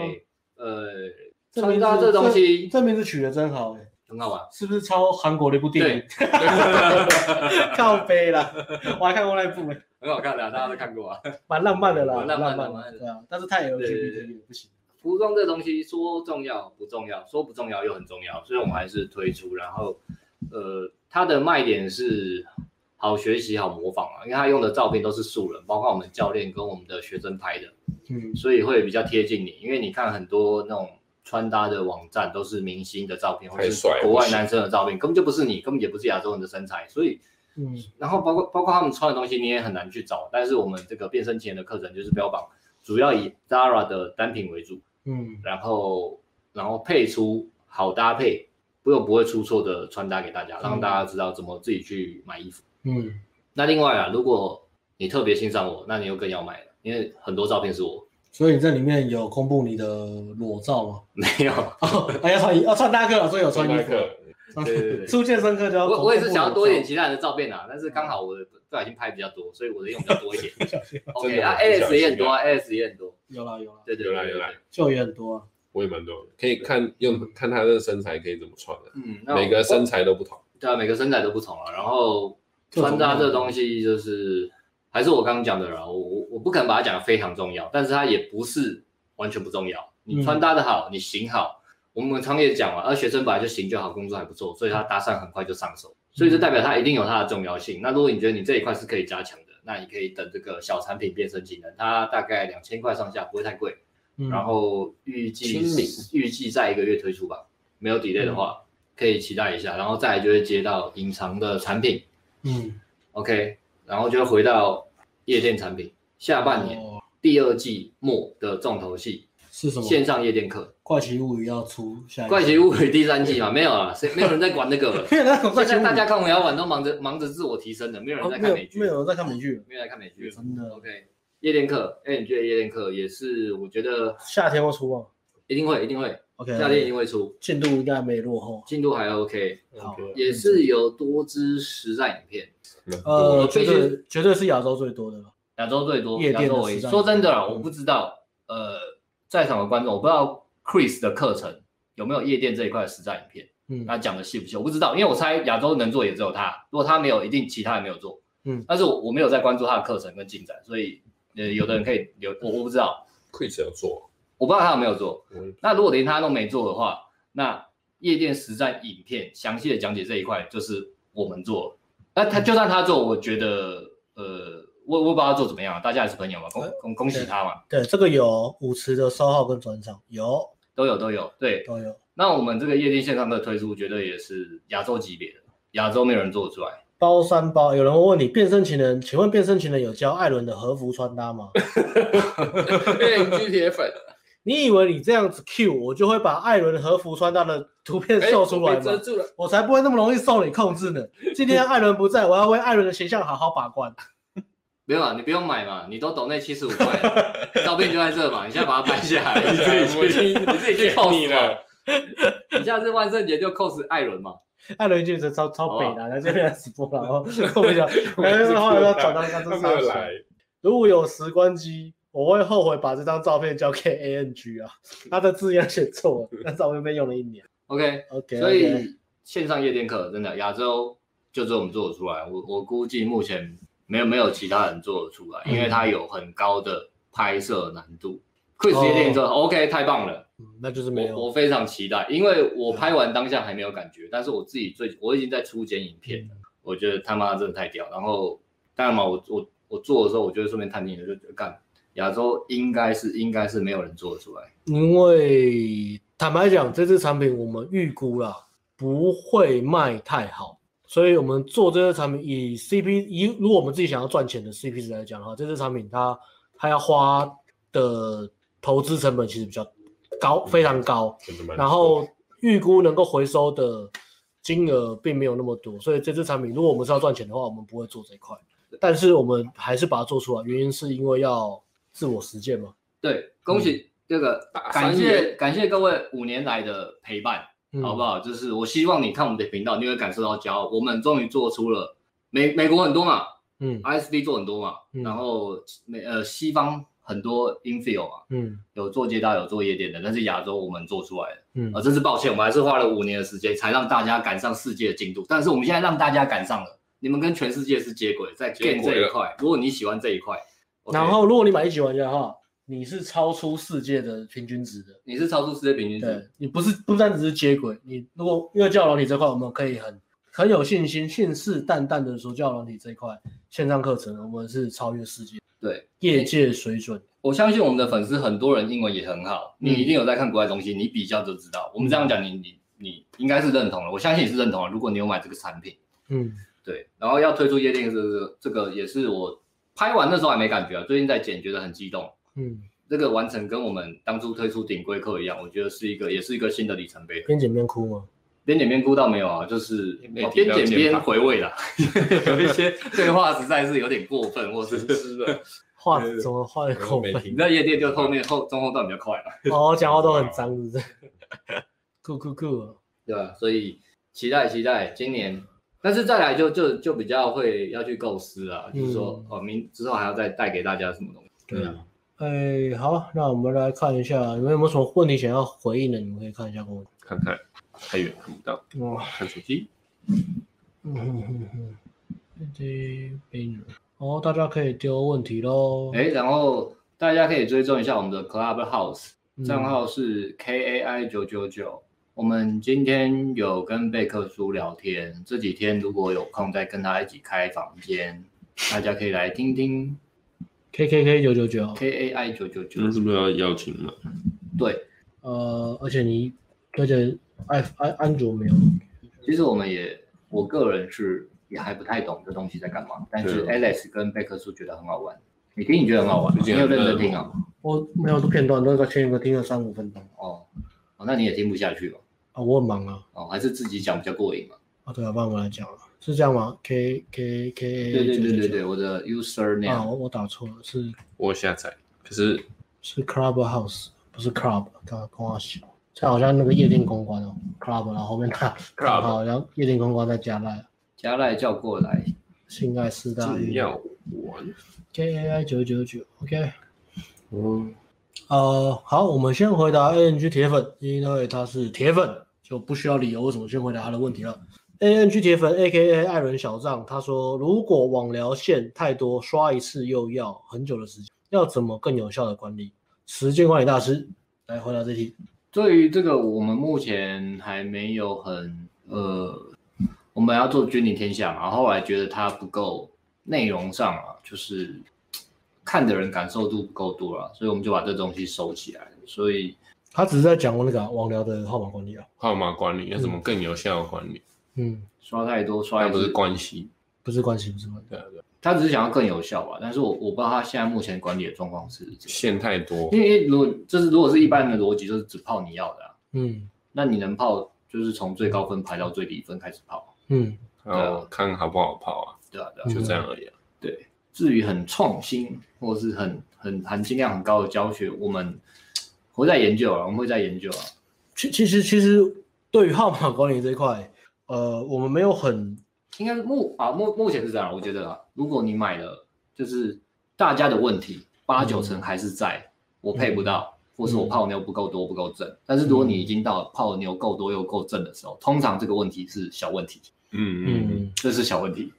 B: 呃穿搭哦这东西
A: 这名字取得真好哎，
B: 很好玩。
A: 是不是抄韩国的一部电影？ 靠背啦，我还看过那一部，
B: 很好看的、啊，大家都看过啊。
A: 蛮浪漫的啦，
B: 蛮浪漫
A: 蛮
B: 的蛮浪漫的
A: 对啊，但是太 LGBT
B: 对
A: 也不行。
B: 服装这东西说重要不重要，说不重要又很重要，所以我们还是推出。然后，呃，它的卖点是好学习、好模仿啊，因为它用的照片都是素人，包括我们教练跟我们的学生拍的，
A: 嗯
B: 所以会比较贴近你。因为你看很多那种穿搭的网站都是明星的照片，或
C: 太
B: 是
C: 帅了
B: 国
C: 不
B: 外
C: 行
B: 男生的照片，根本就不是你，根本也不是亚洲人的身材，所以
A: 嗯，
B: 然后包括包括他们穿的东西，你也很难去找。但是我们这个变身前的课程就是标榜，主要以 Zara 的单品为主，
A: 嗯，
B: 然后然后配出好搭配，不又不会出错的穿搭给大家，让大家知道怎么自己去买衣服。
A: 嗯，
B: 那另外啊，如果你特别欣赏我，那你又更要买了，因为很多照片是我
A: 所以你这里面有公布你的裸照吗？
B: 没有。
A: 哦，还要穿衣，哦，穿搭课了，所以有穿衣
C: 那
A: 服。
C: 个
A: 穿
B: 对对对
A: 初见深刻就要公布裸照。
B: 我我也是想要多一点其他人的照片啊，但是刚好我的不小心拍比较多，所以我的用比较多一点。OK 啊
C: 真的
B: ，AS 也很多啊，AS 也很多。
A: 有啦有啦，
B: 对对
C: 有
B: 对
C: 啦
B: 对
C: 有啦
B: 对，
A: 就也很多啊。
C: 我也蛮多的，可以看用看她的身材可以怎么穿的、
B: 嗯，那我
C: 每个身材都不同。
B: 对啊，每个身材都不同了。然后
A: 各种
B: 穿搭这东西就是还是我刚刚讲的啦，我我我不可能把它讲的非常重要，但是它也不是完全不重要。
A: 嗯
B: 你穿搭的好，你行好，我们常也讲嘛，而学生本来就行就好，工作还不错，所以他搭讪很快就上手，
A: 嗯
B: 所以这代表它一定有它的重要性。那如果你觉得你这一块是可以加强的，那你可以等这个小产品变身技能，它大概两千块上下，不会太贵。
A: 嗯
B: 然后预计
C: 亲民
B: 预计在一个月推出吧，没有
A: 嗯
B: delay 的话、可以期待一下，然后再来就会接到隐藏的产品
A: 嗯，
B: ，OK，然后就会回到夜店产品，下半年、
A: 哦
B: 第二季末的重头戏，
A: 是什么？
B: 线上夜店课，
A: 怪奇物语要出下一
B: 怪奇
A: 物，
B: 物语第三季嘛，没有啊，谁没有人在管那个了
A: ，因为 那种怪
B: 现
A: 奇物
B: 在
A: 语，
B: 大家看我摇碗都忙着忙着自我提升的，没有人
A: 哦
B: 在
A: 没
B: 看
A: 有
B: 美剧，
A: 没有人在看美剧了，
B: 没有在看美剧
A: 真的。
B: ，OK，夜店课，哎，你觉得夜店课也是，我觉得
A: 夏天会出啊
B: 一定会一定会，
A: ，OK，
B: 夏天一定会出，
A: 进度应该没落后。
B: 进度还 OK。
A: 好
C: OK
B: 也是有多支实战影片，
C: 蛮多的
A: 呃，
B: 必
A: 绝
B: 须
A: 对绝对是亚洲最多的了。
B: 亚洲最多，
A: 夜
B: 亚
A: 店的
B: 洲为
A: 实战
B: 说真的啦，
A: 影片嗯
B: 我不知道，呃，在场的观众，我不知道 Chris 的课程有没有夜店这一块的实战影片，
A: 嗯
C: 啊
B: 他讲的细不细，我不知道，因为我猜亚洲能做也只有他，如果他没有，一定其他人没有做。
A: 嗯
B: 但是我我没有在关注他的课程跟进展，所以呃，有的人可以留，我我不知道，
C: Quiz 有做，
B: 我不知道他有没有做。
C: 我
B: 那如果连他都没做的话，那夜店实战影片详细的讲解这一块就是我们做了。那他就算他做，我觉得呃，我我不知道他做怎么样啊，大家也是朋友嘛，恭恭恭喜他嘛，
A: 对，这个有舞池的稍号跟转场，有
B: 都有都有。对，
A: 都有，
B: 那我们这个夜店线上课推出，绝对也是亚洲级别的，亚洲没有人做得出来。
A: 包三包。有人会问你，变身情人，请问变身情人有教艾伦的和服穿搭吗？
C: 变 G 铁粉，
A: 你以为你这样子 Q 我就会把艾伦和服穿搭的图片秀出来
C: 哎我被遮
A: 吗？
C: 住了，
A: 我才不会那么容易受你控制呢。今天艾伦不在，我要为艾伦的形象好好把关。
B: 没有啊，你不用买嘛，你都抖那七十五块， 照片就在这嘛，你现在把它拍下 来，你自己
C: 我已
B: 去，
C: 经
B: 你自己去
C: 骗
B: cos
C: 你了
B: 嘛。你下次万圣节就 cos 艾伦嘛，
A: 艾伦就是超超北
B: 好
A: 的，然后这边直播，然后哦后 面讲，然后后来要转到一张
C: 他
A: 真
C: 没有
A: 超
C: 来，
A: 如果有时光机，我会后悔把这张照片交给 ANG 啊，他的字样写错了，那照片被用了一年。
B: OK，
A: OK，
B: 所以线上夜店课真的亚洲就只有我们做得出来，我我估计目
A: 嗯
B: 前没有没有其他人做得出来，因为它有很高的拍摄难度， Chris 也点头、o k 太棒了，
A: 嗯那就是哦没
B: 我
A: 有嗯
B: 我非常期待，因为我拍完当下还没有感觉，但是我自己最我已经在初剪影片
A: 嗯
B: 了，我觉得他妈真的太屌。然后当然嘛，我我我做的时候，我就会顺便探听，就就干亚洲应该是应该是没有人做得出来，
A: 因为坦白讲，这支产品我们预估啦不会卖太好，所以我们做这支产品以 CP 以如果我们自己想要赚钱的 CP 值来讲的话，这支产品它它要花的投资成本其实比较高，非常高。
C: 真的蛮。
A: 然后预估能够回收的金额并没有那么多，所以这支产品如果我们是要赚钱的话，我们不会做这一块。但是我们还是把它做出来，原因是因为要自我实践嘛。
B: 对，恭喜这个，
C: 嗯大
B: 感
C: 三
B: 谢
C: 元
B: 感谢各位五年来的陪伴，
A: 嗯
B: 好不好？就是我希望你看我们的频道，你会感受到骄傲。我们终于做出了美美国很多嘛
A: 嗯
B: ，ISD 做很多嘛，
A: 嗯
B: 然后美呃西方很多 infill 嘛，
A: 嗯
B: 有做街道有做夜店的，但是亚洲我们做出来了。
A: 嗯
B: 啊，真是抱歉，我们还是花了五年的时间才让大家赶上世界的进度，但是我们现在让大家赶上了，你们跟全世界是接轨，在
C: 接
B: game
C: 轨
B: 这一
C: 了
B: 块，如果你喜欢这一块，
A: 然后如果你买一级玩家的话，你是超出世界的平均值的。
B: 你是超出世界平均值
A: 对，你不是不单只是接轨，你如果因为教软体这块，我们可以很很有信心、信誓旦旦的说，教软体这一块线上课程，我们是超越世界
B: 对，
A: 业界水准。
B: 我相信我们的粉丝很多人英文也很好，
A: 嗯
B: 你一定有在看国外东西，你比较就知道。我们这样讲，你你你应该是认同了，我相信你是认同了。如果你有买这个产品，
A: 嗯
B: 对，然后要推出夜店这个这个也是我拍完那时候还没感觉啊，最近在剪觉得很激动。
A: 嗯，
B: 这个完成跟我们当初推出顶规课一样，我觉得是一个也是一个新的里程碑。
A: 边剪边哭吗？
B: 边剪边估到没有啊？就是
C: 没
B: 边
C: 提到
B: 剪
C: 键
B: 边
C: 盘
B: 回味啦， 有一些对话实在是有点过分，或是
C: 吃 的，
A: 话
C: 对对对
A: 怎么话的口
C: 我没
A: 吻？
C: 听
B: 你在夜店就后面后中后段比较快啊了。
A: 哦，讲话都很脏，是不是？ 酷酷哦酷！
B: 对吧、所以期待期待今年，但是再来就就就比较会要去构思啊，就是说哦，明之后还要再带给大家什么东西。
A: 对啊，
C: 嗯
A: 哎，好，那我们来看一下，你们有没有什么问题想要回应的？你们可以看一下跟我。
C: 看看太远看不到，
A: 哦，
C: 看手机。
A: 嗯哼哼哼， 这边哦，大家可以丢问题喽。
B: 哎，然后大家可以追踪一下我们的 Clubhouse
A: 嗯
B: 账号是 K A I 九九九。我们今天有跟贝克叔聊天，这几天如果有空再跟他一起开房间，大家可以来听听
A: K K K 九九九。
B: K A I 九九九
C: 那。是不是要邀请嘛？
B: 对，
A: 呃，而且你，而且安安安卓没有。
B: 其实我们也，我个人是也还不太懂这东西在干嘛，但是
C: 对
B: Alex 跟贝克叔觉得很好玩。你听，你觉得很好玩吗？你
C: 最近
B: 有
C: 很
B: 认真听啊？
A: 我没有这片段，那个前一个听了三五分钟
B: 哦，哦，那你也听不下去吧？
A: 啊，我很忙啊。
B: 哦，还是自己讲比较过瘾嘛？
A: 啊，对啊，不然我来讲了，是这样吗？K K K A
B: 对对对对对，
A: 对
B: 我的 user
A: 啊，
C: 嗯
B: name
A: 我我打错了，是
C: 我下载，可是
A: 是 Clubhouse，不是 Club，刚啊刚光小，这好像那个夜店公关哦，Club，然后后面打
C: Club
A: 好像夜店公关在加赖，
B: 加赖叫过来，
A: 性爱四大
C: 真
A: 运
C: 要玩。
A: 啊 K A I 九九九，OK，
C: 嗯，
A: 呃，好，我们先回答 A N G 铁粉，因为他是铁粉，就不需要理由为什么先回答他的问题了。A N G 铁粉 A K A 艾伦小账，他说如果网聊线太多，刷一次又要很久的时间，要怎么更有效的管理？时间管理大师来回答这题。
B: 对于这个，我们目前还没有很呃，我们要做君临天下嘛，然后后来觉得它不够内容上啊，就是看的人感受度不够多啊了，所以我们就把这东西收起来。所以
A: 他只是在讲那个啊网聊的号码管理啊。
C: 号码管理要怎么更有效的管理？
A: 嗯，
B: 刷太多刷
C: 那
B: 一
C: 不是
B: 次，
C: 关系，
A: 不是关系，不是关系。
C: 对啊对啊，
B: 他只是想要更有效吧。但是我我不知道他现在目前管理的状况是怎样，
C: 线太多
B: 因，为如果就是如果是一般的逻辑，就是只泡你要的、啊，
A: 嗯
B: 那你能泡就是从最高分排到最低分开始泡，
A: 嗯
C: 然后看好不好跑啊，
B: 对啊对啊。
A: 嗯
C: 就这样而已啊。
B: 对，至于很创新或是很很含金量很高的教学，我们会在研究啊，我们会在研究啊。
A: 其其实其实对于号码管理这一块，呃，我们没有很
B: 应该是目啊目目前是这样，我觉得啊，如果你买了，就是大家的问题八九
A: 嗯
B: 成还是在、我配不到，或是我泡妞不够多不够正。但是如果你已经到泡妞够多又够正的时候，通常这个问题是小问题，
C: 嗯嗯，
A: 嗯
B: 这是小问题。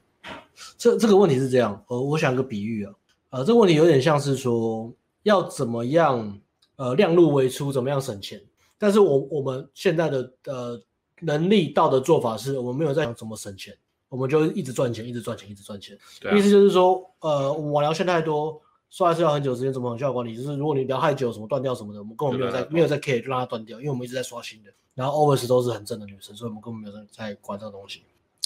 A: 这这个问题是这样，呃，我想一个比喻啊，呃，这个问题有点像是说要怎么样，呃量入为出，怎么样省钱。但是我我们现在的呃能力到的做法是，我们没有在想怎么省钱，我们就一直赚钱，一直赚钱，一直赚钱。
C: 对啊
A: 意思就是说，呃，我们网聊现在太多，算是要很久时间怎么有效管理，就是如果你聊太久，什么断掉什么的，我们根本没有在
C: 对啊
A: 没有在 care，就让它断掉，因为我们一直在刷新的。然后 always 都是很正的女生，所以我们根本没有在在管这个东西。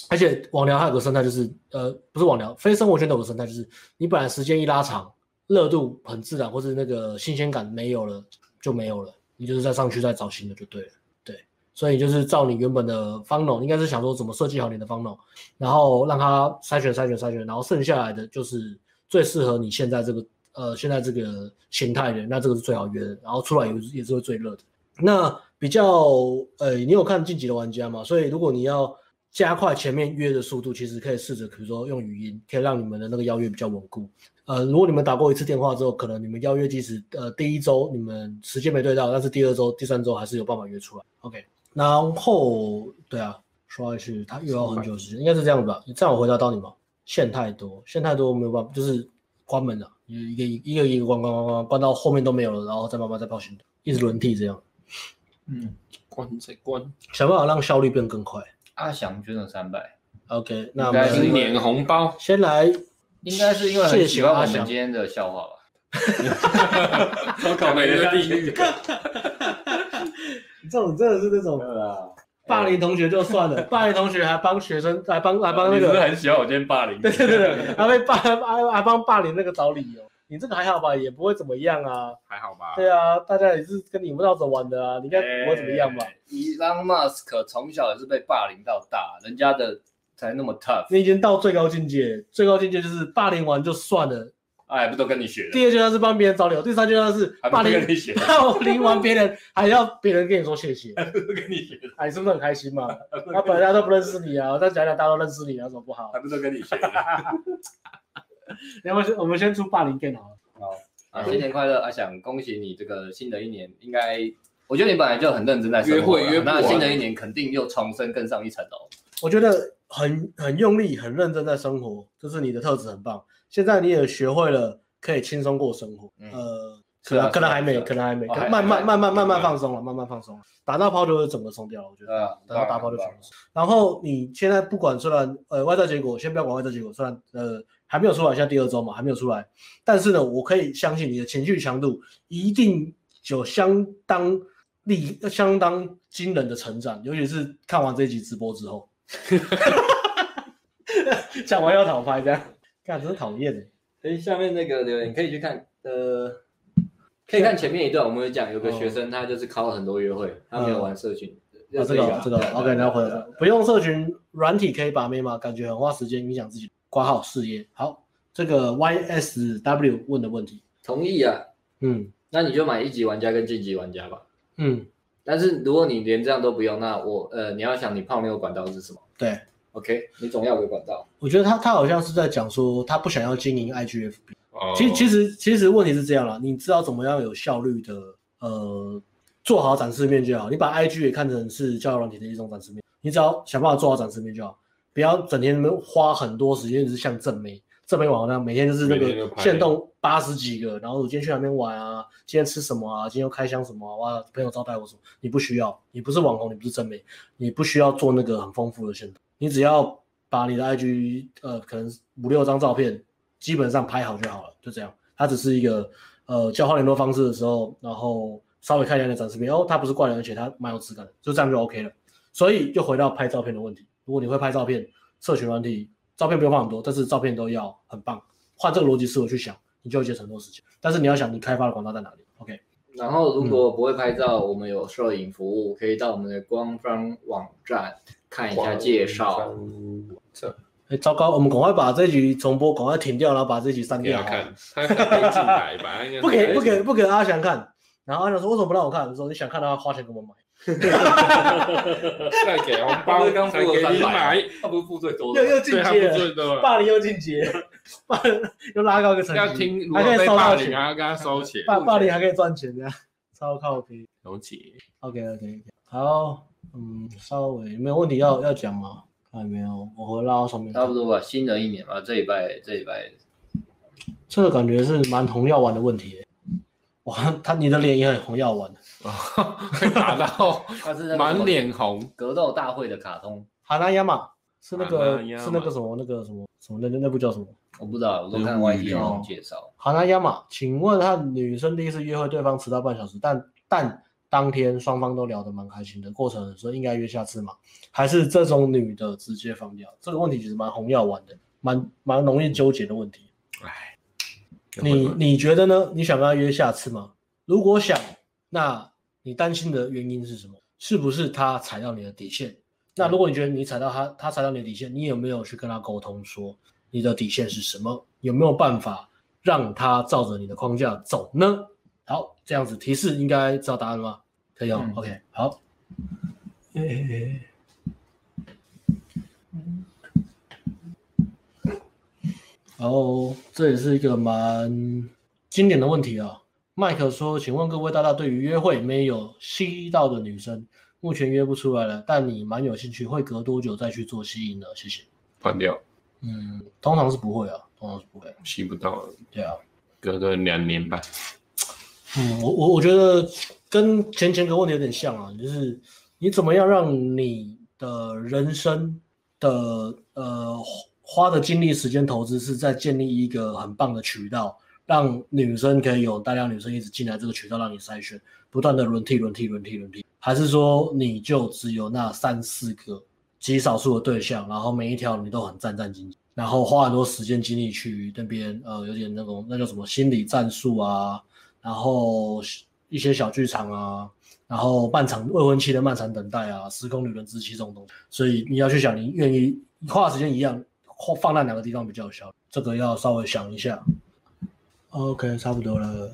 A: 而且网聊还有个生态就是，呃，不是网聊，非生活圈都有个生态，就是你本来时间一拉长，热度很自然，或是那个新鲜感没有了就没有了，你就是再上去再找新的就对了。对，所以就是照你原本的 funnel，应该是想说怎么设计好你的 funnel，然后让它筛选筛选筛选，然后剩下来的就是最适合你现在这个呃现在这个形态的，那这个是最好约的，然后出来也是也是会最热的。那比较呃，你有看晋级的玩家吗？所以如果你要加快前面约的速度，其实可以试着，比如说用语音，可以让你们的那个邀约比较稳固。呃，如果你们打过一次电话之后，可能你们邀约即使呃第一周你们时间没对到，但是第二周、第三周还是有办法约出来。OK，然后对啊，说下去他又要很久时间，应该是这样吧？这样我回答到你吗？线太多，线太多没有办法，就是关门了，一个一个一个关关关关关到后面都没有了，然后再慢慢再报新的，一直轮替这样，
B: 嗯，
C: 关再关，
A: 想办法让效率变更快。
B: 阿翔捐了三百，
A: OK，那我
B: 应该是
A: 们
C: 新年 红包，
A: 先来
B: 应该是因为
A: 谢
B: 很
A: 谢
B: 喜欢我
A: 阿
B: 们
A: 翔
B: 今天的笑话吧。
C: 超倒霉的地狱。
A: 这种真的是那种霸凌同学就算 了，霸凌同学还帮学生，还帮还帮那
B: 你是不是
A: 个，
B: 很喜欢我今天霸 凌？
A: 对对对对，还被霸还还帮霸凌那个找理由。你这个还好吧，也不会怎么样啊。
C: 还好吧？
A: 对啊，大家也是跟你们闹着玩的啊，你应该不会怎么样吧？
B: ？Elon Musk 从小也是被霸凌到大，人家的才那么 tough，
A: 你已经到最高境界，最高境界就是霸凌完就算了，
B: 哎，不都跟你学的？
A: 第二阶段是帮别人找理由，第三阶段是
B: 还不
A: 霸
B: 都
A: 凌
B: 跟 你学的？
A: 霸凌完别人还要别人跟你说谢谢，
B: 还不都跟你学的？
A: 哎，你是不是很开心嘛？他本来大家都不认识你啊，我再讲讲大家都认识你啊，有什么不好
B: 还？不都跟你学的？
A: 要不然先我们先出霸凌更好了。
D: 嗯
B: 啊，新年快乐，阿翔！恭喜你这个新的一年，应该我觉得你本来就很认真在生活啦
C: 约会约不完
D: 啊
B: 那新的一年肯定又重生更上一层楼。
A: 我觉得很很用力、很认真在生活，这是你的特质，很棒。现在你也学会了可以轻松过生活，
B: 嗯
A: 呃，可
B: 是啊
A: 能可能
B: 是啊
A: 还
B: 是
A: 没，
B: 啊
A: 可能还没，
B: 哦还
A: 慢
B: 还
A: 慢
B: 在
A: 慢慢慢慢
C: 对
A: 放松了，慢慢放松了。打到炮就会整个松掉了，我觉得。
B: 啊
A: 等到打炮就全部是。然后你现在不管虽然呃外在结果，先不要管外在结果，虽然呃还没有出来，现在第二周嘛还没有出来，但是呢，我可以相信你的情绪强度一定有相当力、相当惊人的成长，尤其是看完这一集直播之后， 讲完要讨拍这样，干真是讨厌欸
D: 哎，下面那个留言你可以去看，
B: 啊
D: 呃，可以看前面一段，我们有讲有个学生他就是考了很多约
B: 嗯
D: 会，他没有玩社群。
A: 啊，这个这
D: 对
A: 个
D: 对
A: OK，那回
D: 对对
A: 来了不用社群软体可以把妹吗？感觉很花时间，影响自己挂号事业。好，这个 YSW 问的问题，
D: 同意啊，
A: 嗯
D: 那你就买一级玩家跟晋级玩家吧。
A: 嗯，
D: 但是如果你连这样都不用，那我呃，你要想你泡妞的管道是什么
A: 对，
D: ？OK，你总要有个管道。
A: 我觉得他他好像是在讲说他不想要经营 IGFB。
C: 哦
A: 其实其实其实问题是这样啦，你知道怎么样有效率的呃做好展示面就好，你把 IG 也看成是交友软体的一种展示面，你只要想办法做好展示面就好，不要整天花很多时间就是像正妹。正妹网那样每天就是那
C: 每天都
A: 个
C: 拍
A: 限动八十几个，然后我今天去哪边玩啊，今天吃什么啊，今天又开箱什么啊，哇，朋友招待我什么？你不需要，你不是网红，你不是正妹，你不需要做那个很丰富的限动，你只要把你的 IG 呃可能五六张照片基本上拍好就好了，就这样。它只是一个呃交换联络方式的时候，然后稍微看一下你的展示片，哦，它不是怪人，而且它蛮有质感的，就这样就 OK 了。所以又回到拍照片的问题，如果你会拍照片，社群软体照片不用放很多，但是照片都要很棒。换这个逻辑思维去想，你就会节省很多时间。但是你要想你开发的广告在哪里？OK，
D: 然后如果不会拍照，我们有摄影服务，可以到我们的官方网站看一下介绍。
A: 哎，糟糕，我们赶快把这一集重播，赶快停掉，然后把这一集删
C: 给
A: 掉
C: 他
A: 好了。
C: 看，他可以进来吧？应该是
A: 不给不给不给阿翔看。然后阿翔说：“为什么不让我看？”我说：“你想看的话，花钱给我们买。
C: 再给红
B: 他不
C: 包，
B: 是刚付
C: 才
B: 了
C: 给你买
B: 300，他不是付最多
A: 又
B: 的吗
A: 又进
C: 对他
A: 阶
C: 不
A: 了，
C: 最多了。
A: 霸凌又进阶， 霸凌又拉高一个层级，
C: 要听，如果
A: 还可以
C: 被
A: 收
C: 霸
A: 到
C: 凌，
A: 钱，
C: 还要跟他收钱。
A: 霸霸凌还可以赚钱的， 超靠皮。
C: 有 解，
A: OK OK，好，嗯，稍微没有问题要要讲吗？看没有，我回拉到上面看。
B: 差不多吧，新的一年吧，这礼拜这礼拜
A: 这个感觉是蛮红药丸的问题耶。哇，他你的脸也很红药丸。
C: 被打到
B: 他是那个
C: 满脸红。
B: 格斗大会的卡通，
A: 哈拉亚马是那个
C: 哈拉亚马
A: 是那个什么那个什么什么那那部叫什么？
B: 我不知道，我都
C: 有
B: 看
C: 物
B: 外地
C: 流
B: 人介绍。
A: 哈拉亚马，请问和女生第一次约会，对方迟到半小时，但但当天双方都聊得蛮开心的，过程说应该约下次嘛，还是这种女的直接放掉？这个问题其实蛮红药丸的，蛮蛮容易纠结的问题。你你觉得呢？你想跟他约下次吗？如果想，那你担心的原因是什么？是不是他踩到你的底线？那如果你觉得你踩到他，他踩到你的底线，你有没有去跟他沟通说你的底线是什么？有没有办法让他照着你的框架走呢？好，这样子提示应该知道答案了吗？可以哦、
B: 嗯
A: o k 好。然后这也是一个蛮经典的问题啊。麦克说：“请问各位大大，对于约会没有吸到的女生，目前约不出来了，但你蛮有兴趣，会隔多久再去做吸引呢？谢谢。
C: 换掉，
A: 嗯，通常是不会啊，通常是不会。
C: 吸不到了，
A: 对啊，
C: 隔个两年半。
A: 嗯，我我我觉得跟前前个问题有点像啊，就是你怎么样让你的人生的呃花的精力、时间投资是在建立一个很棒的渠道，让女生可以有大量女生一直进来这个渠道，让你筛选，不断的轮替、轮替、轮替、轮替，还是说你就只有那三四个极少数的对象，然后每一条你都很战战兢兢，然后花很多时间精力去那边呃有点那种那叫什么心理战术啊，然后一些小剧场啊，然后漫长未婚妻的漫长等待啊，时空旅人之妻这种东西，所以你要去想，你愿意花的时间一样，花放在哪个地方比较有效，这个要稍微想一下。OK，差不多了，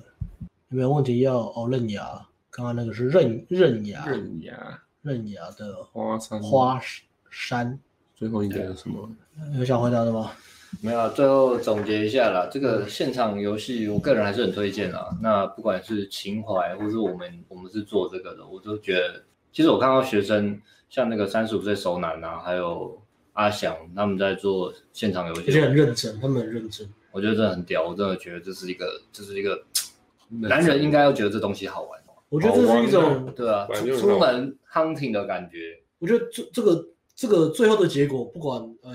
A: 有没有问题要哦？刃牙，刚刚那个是刃刃嗯牙，
C: 刃牙
A: 刃牙的
C: 花山
A: 花山，
C: 最后一个是什么？
A: 有想回答的吗？
B: 没有啊，最后总结一下啦，这个现场游戏我个人还是很推荐啦。那不管是情怀，或是我们我们是做这个的，我都觉得，其实我看到学生像那个三十五岁熟男啊，还有阿翔他们在做现场游
A: 而且
B: 戏
A: 很，认真，他们很认真。
B: 我觉得真的很屌，我真的觉得这是一个，这是一个男人应该要觉得这东西好玩，哦
A: 我觉得这是一
C: 好玩
A: 种
C: 啊，
B: 对啊，
C: 反
B: 出
C: 正
B: 出门 hunting 的感觉，
A: 我觉得这这个这个最后的结果，不管呃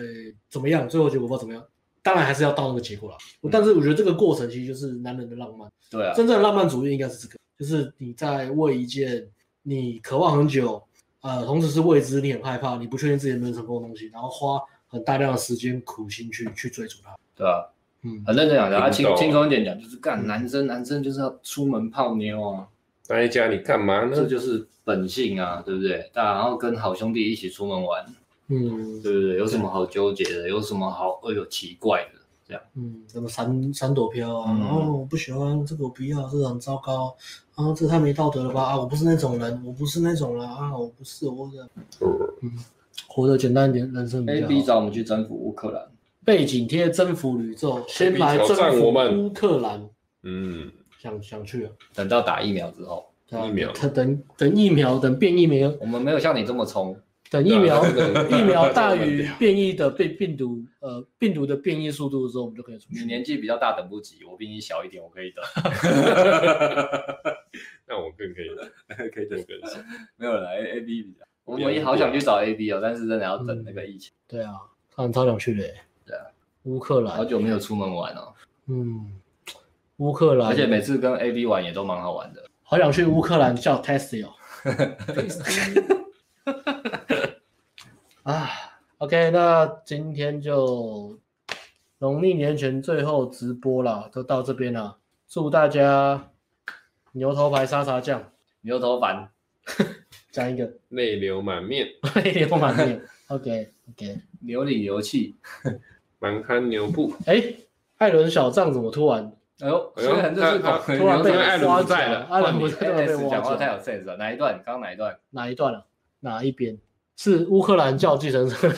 A: 怎么样，最后结果不知道怎么样，当然还是要到那个结果啦。但是我觉得这个过程其实就是男人的浪漫，
B: 对啊，
A: 真正的浪漫主义应该是这个，就是你在为一件你渴望很久，呃，同时是未知，你很害怕，你不确定自己能不能成功的东西，然后花很大量的时间苦心去去追逐它。
B: 对啊，
A: 嗯，
B: 很认真讲的，啊，
C: 听不
B: 轻轻
C: 懂啊
B: 松一点讲，就是干男生男生就是要出门泡妞啊。
C: 待在家里干嘛呢
B: 这？就是本性啊，对不对？那然后跟好兄弟一起出门玩，
A: 嗯
B: 对不对？有什么好纠结的？有什么好哎呦奇怪的？这样
A: 嗯，什么闪闪躲飘啊，
B: 嗯
A: 然后我不喜欢这个，我不要，这个很糟糕，啊，这个太没道德了吧，啊，我不是那种人，我不是那种人啊，我不是，我的，嗯，活得简单一点，人生比
C: 哎
B: ，A
A: 较
B: B
A: 好。
B: 找我们去征服乌克兰，
A: 背景贴征服宇宙，
C: 哎
A: 先来征
C: 挑战我
A: 服
C: 们
A: 乌克兰，
C: 嗯，
A: 想想去啊，
B: 等到打疫苗之后，
A: 对啊
C: 疫苗
A: 等等等疫苗，等变疫苗，
B: 我们没有像你这么冲，
A: 等疫苗
C: 对啊
A: 疫苗大于变异的被病毒呃病毒的变异速度的时候，我们就可以出
B: 你
A: 去。
B: 年纪比较大，等不及，我比你小一点，我可以等，
C: 那我更可以，
B: 可以
C: 更更更
B: 没有了，A A B 比较，我
C: 不要
B: 们也好想去找 A B 哦，但是真的要等那个疫情，
A: 对啊，看超想去的欸。
B: 对啊
A: 乌克兰
B: 好，久没有出门玩哦，
A: 嗯，乌克兰，
B: 而且每次跟 A B 玩也都蛮好玩的，
A: 好想去乌克兰叫哦 Tesla 啊。OK，那今天就农历年前最后直播啦，就到这边啦。祝大家牛头牌沙茶酱
B: 牛头凡，
A: 讲一个
C: 泪流满面，
A: 泪流满面。OK OK，
B: 牛里牛气，
C: 满看牛布。
A: 哎、艾伦小账怎么突然
B: 哎呦，
C: 哎
B: 虽
C: 呦
B: 然这是
C: 他
B: 懂
C: 他，
A: 突然被
C: 因为艾伦
A: 挖
C: 不在
A: 角
C: 了
A: 艾伦
C: 换
A: 不
C: 你
A: 在突然被
B: S
A: 挖
B: 讲话
A: 角
B: 太有 sense 了，哪一段？刚刚哪一段？
A: 哪一段啊？哪一边？是乌克兰叫计程车，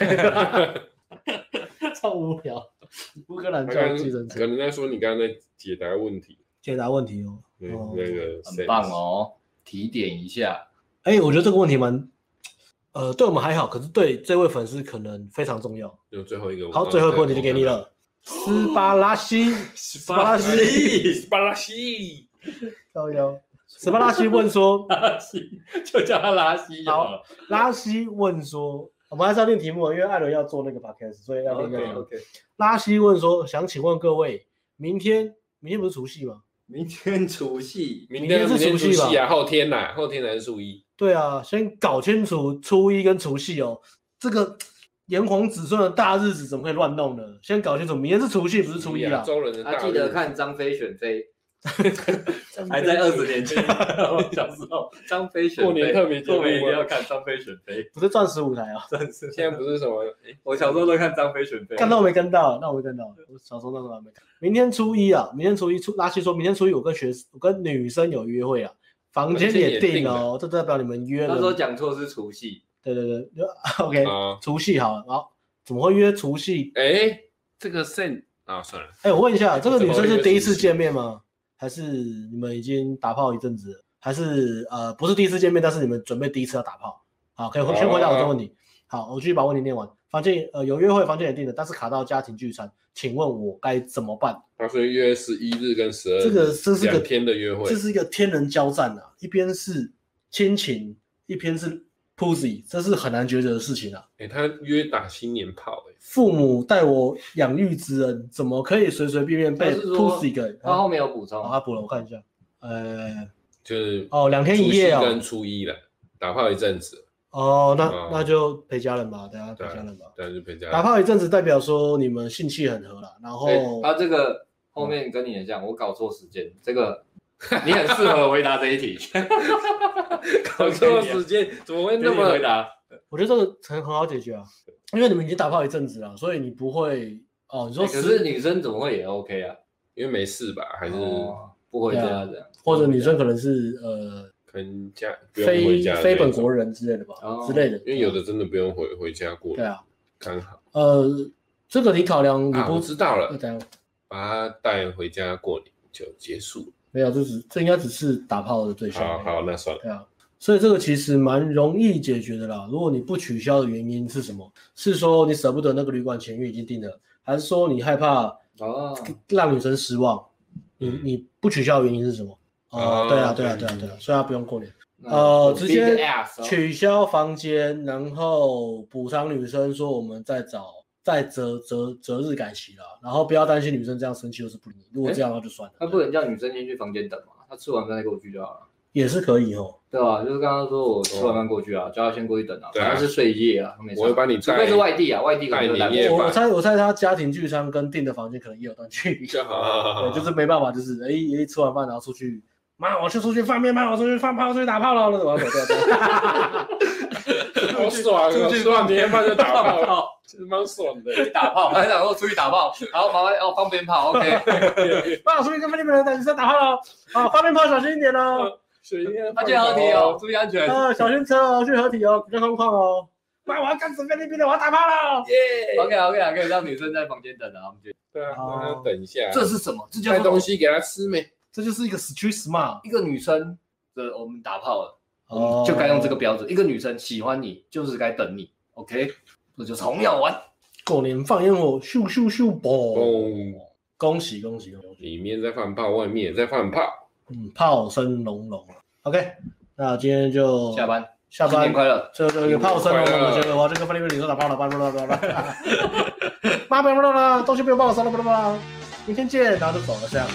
A: 超无聊。乌克兰
C: 他
A: 叫
C: 刚
A: 计程车
C: 可能在说你刚刚在解答问题，
A: 解答问题哦。
C: 对
A: 哦
C: 那个
B: 很
C: sense
B: 棒，哦，提点一下，
A: 哎、我觉得这个问题蛮，呃，对我们还好，可是对这位粉丝可能非常重要。
C: 就最后一个。
A: 好，最后一个问题就给你。了，斯巴拉西，斯
C: 斯
A: 巴拉西，
C: 哎斯巴拉西，
A: 高腰。什么拉西问说，
E: 拉稀，就叫他拉稀就好了。
A: 拉西问说，我们还是要念题目啊，因为艾伦要做那个 podcast，所以要念一个题目。
B: OK，
A: 拉西问说，想请问各位，明天明天不是除夕吗？
B: 明天除夕，
A: 明
C: 明天明
A: 天
C: 天
A: 是除
C: 除
A: 夕吧
C: 夕啊，后天呐、后天才是初一。
A: 对啊，先搞清楚初一跟除夕哦，这个炎黄子孙的大日子怎么可以乱弄呢？先搞清楚，明天是除夕，不是初一
C: 啊，
A: 啦。
C: 中人的大
B: 啊，
C: 日子
B: 记得看张飞选妃，
C: 还
B: 还在二十年 前，我小时候 张飞选妃，
C: 过年特别节目
B: 过
C: 吗
B: 年一定要看张飞选妃，
A: 不是钻石舞台啊，
B: 真是。
C: 现在不是什么？诶
B: 我小时候都看张飞选妃，
A: 看到我没跟到，啊那我没跟到，我小时候那时候还没看。明天初一啊，明天初一初拉西说，明天初一我跟学我跟女生有约会啊，房间也定了哦，这代表你们约
B: 他说
A: 了。
B: 讲错是除夕，
A: 对对对就，OK，
C: 啊，
A: 除夕好了，好，怎么会约除夕？
C: 哎，这个 sen 啊，算了，
A: 哎，我问一下，这个女生
C: 怎么会
A: 是
C: 约
A: 第一次
C: 除夕
A: 见面吗？还是你们已经打炮一阵子了？还是呃不是第一次见面，但是你们准备第一次要打炮？好，可以回先回答我这个问题。好，我继续把问题念完。房间呃有约会，房间也定了，但是卡到家庭聚餐，请问我该怎么办？
C: 他说约十一日跟十二，
A: 这个这是个
C: 两天的约会
A: 这，是一个天人交战啊，一边是亲情，一边是 pussy，这是很难抉择的事情啊。
C: 哎，他约打新年炮，哎，
A: 父母待我养育之恩，怎么可以随随便便被
B: 他是说哦
A: pussy 给？
B: 他
C: 嗯
B: 后
A: 好，
B: 面有补充，
C: 啊
A: 他补了，我看一下。呃，
C: 就是
A: 哦，两天一夜
C: 除夕跟
A: 哦。
C: 初一了，打炮一阵子，
A: 哦，那
C: 嗯
A: 那就陪家人吧，等下陪
C: 对啊
A: 家人吧。
C: 但是陪家
A: 打炮一阵子，代表说你们性气很合了，然
B: 哎
C: 哦
A: 后
B: 他这个后面跟你很像，我搞错时间，这个你很适合回答这一 题，
C: 搞错时间，怎么会
B: 跟你
C: 那么
B: 啊回？答，
A: 我觉得这个很很好解决啊，因为你们已经打炮一阵子了，所以你不会哦，你说
B: 哎可
A: 十
B: 是女生怎么会也 OK 啊？
C: 因为没事吧，还是
B: 哦不回家
C: 啊
B: 这样，
A: 或者女生可能是呃
C: 跟家不用回
A: 非
C: 家的
A: 非
C: 那种
A: 本国人之类的吧，
B: 哦
A: 之类的。
C: 因为有的真的不用回回家过，
A: 对啊，
C: 刚好
A: 呃，这个你考量你
C: 啊，
A: 不嗯
C: 我知道
A: 那
C: 了，
A: 等下
C: 把他带回家过年就结束了。
A: 没有，这只这应该只是打炮的对象。
C: 好好，那算了，
A: 对啊，所以这个其实蛮容易解决的啦。如果你不取消的原因是什么？是说你舍不得那个旅馆钱，因为已经定了，还是说你害怕
B: 哦，
A: 让女生失望？你
C: 嗯
A: 你不取消的原因是什么？哦
C: 哦，
A: 对啊，对啊，
C: 对
A: 对啊，对啊，所以他不用过年，
B: 那
A: 呃
B: 我
A: 直
B: 嗯 big
A: 接
B: ass 哦
A: 取消房间，然后补偿女生说我们再找再择择择日改期啦，然后不要担心女生这样生气又是不理你，如果这样那就算了，
B: 他不能叫女生先去房间等嘛？他吃完饭再过去就好了。
A: 也是可以哦。
B: 对啊，就是刚刚说我吃完饭过去啊，叫他先过去等啊。
C: 对啊
B: 反正是睡一夜啊，没事啊
C: 我会帮你
B: 除
C: 带
B: 非是外地啊，外地可能就
C: 带你夜
B: 来
C: 吧
A: 我
B: 不
A: 我猜我猜他家庭聚餐跟订的房间可能也有段距离，
C: 就好，
A: 对，
B: 啊
A: 就是没办法，就是哎哎吃完饭然后出去，妈我去出去放面，妈我出去放炮，出去打炮了，那种走掉。对 啊
C: 好爽，啊好爽，明天放就打炮，
B: 炮，
C: 其实蛮 爽的。
B: 打炮，还想说出去打炮，然后麻烦哦放鞭炮，OK。
A: 妈我出去跟面面人在在打炮了，啊放面炮小心一点哦，
C: 水烟
B: 那就合体哦，，注意安全。
A: 啊小心车哦，去合体哦，比较空旷哦。妈我要干死菲律宾的，我要打炮了。
C: 耶！
B: OK OK 啊，可以让女生在房间等啊，我们觉得
C: 对啊，那要等一下，
B: 这是什么？这叫
C: 带
B: 做
C: 东西给他吃没？
A: 这就是一个 street smart，
B: 一个女生的我们打炮了，我
A: 哦
B: 们就该用这个标准。一个女生喜欢你，就是该等你，OK。我就从要玩，
A: 过年放烟火，咻咻咻啵！
C: 哦，
A: 恭喜恭喜恭喜！
C: 里面在放炮，外面也在放炮，
A: 嗯，炮声隆隆。OK，那今天就
B: 下班，
A: 下
B: 新
A: 班
B: 年快乐。
A: 这这个炮声隆隆的，这个我这个菲律宾女生打炮了，叭叭叭叭叭叭，妈不要不要了，东西不要帮我收了，不要不要，明天见，然后就走了，这样。